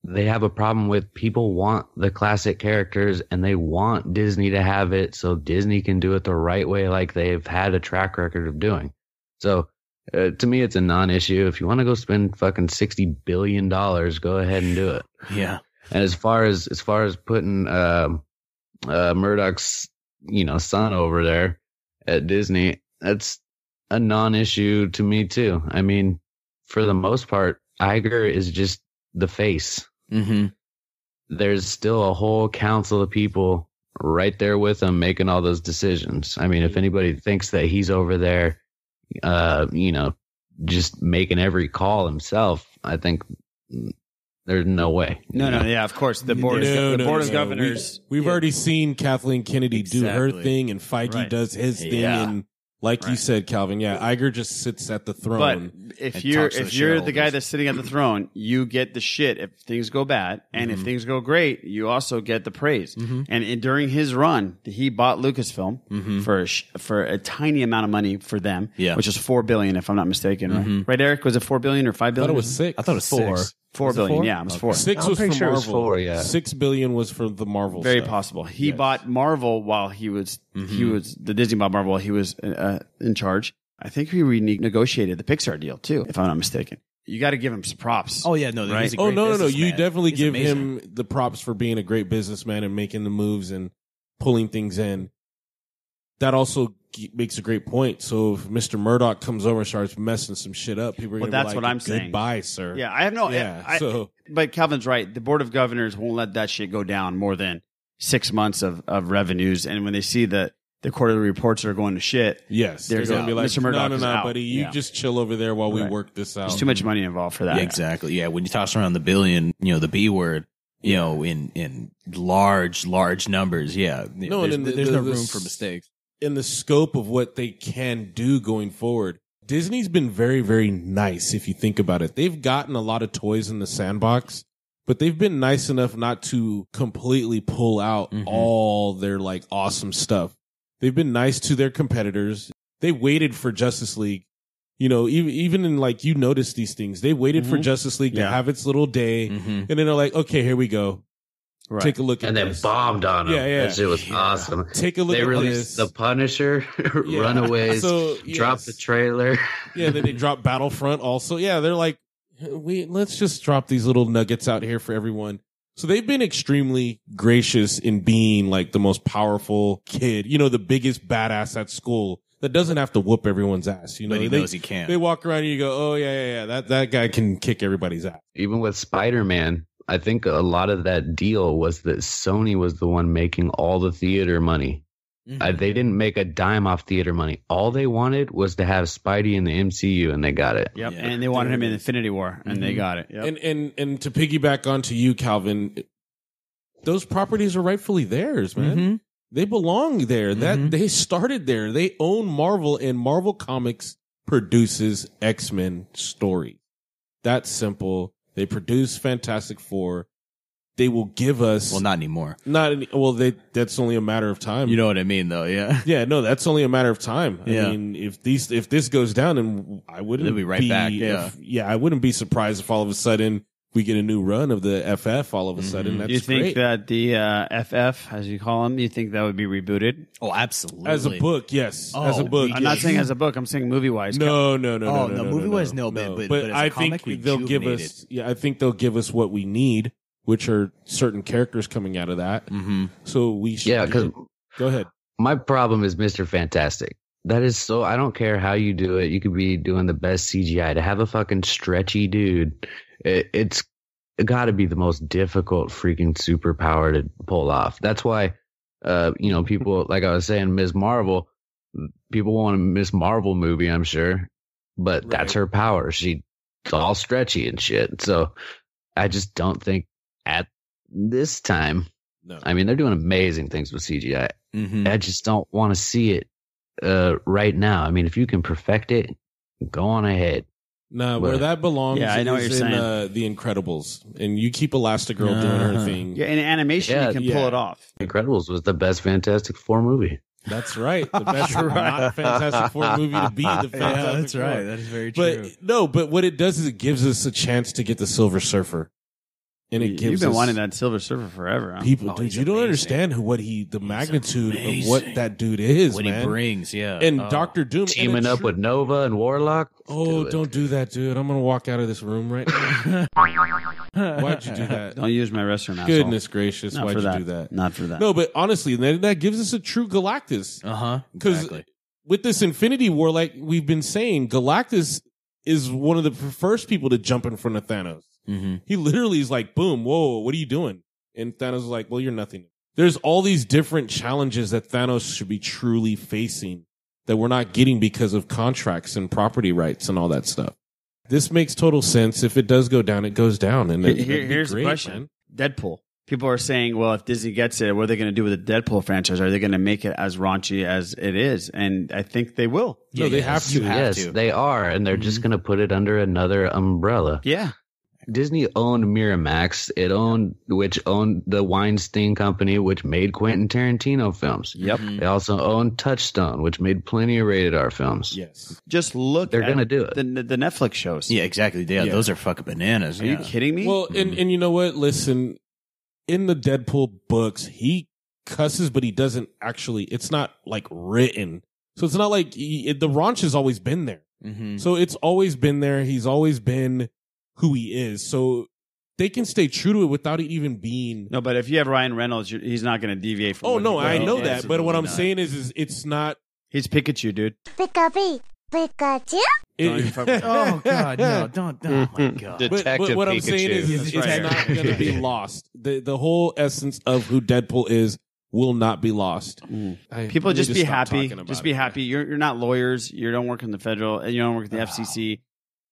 Speaker 11: They have a problem with people want the classic characters and they want Disney to have it so Disney can do it the right way, like they've had a track record of doing. So uh, to me, it's a non-issue. If you want to go spend fucking sixty billion dollars, go ahead and do it.
Speaker 6: Yeah.
Speaker 11: And as far as as far as putting um uh, Murdoch's you know son over there at Disney, that's a non-issue to me too. I mean, for the most part, Iger is just the face.
Speaker 6: Mm-hmm.
Speaker 11: There's still a whole council of people right there with him making all those decisions. I mean, if anybody thinks that he's over there, uh, you know, just making every call himself, I think mm, there's no way.
Speaker 8: No, no, yeah, of course. The board, of,
Speaker 9: No,
Speaker 8: the
Speaker 9: no,
Speaker 8: board
Speaker 9: no, no.
Speaker 8: of governors.
Speaker 9: We, have already seen Kathleen Kennedy do her
Speaker 8: Exactly.
Speaker 9: thing, and Feige
Speaker 8: Right.
Speaker 9: does his thing,
Speaker 8: Yeah.
Speaker 9: and like you said, Calvin, yeah, Iger just sits at the throne.
Speaker 8: But if you're if you're the guy that's sitting at the throne, you get the shit if things go bad, and if
Speaker 9: Mhm.
Speaker 8: things go great, you also get the praise. And, and during his run, he bought Lucasfilm for a sh- for a tiny amount of money for them,
Speaker 6: Yeah.
Speaker 8: which is four billion, if I'm not mistaken.
Speaker 6: Mhm.
Speaker 8: Right? right, Eric? Was it four billion or five
Speaker 9: I
Speaker 8: billion?
Speaker 9: thought it was six.
Speaker 6: I thought it was
Speaker 8: four.
Speaker 6: six.
Speaker 8: Four
Speaker 6: Was it
Speaker 8: billion,
Speaker 6: four?
Speaker 8: yeah, it was
Speaker 6: Okay.
Speaker 8: four.
Speaker 9: Six was from Marvel. Six billion was from the Marvel.
Speaker 8: Very
Speaker 9: stuff. Mm-hmm.
Speaker 8: possible. He bought Marvel while he was he was the Disney bought Marvel. while He was uh, in charge. I think he renegotiated the Pixar deal too, if I'm not mistaken. You got to give him some props.
Speaker 6: Oh, yeah, no, he's
Speaker 8: right?
Speaker 6: a
Speaker 9: Oh no, no, no! You definitely give him the props for being a great businessman and making the moves and pulling things in. That also g- makes a great point. So if Mr. Murdoch comes over and starts messing some shit up, people are
Speaker 8: Well,
Speaker 9: going to be
Speaker 8: that's
Speaker 9: like,
Speaker 8: what I'm saying.
Speaker 9: Goodbye, sir.
Speaker 8: Yeah, I have no.
Speaker 9: Yeah,
Speaker 8: I-
Speaker 9: so
Speaker 8: but Calvin's right. The board of governors won't let that shit go down more than six months of, of revenues, and when they see that the quarterly reports are going to shit,
Speaker 9: yes,
Speaker 8: they're,
Speaker 9: they're going to be like,
Speaker 8: Mr. Murdoch
Speaker 9: no, no,
Speaker 8: is
Speaker 9: no,
Speaker 8: out.
Speaker 9: buddy, you
Speaker 8: Yeah.
Speaker 9: just chill over there while we
Speaker 8: Right.
Speaker 9: work this out.
Speaker 8: There's too much money involved for that.
Speaker 6: Yeah, exactly. Yeah, when you toss around the billion, you know, the B word, you know, in in large large numbers, yeah.
Speaker 9: No,
Speaker 6: there's,
Speaker 9: and then
Speaker 6: there's
Speaker 9: the-
Speaker 6: no
Speaker 9: the-
Speaker 6: room for mistakes.
Speaker 9: in the scope of what they can do going forward. Disney's been very, very nice if you think about it. They've gotten a lot of toys in the sandbox, but they've been nice enough not to completely pull out all their like awesome stuff. They've been nice to their competitors. They waited for Justice League. You know, even, even in like, you notice these things. They waited for
Speaker 6: Mhm.
Speaker 9: Justice League to
Speaker 6: Yeah. Mm.
Speaker 9: have its little day.
Speaker 6: Mm-hmm.
Speaker 9: And then they're like, okay, here we go. Take a look at
Speaker 11: and then
Speaker 9: this.
Speaker 11: bombed on him.
Speaker 9: Yeah, yeah.
Speaker 11: That shit was awesome.
Speaker 9: Take a look
Speaker 11: They
Speaker 9: at this.
Speaker 11: released the Punisher, Runaways,
Speaker 9: So,
Speaker 11: dropped the trailer.
Speaker 9: Yeah, then they drop Battlefront also. Yeah, they're like, we let's just drop these little nuggets out here for everyone. So they've been extremely gracious in being like the most powerful kid, you know, the biggest badass at school that doesn't have to whoop everyone's ass. You know,
Speaker 6: But he
Speaker 9: they,
Speaker 6: knows he can.
Speaker 9: They walk around and you go, oh yeah, yeah, yeah. That that guy can kick everybody's ass.
Speaker 11: Even with Spider Man, I think a lot of that deal was that Sony was the one making all the theater money. Uh, they didn't make a dime off theater money. All they wanted was to have Spidey in the MCU, and they got it.
Speaker 8: Yep. And they wanted him in Infinity War, and they
Speaker 9: Mhm.
Speaker 8: got it. Yep.
Speaker 9: And and and
Speaker 6: Mm-hmm.
Speaker 9: to piggyback onto you, Calvin, those properties are rightfully theirs, man. They belong there. That they started there. They own Marvel, and Marvel Comics produces X Men story. That's simple. They produce Fantastic Four. They will give us well,
Speaker 6: not anymore.
Speaker 9: Not any, well. They that's only a matter of time. You
Speaker 6: know what I mean, though. Yeah.
Speaker 9: Yeah. No, that's only a matter of time. I
Speaker 6: Yeah.
Speaker 9: mean, if these if this goes down, then I wouldn't
Speaker 6: They'll be right back, yeah.
Speaker 9: if- yeah, I wouldn't be surprised if all of a sudden we get a new run of the FF. All of a
Speaker 6: Mm-hmm.
Speaker 9: sudden, that's
Speaker 8: you think
Speaker 9: great.
Speaker 8: that the uh, FF, as you call them, you think that would be rebooted?
Speaker 6: Oh, absolutely.
Speaker 9: As a book, yes. As a book.
Speaker 8: Oh, I'm not saying as a book. I'm saying movie wise.
Speaker 9: No, no, no, no,
Speaker 6: Oh,
Speaker 9: no,
Speaker 6: no,
Speaker 9: no,
Speaker 6: movie
Speaker 9: no,
Speaker 6: wise, no, man, but- but as a
Speaker 9: I
Speaker 6: comic,
Speaker 9: think they'll give us. Yeah, I think they'll give us what we need, which are certain characters coming out of that.
Speaker 6: Mm-hmm.
Speaker 9: So we should.
Speaker 11: Yeah,
Speaker 9: do
Speaker 11: 'cause-
Speaker 9: it. go ahead.
Speaker 11: My problem is Mr. Fantastic. That is so. I don't care how you do it. You could be doing the best CGI to have a fucking stretchy dude. It, it's got to be the most difficult freaking superpower to pull off. That's why, uh, you know, people like I was saying, Ms. Marvel. People want a Ms. Marvel movie, I'm sure, but that's her power. She's all stretchy and shit. So I just don't think at this time.
Speaker 9: No.
Speaker 11: I mean, they're doing amazing things with CGI.
Speaker 6: Mhm.
Speaker 11: I just don't want to see it uh, right now. I mean, if you can perfect it, go on ahead.
Speaker 9: No, where
Speaker 11: But-
Speaker 9: that belongs
Speaker 11: Yeah, I know what
Speaker 9: is
Speaker 11: you're
Speaker 9: in
Speaker 11: saying.
Speaker 9: uh, The Incredibles. And you keep Elastigirl doing her
Speaker 11: Uh-huh.
Speaker 9: thing.
Speaker 8: Yeah, in animation
Speaker 11: Yeah,
Speaker 8: you can
Speaker 11: yeah.
Speaker 8: pull it off.
Speaker 11: Incredibles was the best Fantastic Four movie.
Speaker 9: That's right. The best
Speaker 8: You're right.
Speaker 9: not Fantastic Four movie to be the Fantastic
Speaker 6: Yeah, that's
Speaker 9: Four.
Speaker 6: right. That is very true.
Speaker 9: But no, but what it does is it gives us a chance to get the Silver Surfer, and it gives
Speaker 8: You've been
Speaker 9: us
Speaker 8: wanting that Silver Surfer forever. Huh?
Speaker 9: people, dude. You don't understand who what he, the magnitude of what that dude is,
Speaker 6: What he
Speaker 9: man.
Speaker 6: brings, yeah.
Speaker 9: And
Speaker 6: Oh.
Speaker 9: Doctor Doom and
Speaker 11: Teaming
Speaker 9: a
Speaker 11: up with Nova and Warlock.
Speaker 9: Oh, do not do that, dude. I'm gonna walk out of this room right now. Why'd you do that?
Speaker 8: Don't use my restroom. asshole.
Speaker 9: Goodness gracious,
Speaker 8: Not
Speaker 9: why'd
Speaker 8: for
Speaker 9: you
Speaker 8: that.
Speaker 9: do that?
Speaker 8: Not for that.
Speaker 9: No, but honestly, that, that gives us a true Galactus.
Speaker 6: Uh huh.
Speaker 9: Because with this Infinity War, like we've been saying, Galactus is one of the first people to jump in front of Thanos.
Speaker 6: Mm-hmm.
Speaker 9: He literally is like, boom, whoa, what are you doing? And Thanos is like, well, you're nothing. There's all these different challenges that Thanos should be truly facing that we're not getting because of contracts and property rights and all that stuff. This makes total sense. If it does go down, it goes down. And
Speaker 8: Here-
Speaker 9: that'd
Speaker 8: here-
Speaker 9: be
Speaker 8: here's
Speaker 9: great,
Speaker 8: the question:
Speaker 9: man.
Speaker 8: Deadpool. People are saying, well, if Disney gets it, what are they going to do with the Deadpool franchise? Are they going to make it as raunchy as it is? And I think they will.
Speaker 9: No, they have to. Mm-hmm.
Speaker 11: yes, they are, and they're just going to put it under another umbrella.
Speaker 8: Yeah.
Speaker 11: Disney owned Miramax. It owned, which owned the Weinstein Company, which made Quentin Tarantino films.
Speaker 8: Yep.
Speaker 6: Mm-hmm.
Speaker 11: They also owned Touchstone, which made plenty of rated R films.
Speaker 9: Yes.
Speaker 8: Just look.
Speaker 11: They're
Speaker 8: at
Speaker 11: gonna do it.
Speaker 8: The, the Netflix shows.
Speaker 6: Yeah, exactly. Yeah,
Speaker 9: Yeah.
Speaker 6: those are fucking bananas.
Speaker 8: Are
Speaker 6: yeah.
Speaker 8: you kidding me?
Speaker 9: Well, and, and you know what? Listen, in the Deadpool books, he cusses, but he doesn't actually, it's not like written. So it's not like he, it- the raunch has always been there.
Speaker 6: Mhm.
Speaker 9: So it's always been there. He's always been who he is. So they can stay true to it without it even being.
Speaker 8: no, but if you have Ryan Reynolds, you he's not going to deviate from.
Speaker 9: Oh,
Speaker 8: what
Speaker 9: no,
Speaker 8: he
Speaker 9: I
Speaker 8: does.
Speaker 9: know
Speaker 8: Yeah,
Speaker 9: that. But what I'm
Speaker 8: absolutely not.
Speaker 9: saying is, is it's not.
Speaker 8: he's Pikachu, dude.
Speaker 15: Pikachu, Pikachu.
Speaker 8: Don't you
Speaker 9: It,
Speaker 8: fuck with that.
Speaker 6: Oh God, no! Don't, oh my God!
Speaker 9: But- But, what I'm saying is, is
Speaker 8: That's
Speaker 9: it's
Speaker 8: right.
Speaker 9: not going to be lost. The the whole essence of who Deadpool is will not be lost. I-
Speaker 8: People
Speaker 9: we need
Speaker 8: just
Speaker 9: to
Speaker 8: be
Speaker 9: stop
Speaker 8: happy.
Speaker 9: talking about
Speaker 8: Just
Speaker 9: it.
Speaker 8: be happy. You're you're not lawyers. You don't work in the federal. and You don't work at the FCC.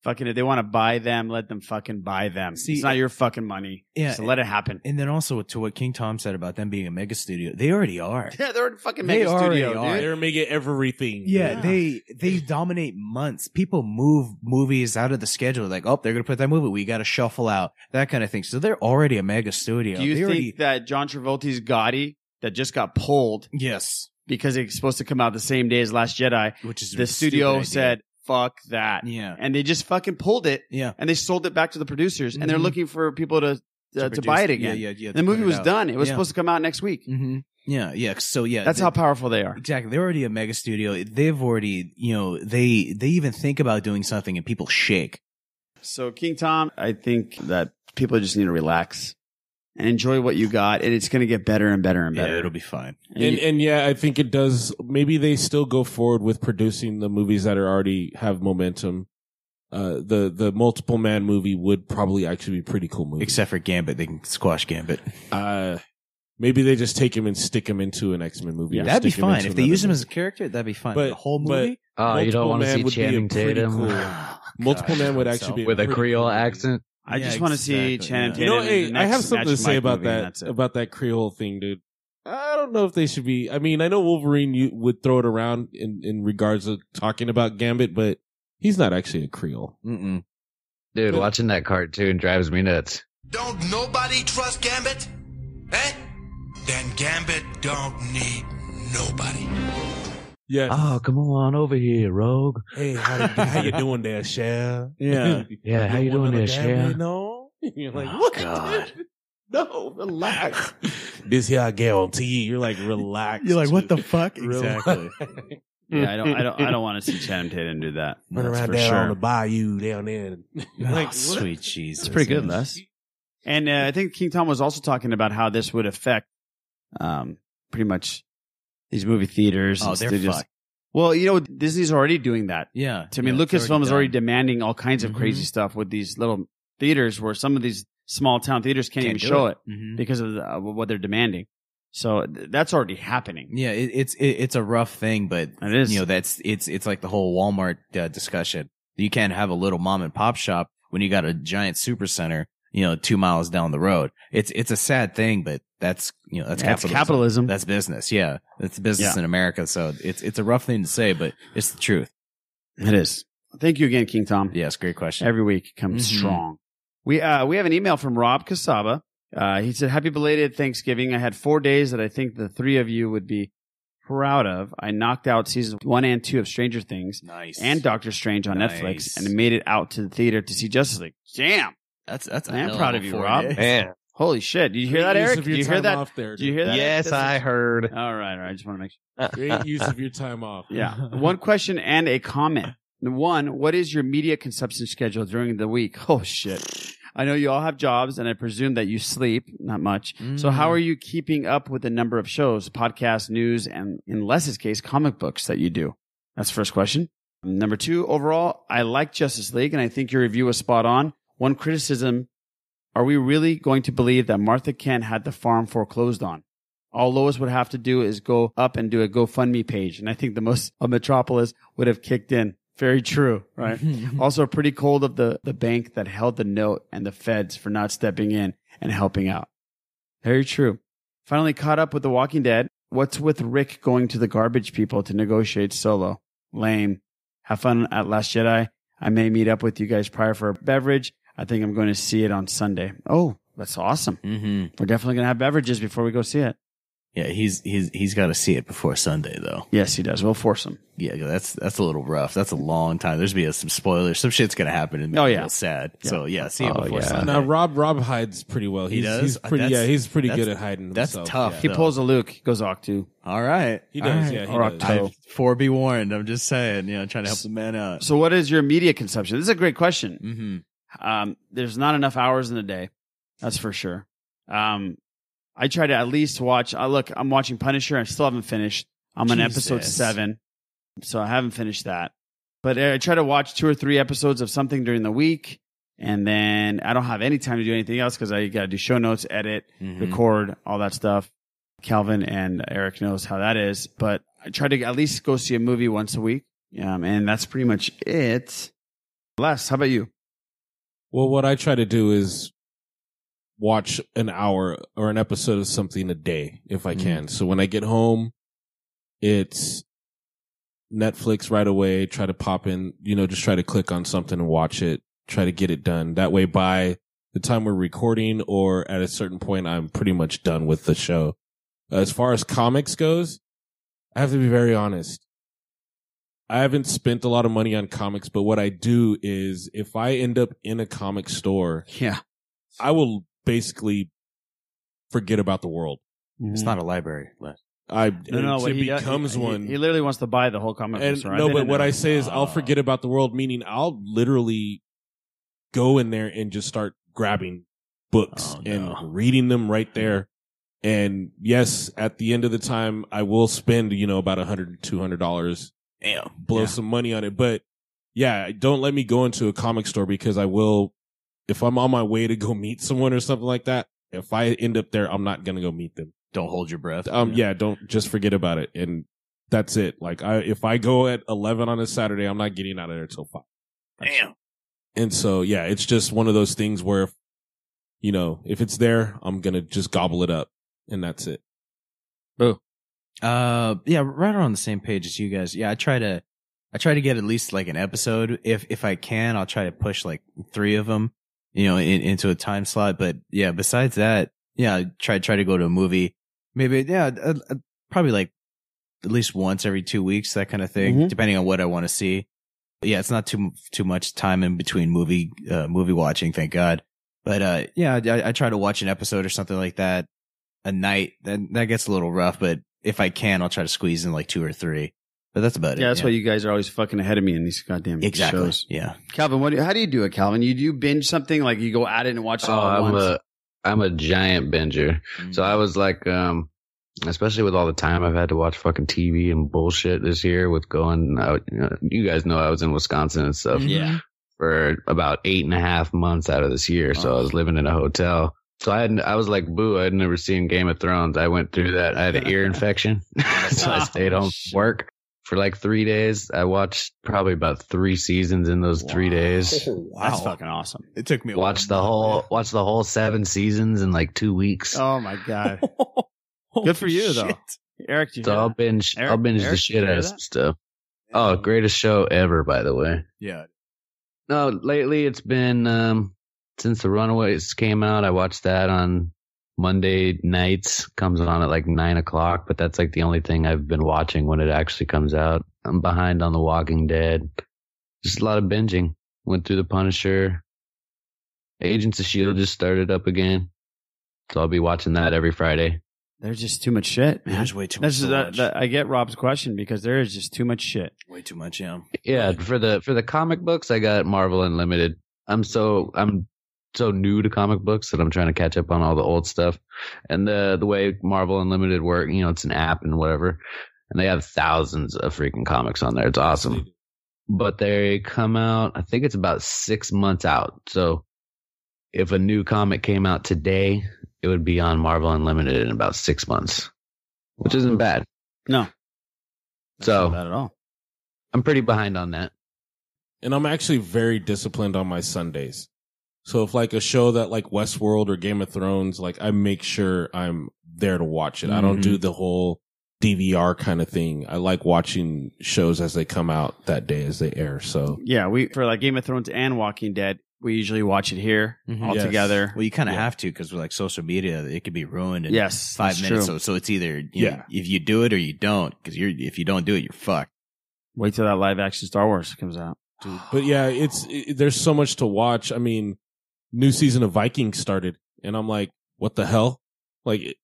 Speaker 8: Fucking if they want to buy them, let them fucking buy them.
Speaker 6: See,
Speaker 8: it's not your fucking money.
Speaker 6: Yeah.
Speaker 8: so let it happen.
Speaker 6: And then also to what King Tom said about them being a mega studio, they already are.
Speaker 8: Yeah, they're in fucking
Speaker 6: They
Speaker 8: mega
Speaker 6: already
Speaker 8: studio,
Speaker 6: are.
Speaker 8: dude.
Speaker 9: They're making everything.
Speaker 6: Yeah, they they dominate months. People move movies out of the schedule. Like, oh, they're gonna put that movie. We got to shuffle out that kind of thing. So they're already a mega studio.
Speaker 8: Do you
Speaker 6: They
Speaker 8: think
Speaker 6: already-
Speaker 8: that John Travolta's Gotti that just got pulled
Speaker 6: yes,
Speaker 8: because it's supposed to come out the same day as Last Jedi?
Speaker 6: which is a
Speaker 8: The
Speaker 6: stupid
Speaker 8: studio
Speaker 6: idea.
Speaker 8: said, "Fuck that,"
Speaker 6: yeah,
Speaker 8: and they just fucking pulled it
Speaker 6: yeah,
Speaker 8: and they sold it back to the producers, and they're
Speaker 6: Mhm.
Speaker 8: looking for people to uh, to,
Speaker 6: produce-
Speaker 8: buy it again.
Speaker 6: Yeah, yeah, yeah.
Speaker 8: And the movie was done. It was
Speaker 6: Yeah.
Speaker 8: supposed to come out next week.
Speaker 6: hmm Yeah, yeah. So yeah,
Speaker 8: That's
Speaker 6: they-
Speaker 8: how powerful they are.
Speaker 6: Exactly. They're already a mega studio. They've already, you know, they they even think about doing something and people shake.
Speaker 8: So, King Tom, I think that people just need to relax and enjoy what you got, and it's going to get better and better and
Speaker 6: Yeah,
Speaker 8: better.
Speaker 6: it'll be fine.
Speaker 8: Mm-hmm.
Speaker 9: And and yeah, I think it does. Maybe they still go forward with producing the movies that are already have momentum. Uh, the the multiple man movie would probably actually be a pretty cool movie.
Speaker 6: Except for Gambit, they can squash Gambit.
Speaker 9: uh, maybe they just take him and stick him into an X Men movie. or
Speaker 6: that'd be
Speaker 9: stick him
Speaker 6: fine
Speaker 9: into
Speaker 6: if they
Speaker 9: another
Speaker 6: use him
Speaker 9: movie.
Speaker 6: as a character. That'd be fine.
Speaker 9: But-
Speaker 6: the whole
Speaker 9: but-
Speaker 6: movie.
Speaker 11: Oh, you don't
Speaker 9: Multiple
Speaker 11: want to
Speaker 9: Man
Speaker 11: see
Speaker 9: would be a
Speaker 11: Channing
Speaker 9: pretty
Speaker 11: Tatum
Speaker 9: cool- Multiple
Speaker 6: Gosh,
Speaker 9: Man would
Speaker 6: so-
Speaker 9: actually be
Speaker 11: with a
Speaker 9: pretty
Speaker 11: Creole
Speaker 9: cool movie.
Speaker 11: accent.
Speaker 8: I
Speaker 6: Yeah,
Speaker 8: just want to see
Speaker 6: exactly,
Speaker 8: Channing
Speaker 6: yeah.
Speaker 8: Tatum.
Speaker 9: You know,
Speaker 8: in the
Speaker 9: hey, I
Speaker 8: next
Speaker 9: have something
Speaker 8: Match
Speaker 9: to say
Speaker 8: Mike
Speaker 9: about
Speaker 8: movie, and
Speaker 9: that
Speaker 8: that's it.
Speaker 9: about that Creole thing, dude. I don't know if they should be. I mean, I know Wolverine you would throw it around in in regards of talking about Gambit, but he's not actually a Creole.
Speaker 11: Mm-mm. Dude, watching that cartoon drives me nuts.
Speaker 18: Don't nobody trust Gambit? Eh? Then Gambit don't need nobody.
Speaker 9: Yes.
Speaker 11: Oh, come on over here, Rogue.
Speaker 9: Hey, how, how you doing there, Cher?
Speaker 11: Yeah. Yeah, how you doing there, Cher?
Speaker 9: No. You're like,
Speaker 11: Oh,
Speaker 9: what?
Speaker 11: God.
Speaker 9: No, relax. this here, I guarantee you. You're like, relax.
Speaker 6: You're like, what the fuck?
Speaker 9: Relax.
Speaker 6: Exactly.
Speaker 8: Yeah, I don't, I don't, I don't want to see Channing Tatum do that.
Speaker 9: Run
Speaker 8: That's
Speaker 9: around
Speaker 8: for
Speaker 9: down
Speaker 8: sure.
Speaker 9: on the bayou down there.
Speaker 8: Like,
Speaker 9: what?
Speaker 8: sweet
Speaker 6: Oh, Jesus.
Speaker 8: It's pretty good, Les. And uh, I think King Tom was also talking about how this would affect um, pretty much these movie theaters
Speaker 6: Oh,
Speaker 8: and
Speaker 6: they're
Speaker 8: studios.
Speaker 6: fucked.
Speaker 8: Well, you know, Disney's already doing that.
Speaker 6: Yeah.
Speaker 8: To me,
Speaker 6: yeah, it's already
Speaker 8: Lucasfilm is
Speaker 6: done.
Speaker 8: already Mm-hmm. demanding all kinds of crazy
Speaker 6: Mhm.
Speaker 8: stuff with these little theaters where some of these small town theaters can't,
Speaker 6: Can't
Speaker 8: even
Speaker 6: do
Speaker 8: show
Speaker 6: it.
Speaker 8: it,
Speaker 6: Mhm.
Speaker 8: because of the, uh, what they're demanding. So th- that's already happening.
Speaker 6: Yeah, it, it's it, it's a rough thing, but
Speaker 8: it is.
Speaker 6: You know, that's it's it's like the whole Walmart uh, discussion. You can't have a little mom and pop shop when you got a giant super center. You know, two miles down the road. It's it's a sad thing, but that's you know that's,
Speaker 8: That's
Speaker 6: capitalism.
Speaker 8: capitalism.
Speaker 6: That's business. Yeah, that's business
Speaker 8: Yeah.
Speaker 6: in America. So it's it's a rough thing to say, but it's the truth.
Speaker 8: It is. Mm-hmm. Thank you again, King Tom.
Speaker 6: Yes, great question.
Speaker 8: Every week comes
Speaker 6: Mhm.
Speaker 8: strong. We uh, we have an email from Rob Casaba. Uh, he said, "Happy belated Thanksgiving. I had four days that I think the three of you would be proud of. I knocked out season one and two of Stranger Things,
Speaker 6: Nice.
Speaker 8: and Doctor Strange on
Speaker 6: Nice.
Speaker 8: Netflix, and made it out to the theater to see Justice League. Damn,
Speaker 6: That's that's. a
Speaker 8: I
Speaker 6: hell
Speaker 8: am proud of you,
Speaker 6: four
Speaker 8: Rob.
Speaker 6: days.
Speaker 8: Holy shit! Did you hear
Speaker 9: Great
Speaker 8: that,
Speaker 9: use
Speaker 8: Eric?
Speaker 9: of
Speaker 8: Do
Speaker 9: your
Speaker 8: you hear
Speaker 9: time
Speaker 8: that?
Speaker 9: off there,
Speaker 8: Do you hear that?
Speaker 10: Yes,
Speaker 8: That's-
Speaker 10: I heard.
Speaker 8: All right, all right. I just want to make sure.
Speaker 9: Great use of your time off.
Speaker 8: Yeah. One question and a comment. One, what is your media consumption schedule during the week? Oh, shit. I know you all have jobs and I presume that you sleep, not much. So, how are you keeping up with the number of shows, podcasts, news, and in Les's case, comic books that you do? That's the first question. Number two, overall, I like Justice League and I think your review was spot on. One criticism are we really going to believe that Martha Kent had the farm foreclosed on? All Lois would have to do is go up and do a GoFundMe page. And I think the most of Metropolis would have kicked in. Very true, right? also, pretty cold of the, the bank that held the note and the feds for not stepping in and helping out. Very true. Finally caught up with The Walking Dead. What's with Rick going to the garbage people to negotiate solo? Lame. Have fun at Last Jedi. I may meet up with you guys prior for a beverage. I think I'm going to see it on Sunday. Oh, that's awesome.
Speaker 6: Mm-hmm.
Speaker 8: We're definitely going to have beverages before we go see it.
Speaker 6: Yeah, he's he's he's got to see it before Sunday though.
Speaker 8: Yes, he does. We'll force him.
Speaker 6: Yeah, that's that's a little rough. That's a long time. There's be a, some spoilers. Some shit's gonna happen and make
Speaker 8: Oh,
Speaker 6: me
Speaker 8: yeah.
Speaker 6: feel sad. So yeah, see it
Speaker 8: Oh,
Speaker 6: before
Speaker 8: yeah.
Speaker 6: Sunday.
Speaker 9: Now Rob Rob hides pretty well.
Speaker 6: He
Speaker 9: He's,
Speaker 6: does?
Speaker 9: He's pretty, yeah,
Speaker 6: That's-
Speaker 9: he's pretty
Speaker 6: that's-
Speaker 9: good at hiding.
Speaker 6: that's
Speaker 9: himself.
Speaker 6: tough.
Speaker 9: Yeah.
Speaker 8: He
Speaker 6: No.
Speaker 8: pulls a Luke. He goes Octu.
Speaker 6: All right,
Speaker 9: He does, yeah, he
Speaker 8: Or does. Octo.
Speaker 6: I- for be warned. I'm just saying, you know, trying to help the man out.
Speaker 8: So, what is your media consumption? This is a great question.
Speaker 6: Mm-hmm.
Speaker 8: Um, there's not enough hours in the day. That's for sure. Um, I try to at least watch. I look. I'm watching Punisher. I still haven't finished. I'm on episode
Speaker 6: Jesus.
Speaker 8: seven, so I haven't finished that. But eh, I try to watch two or three episodes of something during the week, and then I don't have any time to do anything else because I got to do show notes, edit,
Speaker 6: Mhm.
Speaker 8: record, all that stuff. Calvin and Eric knows how that is, but I try to at least go see a movie once a week, um, and that's pretty much it. Les, how about you?
Speaker 9: Well, what I try to do is watch an hour or an episode of something a day if I can. So when I get home, it's Netflix right away. Try to pop in, you know, just try to click on something and watch it. Try to get it done. That way, by the time we're recording or at a certain point, I'm pretty much done with the show. As far as comics goes, I have to be very honest. I haven't spent a lot of money on comics, but what I do is if I end up in a comic store,
Speaker 8: Yeah,
Speaker 9: I will basically forget about the world.
Speaker 6: It's
Speaker 8: Mm-hmm.
Speaker 6: not a library. Les.
Speaker 9: I
Speaker 8: No, no, what
Speaker 9: it
Speaker 8: he does-
Speaker 9: becomes
Speaker 8: he-
Speaker 9: one.
Speaker 8: He, literally wants to buy the whole comic book
Speaker 9: and
Speaker 8: store.
Speaker 9: no,
Speaker 8: I've
Speaker 9: but
Speaker 8: been
Speaker 9: what
Speaker 8: in
Speaker 9: I
Speaker 8: there.
Speaker 9: say is I'll forget about the world, meaning I'll literally go in there and just start grabbing
Speaker 8: Oh,
Speaker 9: books and reading them right there. And yes, at the end of the time, I will spend, you know, about a hundred, two hundred dollars
Speaker 6: Damn.
Speaker 9: blow some money on it. But yeah, don't let me go into a comic store because I will, if I'm on my way to go meet someone or something like that, if I end up there, I'm not going to go meet them.
Speaker 6: Don't hold your breath.
Speaker 9: Um, yeah. don't just forget about it. And that's it. Like I, if I go at 11 on a Saturday, I'm not getting out of there till five.
Speaker 6: Damn.
Speaker 9: And so, yeah, it's just one of those things where, if, you know, if it's there, I'm going to just gobble it up and that's it.
Speaker 6: Oh. Uh yeah, right around the same page as you guys. Yeah, I try to I try to get at least like an episode. If if I can, I'll try to push like three of them, you know, in, into a time slot. But yeah, besides that, yeah, I try try to go to a movie. Maybe yeah, uh, uh, probably like at least once every two weeks, that kind of thing,
Speaker 8: Mm-hmm.
Speaker 19: Mhm.
Speaker 6: depending on what I want to see. But yeah, it's not too too much time in between movie uh, movie watching, thank God. But uh, yeah, I, I try to watch an episode or something like that a night. That that gets a little rough, but if I can, I'll try to squeeze in like two or three. But that's about it.
Speaker 8: Yeah, that's why you guys are always fucking ahead of me in these goddamn
Speaker 6: Exactly.
Speaker 8: shows.
Speaker 6: Yeah.
Speaker 8: Calvin, what? Do, how do you do it, Calvin? You do you binge something like you go at it and watch it
Speaker 11: Oh,
Speaker 8: all at
Speaker 11: I'm
Speaker 8: once?
Speaker 11: a I'm a giant binger. So
Speaker 6: Mm.
Speaker 11: I was like, um, especially with all the time I've had to watch fucking TV and bullshit this year with going out. You, know, you guys know I was in Wisconsin and
Speaker 8: Mm-hmm.
Speaker 11: stuff.
Speaker 18: Yeah.
Speaker 11: For about eight and a half months out of this year, so I was living in a hotel. So I had I was like, boo, I'd never seen Game of Thrones. I went through that. I had an ear infection, so
Speaker 8: Oh,
Speaker 11: I stayed home from work for like three days. I watched probably about three seasons in those three days.
Speaker 8: That's fucking awesome.
Speaker 6: It took me
Speaker 11: a watch the whole watch the whole seven seasons in like two weeks.
Speaker 8: Oh my god. Good for you though, Eric. do You
Speaker 11: so I'll binge I'll binge
Speaker 8: Eric,
Speaker 11: the
Speaker 8: did
Speaker 11: shit
Speaker 8: you
Speaker 11: out
Speaker 8: hear
Speaker 11: of
Speaker 8: that?
Speaker 11: some stuff. Oh, greatest show ever, by the way.
Speaker 6: Yeah.
Speaker 11: No, lately it's been um since the Runaways came out, I watched that on Monday nights. Comes on at like nine o'clock, but that's like the only thing I've been watching when it actually comes out. I'm behind on The Walking Dead. Just a lot of binging. Went through The Punisher. Agents of Shield E just started up again, so I'll be watching that every Friday.
Speaker 8: There's just too much shit. Man.
Speaker 6: There's way too
Speaker 8: That's
Speaker 11: much to
Speaker 8: that-
Speaker 11: watch.
Speaker 8: that- I get Rob's question because there is just too much shit.
Speaker 6: Way too much, yeah.
Speaker 11: Yeah, for the for the comic books, I got Marvel Unlimited. I'm so I'm so new to comic books that I'm trying to catch up on all the old stuff. And the the way Marvel Unlimited work, you know, it's an app and whatever, and they have thousands of freaking comics on there. It's awesome. But they come out, I think it's about six months out. So if a new comic came out today, it would be on Marvel Unlimited in about six months, which isn't bad.
Speaker 8: No,
Speaker 11: so
Speaker 8: not at all.
Speaker 11: I'm pretty behind on that.
Speaker 9: and I'm actually very disciplined on my Sundays. So if like a show that like Westworld or Game of Thrones, like I make sure I'm there to watch it. I don't
Speaker 6: Mhm.
Speaker 9: do the whole DVR kind of thing. I like watching shows as they come out that day as they air. So
Speaker 8: Yeah, we for like Game of Thrones and Walking Dead, we usually watch it here all
Speaker 6: Yes.
Speaker 8: together.
Speaker 6: Well, you kind of have to because we're like social media, it could be ruined in
Speaker 8: Yes,
Speaker 6: five
Speaker 8: that's
Speaker 6: minutes.
Speaker 8: true.
Speaker 6: So, so it's either you
Speaker 8: Yeah.
Speaker 6: know, if you do it or you don't, because you're if you don't do it, you're fucked.
Speaker 8: Wait till that live action Star Wars comes out.
Speaker 9: dude. But yeah, it's it, there's so much to watch. I mean, new season of Vikings started, and I'm like, what the hell? Like, it,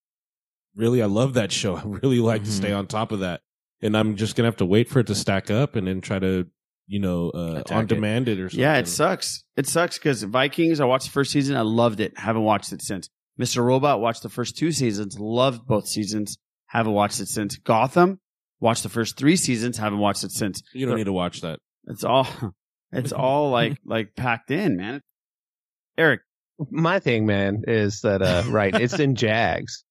Speaker 9: really, I love that show. I really like to stay on top of that, and I'm just gonna have to wait for it to stack up and then try to, you know, uh,
Speaker 8: Attack
Speaker 9: on
Speaker 8: it.
Speaker 9: demand it. or something.
Speaker 8: Yeah, it sucks. It sucks because Vikings. I watched the first season. I loved it. Haven't watched it since. Mr. Robot watched the first two seasons. Loved both seasons. Haven't watched it since. Gotham watched the first three seasons. Haven't watched it since.
Speaker 9: You don't need to watch that.
Speaker 8: It's all. It's all like like packed in, man. Eric,
Speaker 10: my thing, man, is that uh, right? It's in Jags.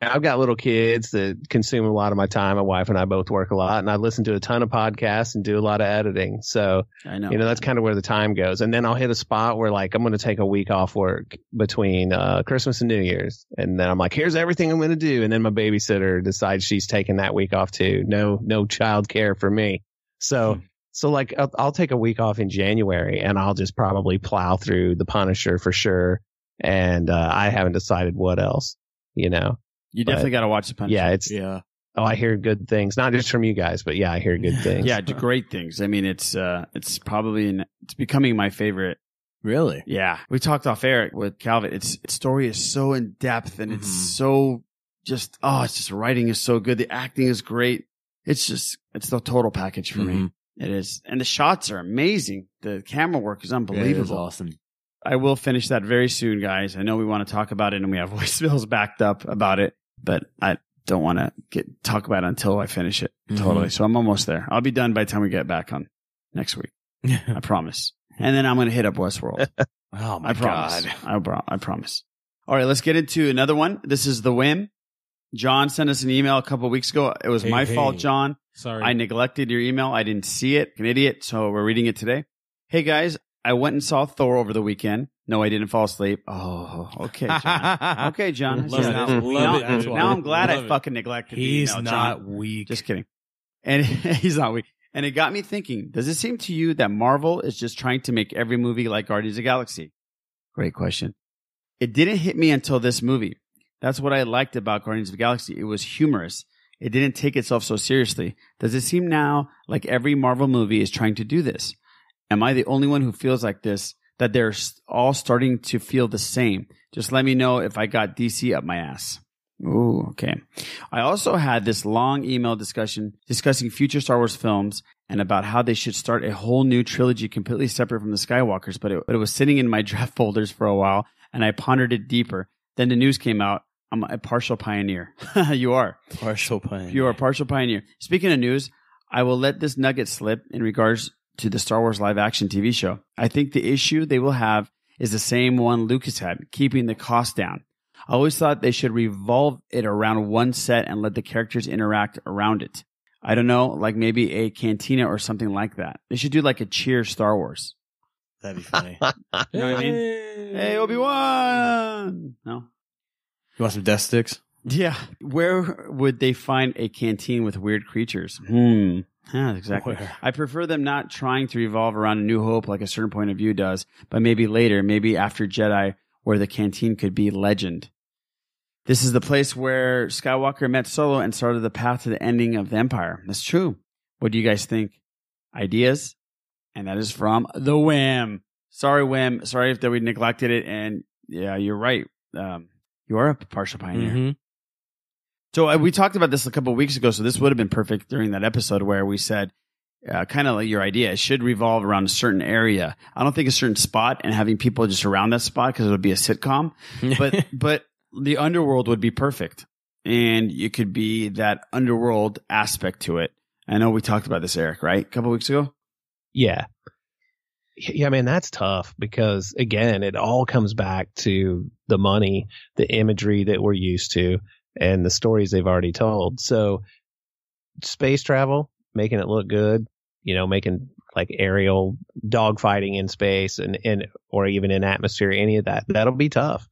Speaker 10: I've got little kids that consume a lot of my time. My wife and I both work a lot, and I listen to a ton of podcasts and do a lot of editing. So
Speaker 8: I know.
Speaker 10: you know, that's kind of where the time goes. And then I'll hit a spot where like I'm going to take a week off work between uh, Christmas and New Year's, and then I'm like, here's everything I'm going to do. And then my babysitter decides she's taking that week off too. No, no child care for me. So. So like I'll, I'll take a week off in January and I'll just probably plow through The Punisher for sure. And uh, I haven't decided what else, you know.
Speaker 8: You
Speaker 10: But-
Speaker 8: definitely got to watch the Punisher.
Speaker 10: Yeah, it's
Speaker 6: yeah.
Speaker 10: Oh, I hear good things, not just from you guys, but yeah, I hear good things.
Speaker 8: Yeah, d- great things. I mean, it's uh, it's probably an, it's becoming my favorite.
Speaker 6: Really?
Speaker 8: Yeah, we talked off air with Calvin. Its its story is so in depth, and it's so just oh, it's just writing is so good. The acting is great. It's just it's the total package for me. It is, and the shots are amazing. The camera work Mm-hmm. is unbelievable.
Speaker 6: awesome.
Speaker 8: I will finish that very soon, guys. I know we want to talk about it, and we have voicemails backed up about it, but I don't want to get talk about it until I finish it
Speaker 6: Mhm.
Speaker 8: totally. So I'm almost there. I'll be done by the time we get back on next week. I promise. And then I'm going to hit up Westworld.
Speaker 6: oh
Speaker 8: I promise. I, pro- I promise. All right, let's get into another one. This is the whim. John sent us an email a couple weeks ago. It was
Speaker 9: Hey,
Speaker 8: my
Speaker 9: hey.
Speaker 8: fault, John.
Speaker 9: Mm-hmm. Sorry.
Speaker 8: I neglected your email. I didn't see it. An idiot. So we're reading it today. Hey guys, I went and saw Thor over the weekend. No, I didn't fall asleep. Oh, okay, John. okay, John.
Speaker 6: Love it.
Speaker 8: now,
Speaker 6: Love
Speaker 8: now-
Speaker 6: it.
Speaker 8: now I'm glad
Speaker 6: Love
Speaker 8: I
Speaker 6: it.
Speaker 8: fucking neglected. the
Speaker 6: He's
Speaker 8: email,
Speaker 6: not
Speaker 8: John. weak. Just kidding. And he's not weak. And it got me thinking. Does it seem to you that Marvel is just trying to make every movie like Guardians of the Galaxy? Great question. It didn't hit me until this movie. That's what I liked about Guardians of the Galaxy. It was humorous. It didn't take itself so seriously. Does it seem now like every Marvel movie is trying to do this? Am I the only one who feels like this? That they're s- all starting to feel the same. Just let me know if I got DC up my ass. Ooh, okay. I also had this long email discussion discussing future Star Wars films and about how they should start a whole new trilogy completely separate from the Skywalkers, but it, but it was sitting in my draft folders for a while and I pondered it deeper. Then the news came out. I'm a partial pioneer. you are.
Speaker 6: Partial pioneer.
Speaker 8: You are a partial pioneer. Speaking of news, I will let this nugget slip in regards to the Star Wars live action TV show. I think the issue they will have is the same one Lucas had, keeping the cost down. I always thought they should revolve it around one set and let the characters interact around it. I don't know, like maybe a cantina or something like that. They should do like a cheer Star Wars.
Speaker 6: That'd be funny.
Speaker 8: You know what I mean? Hey, Obi Wan! No.
Speaker 6: You want some death sticks?
Speaker 8: Yeah. Where would they find a canteen with weird creatures? Hmm. Yeah, exactly. I prefer them not trying to revolve around a new hope like a certain point of view does, but maybe later, maybe after Jedi, where the canteen could be legend. This is the place where Skywalker met Solo and started the path to the ending of the Empire. That's true. What do you guys think? Ideas? And that is from The Whim. Sorry, Whim. Sorry if that we neglected it. And yeah, you're right. Um, you are a partial pioneer.
Speaker 6: Mhm.
Speaker 8: So uh, we talked about this a couple of weeks ago. So this would have been perfect during that episode where we said, uh, kind of like your idea, it should revolve around a certain area. I don't think a certain spot and having people just around that spot because it would be a sitcom. But but the underworld would be perfect, and it could be that underworld aspect to it. I know we talked about this, Eric, right? A couple of weeks ago.
Speaker 10: Yeah. Yeah, man, that's tough because again, it all comes back to the money, the imagery that we're used to, and the stories they've already told. So space travel, making it look good, you know, making like aerial dogfighting in space and, and or even in atmosphere, any of that, that'll be tough.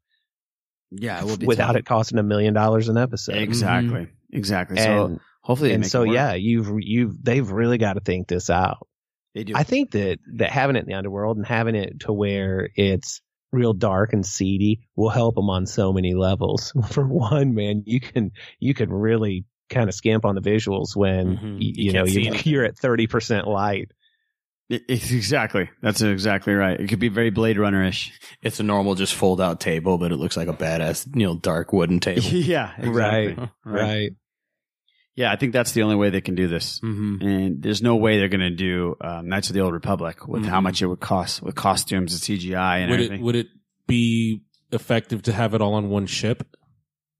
Speaker 8: Yeah, it will be Mm-hmm.
Speaker 10: without
Speaker 8: tough.
Speaker 10: it costing a million dollars an episode.
Speaker 8: Exactly. Exactly. So
Speaker 10: And-
Speaker 8: hopefully, they
Speaker 10: and
Speaker 8: make it
Speaker 10: so
Speaker 8: work.
Speaker 10: yeah, you've you've they've really got to think this out.
Speaker 8: They do.
Speaker 10: I think that that having it in the underworld and having it to where it's real dark and seedy will help them on so many levels. For one, man, you can you can really kind of skimp on the visuals when y- you,
Speaker 8: Mm-hmm. You
Speaker 10: know
Speaker 8: can't see
Speaker 10: you,
Speaker 8: anything.
Speaker 10: you're at thirty percent light.
Speaker 8: It- it's exactly. That's exactly right. It could be very Blade Runner ish.
Speaker 6: It's a normal, just fold out table, but it looks like a badass, you know, dark wooden table.
Speaker 8: yeah, exactly.
Speaker 6: Right,
Speaker 10: right.
Speaker 8: Yeah, I think that's the only way they can do this. And there's no way they're going to do um, Knights of the Old Republic with how much it would cost with costumes and CGI
Speaker 9: Mm-hmm.
Speaker 8: and
Speaker 9: would
Speaker 8: everything.
Speaker 9: it would it be effective to have it all on one ship?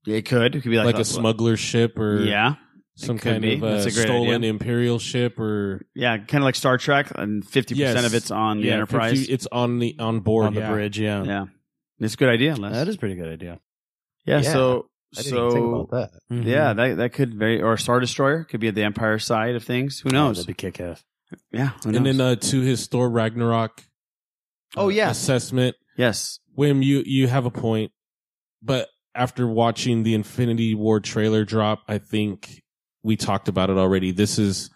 Speaker 8: It could. It could be like
Speaker 9: like
Speaker 8: a-
Speaker 9: a smuggler ship or
Speaker 8: Yeah.
Speaker 9: some
Speaker 8: It could
Speaker 9: kind
Speaker 8: be.
Speaker 9: of uh,
Speaker 8: That's a great
Speaker 9: stolen
Speaker 8: idea.
Speaker 9: imperial ship or
Speaker 8: yeah, kind of like Star Trek, and fifty percent
Speaker 9: Yes.
Speaker 8: of it's on the
Speaker 9: Yeah,
Speaker 8: Enterprise.
Speaker 9: 50 it's on the on board
Speaker 8: On the
Speaker 9: yeah.
Speaker 8: bridge, yeah, it's a good idea. Les.
Speaker 6: That is a pretty good idea.
Speaker 8: Yeah,
Speaker 6: Yeah.
Speaker 8: so
Speaker 6: I didn't
Speaker 8: so
Speaker 6: even think about that. Mhm.
Speaker 8: Yeah,
Speaker 9: Mm-hmm.
Speaker 8: that that could very or Star Destroyer could be at the Empire side of things. Who knows?
Speaker 6: that'd be kick ass.
Speaker 8: Yeah, who
Speaker 9: and
Speaker 8: knows?
Speaker 9: then uh, to his Thor Ragnarok.
Speaker 8: Oh yeah,
Speaker 9: assessment.
Speaker 8: Yes,
Speaker 9: Wim, you you have a point, but after watching the Infinity War trailer drop, I think we talked about it already. This is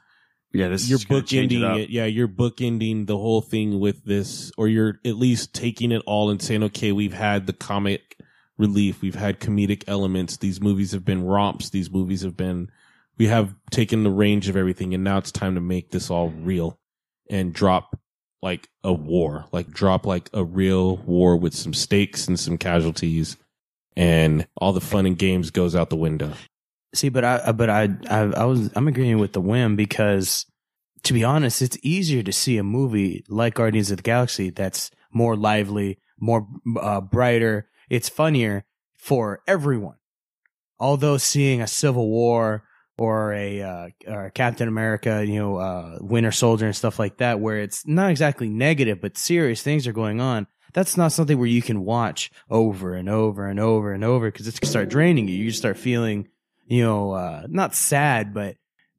Speaker 8: yeah, this
Speaker 9: you're
Speaker 8: is gonna change it
Speaker 9: bookending
Speaker 8: up.
Speaker 9: it, Yeah, you're bookending the whole thing with this, or you're at least taking it all and saying, okay, we've had the comic relief, we've had comedic elements. These movies have been romps. These movies have been we have taken the range of everything, and now it's time to make this all real and drop like a war, like drop like a real war with some stakes and some casualties, and all the fun and games goes out the window.
Speaker 6: See, but I, I- but I, I, I was, I'm agreeing with the whim because, to be honest, it's easier to see a movie like Guardians of the Galaxy that's more lively, more uh, brighter. It's funnier for everyone. Although seeing a Civil War or a, uh, or a Captain America, you know, uh, Winter Soldier and stuff like that, where it's not exactly negative but serious things are going on. That's not something where you can watch over and over and over and over because it's gonna start draining you. You start feeling you know, uh, not sad, but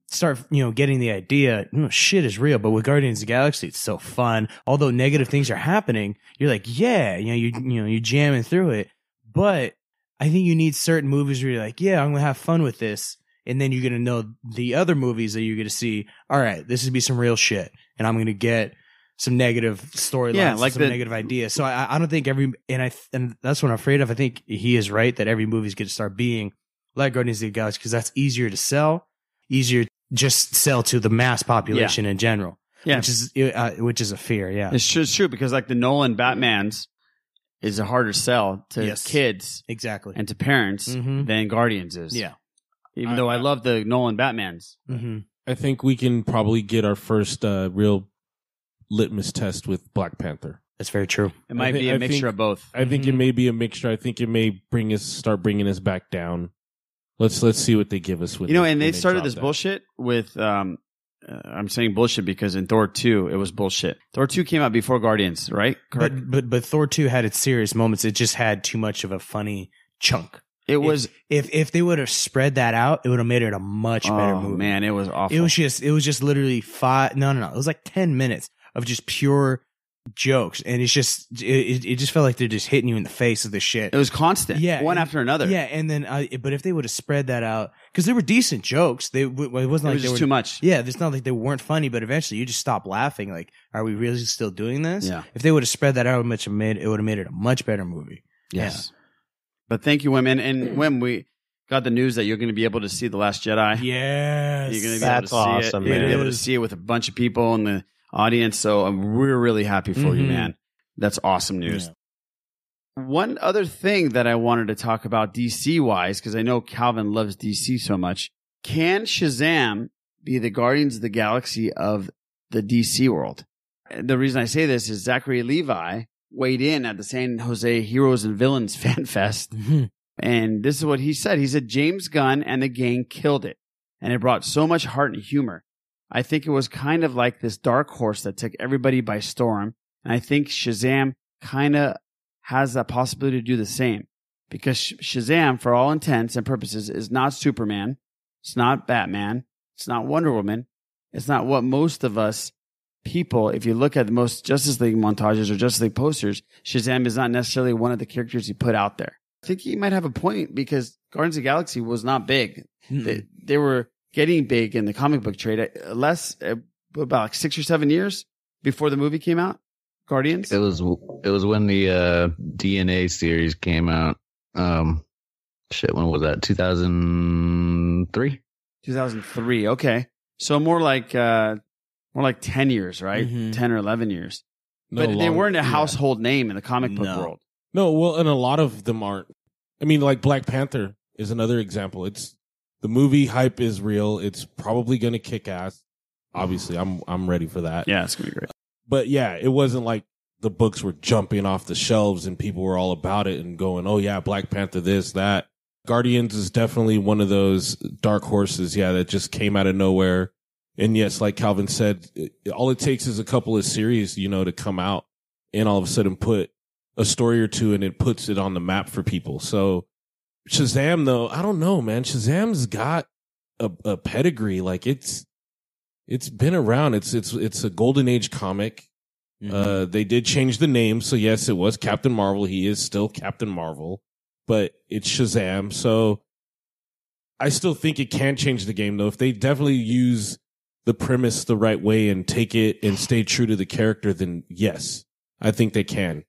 Speaker 6: start, you know, getting the idea, you know, shit is real. But with Guardians of the Galaxy, it's so fun. Although negative things are happening, you're like, yeah, you know, you you know, you're jamming through it. But I think you need certain movies where you're like, yeah, I'm gonna have fun with this. And then you're gonna know the other movies that you're gonna see, all right, this is gonna be some real shit. And I'm gonna get some negative storylines,
Speaker 8: Yeah,
Speaker 6: like
Speaker 8: like
Speaker 6: some
Speaker 8: the-
Speaker 6: negative ideas. So I, I don't think every and I and that's what I'm afraid of. I think he is right that every movie's going to start being like Guardians of the Galaxy because that's easier to sell, easier to just sell to the mass population in general.
Speaker 8: Yeah.
Speaker 6: which is uh, which is a fear. Yeah,
Speaker 8: It's true, it's true because like the Nolan Batman's is a harder sell to
Speaker 6: Yes.
Speaker 8: kids
Speaker 6: exactly
Speaker 8: and to parents
Speaker 6: Mhm.
Speaker 8: than Guardians is.
Speaker 6: Yeah.
Speaker 8: Even though Mm-hmm. I love the Nolan Batman's.
Speaker 6: Mhm.
Speaker 9: I think we can probably get our first uh, real litmus test with Black Panther.
Speaker 6: That's very true.
Speaker 8: It might be
Speaker 9: a
Speaker 8: a mixture of both.
Speaker 9: I think it may be a mixture. I think it may bring us start bringing us back down. Let's let's see what they give us with
Speaker 8: you know,
Speaker 9: it
Speaker 8: and
Speaker 9: when
Speaker 8: they started
Speaker 9: drop
Speaker 8: this
Speaker 9: that.
Speaker 8: bullshit with um uh, I'm saying bullshit because in Thor 2 it was bullshit. Thor 2 came out before Guardians, right? Correct.
Speaker 6: but but but Thor two had its serious moments. It just had too much of a funny chunk.
Speaker 8: It was
Speaker 6: if if, they would have spread that out, it would have made it a much better
Speaker 8: Oh,
Speaker 6: movie.
Speaker 8: man, it was awful.
Speaker 6: It was just it was just literally five. No, no, no. It was like ten minutes of just pure jokes, and it's just it, it, it just felt like they're just hitting you in the face of this shit.
Speaker 8: It was constant.
Speaker 6: Yeah,
Speaker 8: One
Speaker 6: and-
Speaker 8: after another.
Speaker 6: Yeah, and then I. But if they would have spread that out, because there were decent jokes, they w- it
Speaker 8: It
Speaker 6: wasn't like
Speaker 8: was
Speaker 6: they
Speaker 8: just
Speaker 6: were,
Speaker 8: too much.
Speaker 6: Yeah, it's not like they weren't funny, but eventually you just stop laughing. Like, are we really still doing this?
Speaker 8: Yeah.
Speaker 6: If they would have spread that out, much made it would have made it a much better movie.
Speaker 8: Yes. But thank you, women. And Wim, we got the news that you're going to be able to see The Last Jedi.
Speaker 6: Yes.
Speaker 8: You're going to be
Speaker 10: That's
Speaker 8: able to see
Speaker 10: awesome,
Speaker 8: it. You're going to
Speaker 10: man.
Speaker 8: be able to see it with a bunch of people in the audience. So um, we're really happy for you,
Speaker 10: Mhm.
Speaker 8: man. That's awesome news. One other thing that I wanted to talk about DC wise, because I know Calvin loves DC so much. Can Shazam be the Guardians of the Galaxy of the DC world? And The reason I say this is Zachary Levi weighed in at the San Jose Heroes and Villains Fan Fest.
Speaker 6: Mm-hmm.
Speaker 8: And this is what he said. He said, James Gunn and the gang killed it. And it brought so much heart and humor. I think it was kind of like this dark horse that took everybody by storm. And I think Shazam kind of has that possibility to do the same because Sh- Shazam, for all intents and purposes, is not Superman. It's not Batman. It's not Wonder Woman. It's not what most of us people, if you look at the most Justice League montages or Justice League posters, Shazam is not necessarily one of the characters he put out there. I think he might have a point because Guardians of the Galaxy was not big.
Speaker 6: Mm-hmm.
Speaker 9: Hmm.
Speaker 8: They, they were getting big in the comic book trade uh, less uh, about like six or seven years before the movie came out. Guardians.
Speaker 11: It was it was when the uh, DNA series came out. Um, shit, when was that? Two thousand three.
Speaker 8: 2003. Okay. So more like uh more like 10 years, right? 10 or 11 years.
Speaker 9: Mm-hmm. No,
Speaker 8: but they
Speaker 9: long-
Speaker 8: weren't a
Speaker 9: yeah.
Speaker 8: household name in the comic book world.
Speaker 9: No, well, and a lot of them aren't. I mean, like Black Panther is another example. It's the movie hype is real. It's probably going to kick ass. Obviously, I'm I'm ready for that.
Speaker 8: Yeah, it's gonna be great.
Speaker 9: But yeah, it wasn't like the books were jumping off the shelves and people were all about it and going, "Oh yeah, Black Panther this, that." Guardians is definitely one of those dark horses, yeah, that just came out of nowhere. And yes, like Calvin said, it, all it takes is a couple of series, you know, to come out and all of a sudden put a story or two and it puts it on the map for people. So Shazam though, I don't know, man. Shazam's got a, a pedigree. Like it's it's been around. It's it's it's a golden age comic.
Speaker 6: Mm-hmm.
Speaker 9: Uh they did change the name, so yes, it was Captain Marvel. He is still Captain Marvel, but it's Shazam. So I still think it can change the game though. If they definitely use the premise the right way and take it and stay true to the character, then yes, I think they can.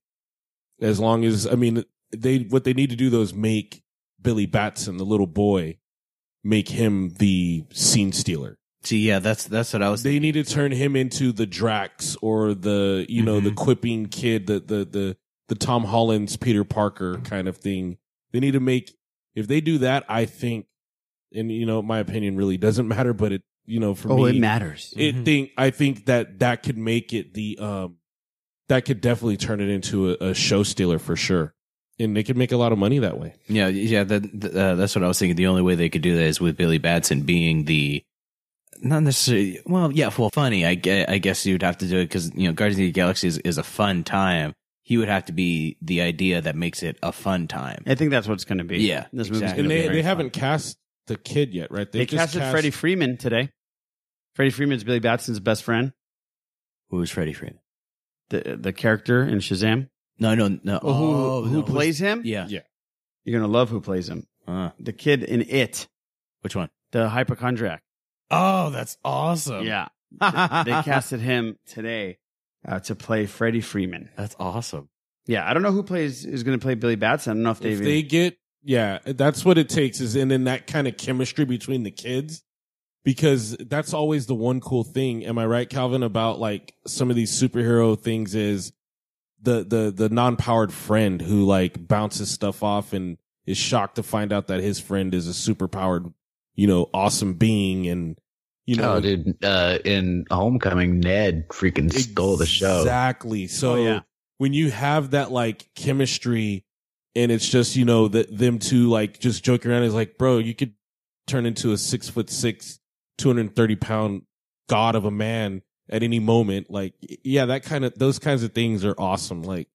Speaker 9: As long as I mean they what they need to do though is make Billy Batson, the little boy, make him the scene stealer.
Speaker 6: See, yeah, that's that's what I was.
Speaker 9: They need to turn him into the Drax or the you know
Speaker 8: Mm-hmm.
Speaker 9: the quipping kid, the the the the Tom Holland's Peter Parker kind of thing. They need to make if they do that, I think, and you know my opinion really doesn't matter, but it you know for
Speaker 8: Oh,
Speaker 9: me
Speaker 8: it matters.
Speaker 9: It
Speaker 8: Mhm.
Speaker 9: think I think that that could make it the um that could definitely turn it into a, a show stealer for sure, and they could make a lot of money that way.
Speaker 6: Yeah, yeah, that, th- uh, that's what I was thinking. The only way they could do that is with Billy Batson being the not necessarily well, yeah, well, funny. I guess, I guess you'd have to do it because you know Guardians of the Galaxy is, is a fun time. He would have to be the idea that makes it a fun time.
Speaker 8: I think that's what it's going to be.
Speaker 6: Yeah,
Speaker 8: This movie's
Speaker 6: exactly.
Speaker 9: And
Speaker 8: gonna be
Speaker 9: they
Speaker 8: very
Speaker 9: they haven't cast the kid yet, right?
Speaker 8: They, casted Freddie Freeman today. Freddie Freeman's Billy Batson's best friend.
Speaker 6: Who is Freddie Freeman?
Speaker 8: The the character in Shazam.
Speaker 6: No, no, no.
Speaker 8: Oh, who who
Speaker 6: no,
Speaker 8: plays him?
Speaker 6: Yeah.
Speaker 9: Yeah.
Speaker 8: You're gonna love who plays him.
Speaker 6: Uh,
Speaker 8: The kid in It,
Speaker 6: which one?
Speaker 8: the hypochondriac.
Speaker 6: Oh, that's awesome.
Speaker 8: Yeah. they casted him today uh, to play Freddie Freeman.
Speaker 6: That's awesome.
Speaker 8: Yeah, I don't know who plays is going to play Billy Batson. I don't know if they
Speaker 9: If
Speaker 8: even-
Speaker 9: they get, yeah, that's what it takes is, and then that kind of chemistry between the kids, because that's always the one cool thing. Am I right, Calvin? About like some of these superhero things is the the the non powered friend who like bounces stuff off and is shocked to find out that his friend is a super powered, you know, awesome being, and you know,
Speaker 11: oh, dude, uh, in Homecoming, Ned freaking stole the show.
Speaker 9: Exactly. So
Speaker 11: Oh, yeah.
Speaker 9: when you have that like chemistry and it's just, you know, that them two like just joke around is like, bro, you could turn into a six foot six, 230 pound god of a man at any moment. Like, yeah, that kind of, those kinds of things are awesome. Like,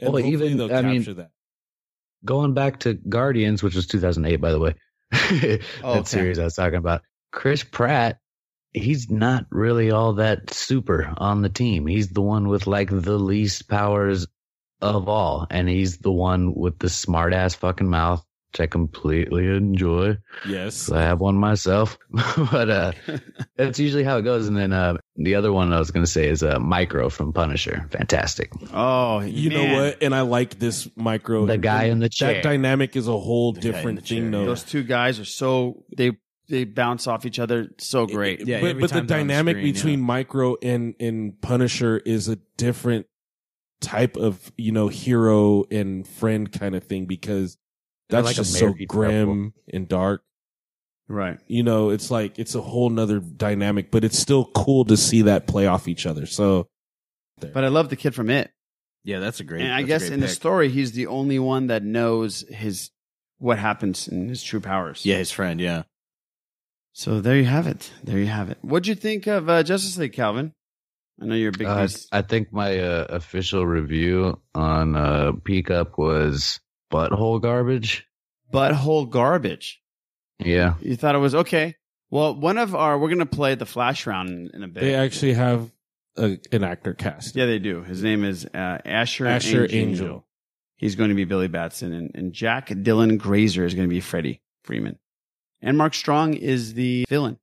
Speaker 9: and
Speaker 11: Well,
Speaker 9: hopefully
Speaker 11: even-
Speaker 9: they'll
Speaker 11: I mean-
Speaker 9: capture that.
Speaker 11: Going back to Guardians, which was 2008, by the way, that
Speaker 8: okay.
Speaker 11: series I was talking about. Chris Pratt, he's not really all that super on the team. He's the one with like the least powers of all, and he's the one with the smart ass fucking mouth, which I completely enjoy.
Speaker 9: Yes.
Speaker 11: I have one myself, but uh, that's usually how it goes. And then uh, the other one I was going to say is uh, Micro from Punisher. Fantastic.
Speaker 8: Oh,
Speaker 9: you
Speaker 11: man.
Speaker 9: know what? And I like this micro.
Speaker 11: The guy in the chair.
Speaker 9: That dynamic is a whole
Speaker 11: guy in
Speaker 9: different
Speaker 11: the
Speaker 9: thing, though.
Speaker 8: Those two guys are so they they bounce off each other so great.
Speaker 6: yeah,
Speaker 9: but, but the dynamic between micro and and punisher is a different type of you know hero and friend kind of thing because
Speaker 11: They're
Speaker 9: that's
Speaker 11: like a
Speaker 9: just so
Speaker 11: married
Speaker 9: grim and dark
Speaker 8: right
Speaker 9: you know it's like it's a whole nother dynamic but it's still cool to see that play off each other so
Speaker 8: But I love the kid from It.
Speaker 6: Yeah, that's a great.
Speaker 8: and I
Speaker 6: that's a
Speaker 8: guess
Speaker 6: great
Speaker 8: in the
Speaker 6: pick.
Speaker 8: story, he's the only one that knows his what happens and his true powers.
Speaker 6: Yeah, his friend. Yeah.
Speaker 8: So there you have it. There you have it. What'd you think of uh, Justice League, Calvin? I know you're a big.
Speaker 11: Uh,
Speaker 8: Beast.
Speaker 11: I think my uh, official review on uh, Peak Up was butthole garbage.
Speaker 8: Butthole garbage.
Speaker 11: Yeah.
Speaker 8: You thought it was okay. Well, one of our we're gonna play the flash round in, in a bit.
Speaker 9: they actually have a, an actor cast
Speaker 8: yeah, they do. His name is uh, Asher
Speaker 9: Asher
Speaker 8: Angel.
Speaker 9: Angel.
Speaker 8: He's going to be Billy Batson, and, and Jack Dylan Grazer is going to be Freddie Freeman, and Mark Strong is the villain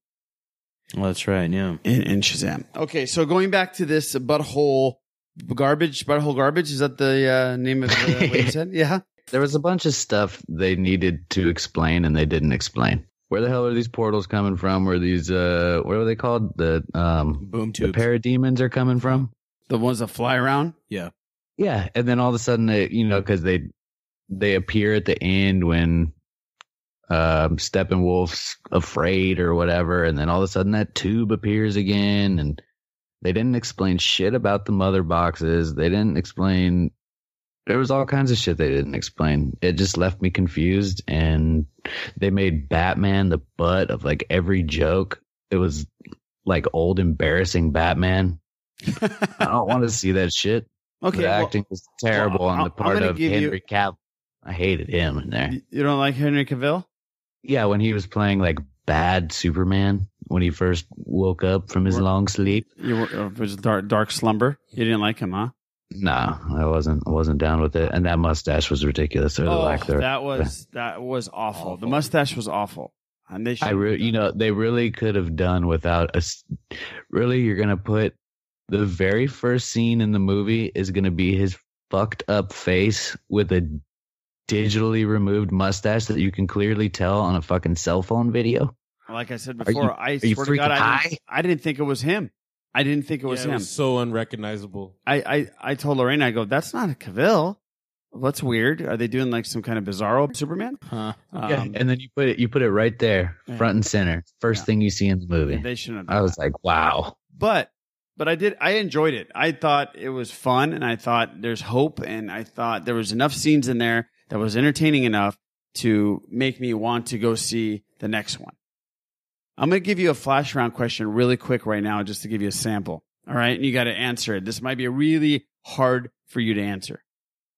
Speaker 6: Well, that's right. Yeah.
Speaker 8: in, in Shazam. Okay, so going back to this butthole garbage, butthole garbage is that the uh, name of the, what you said? Yeah.
Speaker 11: There was a bunch of stuff they needed to explain and they didn't explain. Where the hell are these portals coming from? Where these uh what are they called? The um
Speaker 6: boom
Speaker 11: tubes. The parademons are coming from?
Speaker 8: The ones that fly around?
Speaker 6: Yeah.
Speaker 11: Yeah, and then all of a sudden they, you know, cuz they they appear at the end when um Steppenwolf's afraid or whatever and then all of a sudden that tube appears again and they didn't explain shit about the mother boxes. They didn't explain there was all kinds of shit they didn't explain. It just left me confused and they made Batman the butt of like every joke. It was like old embarrassing Batman. I don't want to see that shit.
Speaker 8: Okay,
Speaker 11: The
Speaker 8: well-
Speaker 11: acting was terrible
Speaker 8: well, I-
Speaker 11: on
Speaker 8: I'm
Speaker 11: the part
Speaker 8: gonna
Speaker 11: of
Speaker 8: give you-
Speaker 11: Henry Cavill. I hated him in there.
Speaker 8: You don't like Henry Cavill?
Speaker 11: Yeah, when he was playing like bad Superman when he first woke up from his long sleep.
Speaker 8: You were, uh, it was dark, dark slumber. You didn't like him, huh?
Speaker 11: No, I wasn't. I wasn't down with it. And that mustache was ridiculous. Or the lack thereof.
Speaker 8: Oh, that was that was awful. The mustache was awful, and they
Speaker 11: I
Speaker 8: should.
Speaker 11: re- you know they really could have done without a. s- Really, you're gonna put the very first scene in the movie is gonna be his fucked up face with a digitally removed mustache that you can clearly tell on a fucking cell phone video.
Speaker 8: like I said
Speaker 11: Are
Speaker 8: before,
Speaker 11: you-
Speaker 8: I
Speaker 11: are you
Speaker 8: swear to God,
Speaker 11: freaking
Speaker 8: I didn't, I didn't think it was him. I didn't think it was
Speaker 9: Yeah,
Speaker 8: him.
Speaker 9: so unrecognizable
Speaker 8: I, I I told Lorena, I go, that's not a Cavill. That's weird. Are they doing like some kind of bizarro Superman?
Speaker 6: Huh.
Speaker 11: yeah,
Speaker 8: Um,
Speaker 11: and then you put it you put it right there,
Speaker 8: Yeah.
Speaker 11: front and center, first thing you see in the movie.
Speaker 8: They shouldn't have done
Speaker 11: I was like, wow.
Speaker 8: but but I did I enjoyed it. I thought it was fun and I thought there's hope and I thought there was enough scenes in there that was entertaining enough to make me want to go see the next one. I'm going to give you a flash round question really quick right now just to give you a sample. All right, and you got to answer it. This might be really hard for you to answer.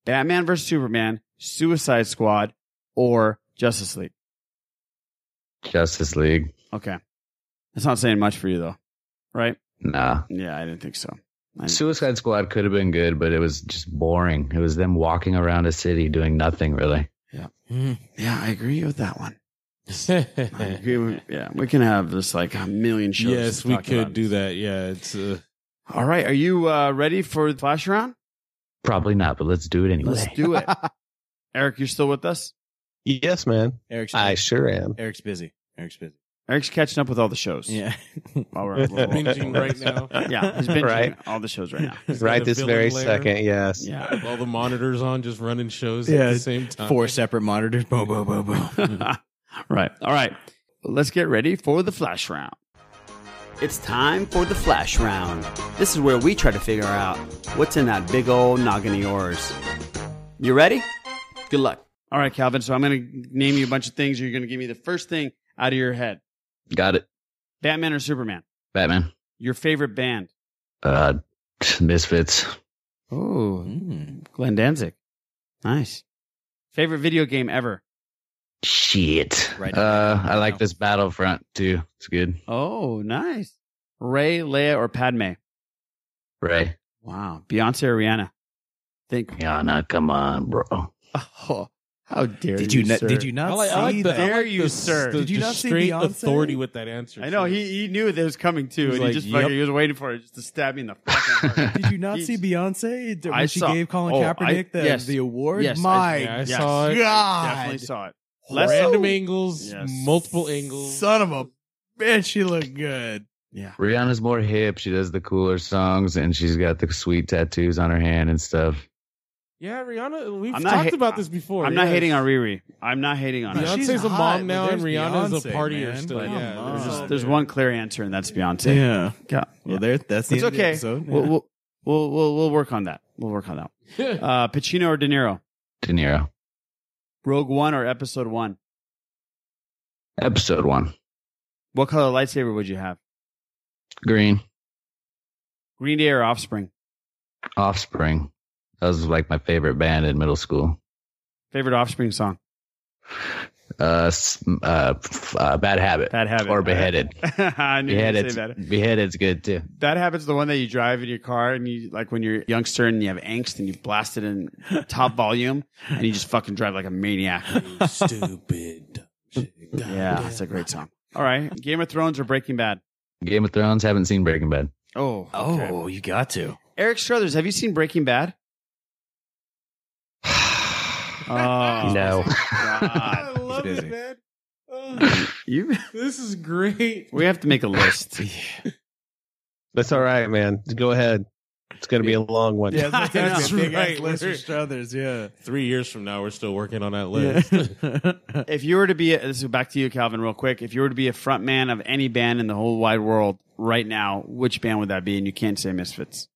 Speaker 8: Batman versus Superman, Suicide Squad, or Justice League.
Speaker 11: Justice League.
Speaker 8: Okay. That's not saying much for you though. right?
Speaker 11: Nah.
Speaker 8: Yeah, I didn't think so.
Speaker 11: Suicide Squad could have been good, but it was just boring. It was them walking around a city doing nothing really.
Speaker 8: Yeah. Yeah, I agree with that one. I agree with- yeah, we can have this like a million shows.
Speaker 9: Yes,
Speaker 8: to
Speaker 9: we
Speaker 8: talk
Speaker 9: could
Speaker 8: about.
Speaker 9: do that. Yeah, it's uh,
Speaker 8: All right, are you uh, ready for the flash round?
Speaker 11: Probably not, but let's do it anyway.
Speaker 8: Let's do it. Eric, you're still with us?
Speaker 10: Yes, man.
Speaker 6: Eric's
Speaker 10: I sure am.
Speaker 6: Eric's busy. Eric's busy.
Speaker 8: Eric's catching up with all the shows.
Speaker 6: Yeah.
Speaker 8: While we're, we're- we're-
Speaker 9: Binging right now.
Speaker 8: Yeah, he's binging
Speaker 10: Right.
Speaker 8: all the shows right now.
Speaker 9: He's
Speaker 10: Right
Speaker 9: got a
Speaker 10: this
Speaker 9: billing
Speaker 10: very
Speaker 9: layer.
Speaker 10: second, yes.
Speaker 8: Yeah.
Speaker 9: All the monitors on, just running shows at
Speaker 6: Yeah,
Speaker 9: the same time.
Speaker 6: Four separate monitors. Bo bo bo bo.
Speaker 8: right. All right. Let's get ready for the flash round. It's time for the flash round. This is where we try to figure out what's in that big old noggin of yours. You ready? Good luck. All right, Calvin. So I'm going to name you a bunch of things. You're going to give me the first thing out of your head
Speaker 11: Got it.
Speaker 8: Batman or Superman?
Speaker 11: Batman.
Speaker 8: Your favorite band?
Speaker 11: Uh Misfits.
Speaker 8: Oh, Glenn Danzig. Nice. Favorite video game ever?
Speaker 11: Shit.
Speaker 8: Right.
Speaker 11: Uh I like this Battlefront too. It's good.
Speaker 8: Oh, nice. Ray, Leia, or Padme?
Speaker 11: Ray.
Speaker 8: Wow. Beyonce or Rihanna? Think.
Speaker 11: Rihanna, come on, bro.
Speaker 8: Oh, how dare
Speaker 6: Did you
Speaker 8: you
Speaker 6: not-
Speaker 8: sir.
Speaker 6: did you not I like- I like see the- the- I like
Speaker 8: dare you,
Speaker 6: the-
Speaker 8: sir?
Speaker 6: the- Did you
Speaker 9: Just
Speaker 6: not see
Speaker 9: straight
Speaker 6: Beyonce?
Speaker 9: authority with that answer?
Speaker 8: I know he he knew that it was coming too,
Speaker 9: He's
Speaker 8: and
Speaker 9: like,
Speaker 8: he just
Speaker 9: "Yep."
Speaker 8: fucking he was waiting for it just to stab me in the fucking heart.
Speaker 6: Did you not see Beyonce when
Speaker 8: I
Speaker 6: she
Speaker 8: saw-
Speaker 6: gave Colin
Speaker 8: oh, I-
Speaker 6: Kaepernick the,
Speaker 8: yes.
Speaker 6: the award?
Speaker 8: Yes, I-
Speaker 6: My
Speaker 8: yeah, I
Speaker 6: God.
Speaker 8: saw it. I definitely saw it. Less-
Speaker 9: Random
Speaker 8: Ooh.
Speaker 9: angles,
Speaker 8: Yes.
Speaker 9: multiple angles.
Speaker 6: Son of a bitch, she looked good.
Speaker 11: Rihanna's more hip. She does the cooler songs and she's got the sweet tattoos on her hand and stuff.
Speaker 9: Yeah, Rihanna. We've
Speaker 8: I'm not
Speaker 9: talked
Speaker 8: ha-
Speaker 9: about this before.
Speaker 8: I'm not
Speaker 9: yes.
Speaker 8: hating on Riri. I'm not hating on her.
Speaker 9: Beyonce's
Speaker 6: She's
Speaker 9: a mom
Speaker 6: hot, but
Speaker 9: now, and
Speaker 6: there's
Speaker 9: Rihanna's a
Speaker 6: Beyonce,
Speaker 9: partier
Speaker 6: man.
Speaker 9: still.
Speaker 6: Come
Speaker 9: yeah,
Speaker 6: on.
Speaker 9: there's just-
Speaker 8: There's one clear answer, and that's Beyonce.
Speaker 6: Yeah.
Speaker 8: Yeah.
Speaker 6: Well, there, that's the
Speaker 8: it's
Speaker 6: end of the
Speaker 8: okay.
Speaker 6: episode.
Speaker 8: We'll,
Speaker 6: Yeah.
Speaker 8: we'll we'll we'll we'll work on that. We'll work on that. Uh, Pacino or De Niro?
Speaker 11: De Niro.
Speaker 8: Rogue One or Episode One?
Speaker 11: Episode one.
Speaker 8: What color lightsaber would you have?
Speaker 11: Green.
Speaker 8: Green Day or Offspring?
Speaker 11: Offspring. That was like my favorite band in middle school.
Speaker 8: Favorite Offspring song?
Speaker 11: Uh, s- uh, f- uh bad habit.
Speaker 8: Bad Habit.
Speaker 11: Or beheaded.
Speaker 8: I knew you were gonna
Speaker 11: Beheaded's,
Speaker 8: say that.
Speaker 11: beheaded's good too.
Speaker 8: Bad Habit's the one that you drive in your car and you like when you're a youngster and you have angst and you blast it in top volume and you just fucking drive like a maniac.
Speaker 9: Stupid.
Speaker 8: Yeah, it's a great song. All right, Game of Thrones or Breaking Bad?
Speaker 11: Game of Thrones. Haven't seen Breaking Bad.
Speaker 8: Oh,
Speaker 6: Oh, you got to.
Speaker 8: Eric Struthers, have you seen Breaking Bad? oh
Speaker 11: no.
Speaker 8: God.
Speaker 9: I love
Speaker 6: He's
Speaker 9: it,
Speaker 6: busy.
Speaker 9: man. Oh,
Speaker 8: You,
Speaker 9: this is great.
Speaker 8: we have to make a list.
Speaker 10: That's all right, man. Go ahead. It's going to be a long one.
Speaker 6: Yeah,
Speaker 8: that's- that's
Speaker 9: a big-ass list of
Speaker 6: Struthers. Yeah.
Speaker 9: Three years from now, we're still working on that list.
Speaker 8: If you were to be, a, this is back to you, Calvin, real quick. If you were to be a front man of any band in the whole wide world right now, which band would that be? And you can't say Misfits.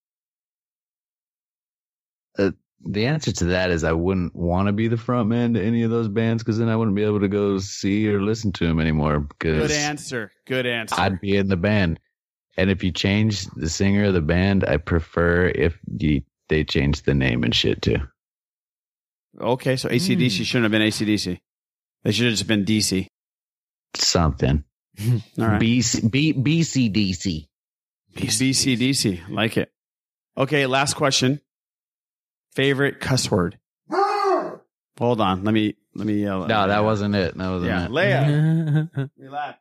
Speaker 11: The answer to that is I wouldn't want to be the front man to any of those bands because then I wouldn't be able to go see or listen to them anymore
Speaker 8: Good
Speaker 11: because
Speaker 8: answer. Good answer.
Speaker 11: I'd be in the band. And if you change the singer of the band, I prefer if you, they change the name and shit too.
Speaker 8: Okay, so ACDC shouldn't have been ACDC. They should have just been DC.
Speaker 11: Something.
Speaker 8: All right.
Speaker 11: BC, B, BCDC.
Speaker 8: BCDC. Like it. Okay, last question. Favorite cuss word? Hold on. Let me, let me uh, yell.
Speaker 11: No, that wasn't it. That wasn't
Speaker 8: Yeah.
Speaker 11: it.
Speaker 8: Leia, relax.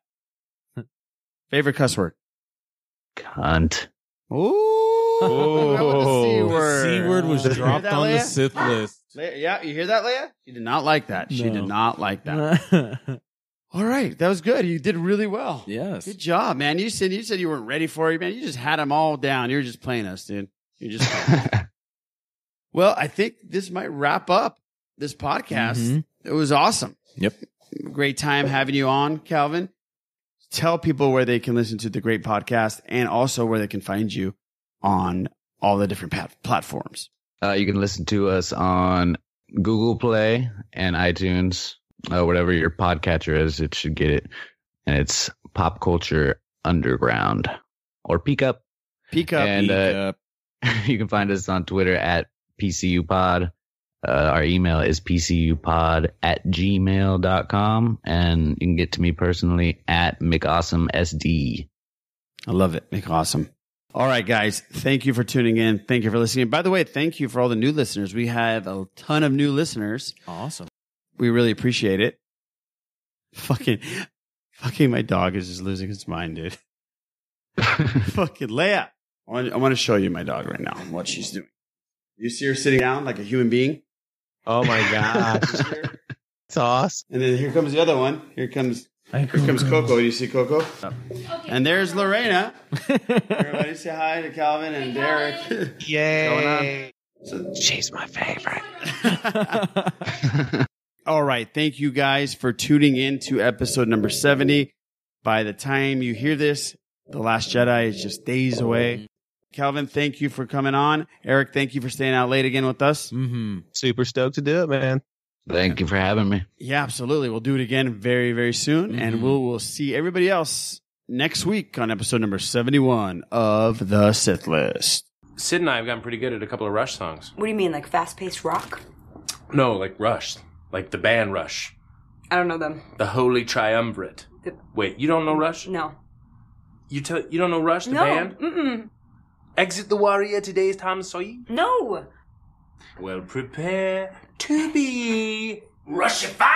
Speaker 8: Favorite cuss word?
Speaker 11: Cunt.
Speaker 8: Ooh. that was the C
Speaker 9: Oh,
Speaker 8: word.
Speaker 9: the C word was
Speaker 8: You hear
Speaker 9: dropped
Speaker 8: that,
Speaker 9: on the
Speaker 8: Leia?
Speaker 9: Sith list.
Speaker 8: Leia- Yeah, you hear that, Leia? She did not like that. She
Speaker 6: No.
Speaker 8: did not like that. All right, that was good. You did really well.
Speaker 6: yes.
Speaker 8: Good job, man. You said you said you weren't ready for it, man. You just had them all down. You were just playing us, dude. You just well, I think this might wrap up this podcast.
Speaker 6: Mhm.
Speaker 8: It was awesome.
Speaker 6: Yep.
Speaker 8: Great time having you on, Calvin. Tell people where they can listen to the great podcast and also where they can find you on all the different pat- platforms.
Speaker 11: Uh, you can listen to us on Google Play and iTunes, uh, whatever your podcatcher is, it should get it. And it's Pop Culture Underground or Peek Up.
Speaker 8: Peek up.
Speaker 11: And uh, you can find us on Twitter at PCU Pod. Uh, our email is pcupod at E. gmail.com. And you can get to me personally at McAwesomeSD.
Speaker 8: I love it. Nick, awesome. All right, guys. Thank you for tuning in. Thank you for listening. By the way, thank you for all the new listeners. We have a ton of new listeners.
Speaker 20: Awesome.
Speaker 8: We really appreciate it. Fucking, fucking, my dog is just losing his mind, dude. fucking Leia. I want, I want to show you my dog right now. What she's doing. You see her sitting down like a human being.
Speaker 10: Oh my god, it's awesome.
Speaker 8: And then here comes the other one. Here comes here comes Coco. You see Coco? And there's Lorena. Everybody say hi to Calvin and Derek.
Speaker 10: Yay!
Speaker 8: So-
Speaker 10: She's my favorite.
Speaker 8: All right. Thank you guys for tuning in to episode number 70. By the time you hear this, The Last Jedi is just days away. Calvin, thank you for coming on. Eric, thank you for staying out late again with us.
Speaker 20: Mm-hmm.
Speaker 10: Super stoked to do it, man.
Speaker 11: Thank you for having me.
Speaker 8: Yeah, absolutely. We'll do it again very, very soon. And we'll, we'll see everybody else next week on episode number 71 of The Sith List.
Speaker 1: Sid and I have gotten pretty good at a couple of Rush songs.
Speaker 6: What do you mean, like fast paced rock?
Speaker 1: No, like Rush, like the band Rush,
Speaker 6: I don't know them.
Speaker 1: the Holy Triumvirate.
Speaker 6: The-
Speaker 1: Wait, you don't know Rush?
Speaker 6: No.
Speaker 1: You tell you don't know Rush, the
Speaker 6: no.
Speaker 1: band?
Speaker 6: Mm-mm.
Speaker 1: Exit the Warrior. Today's Tom Sawyer.
Speaker 6: No.
Speaker 1: Well, prepare to be Russified.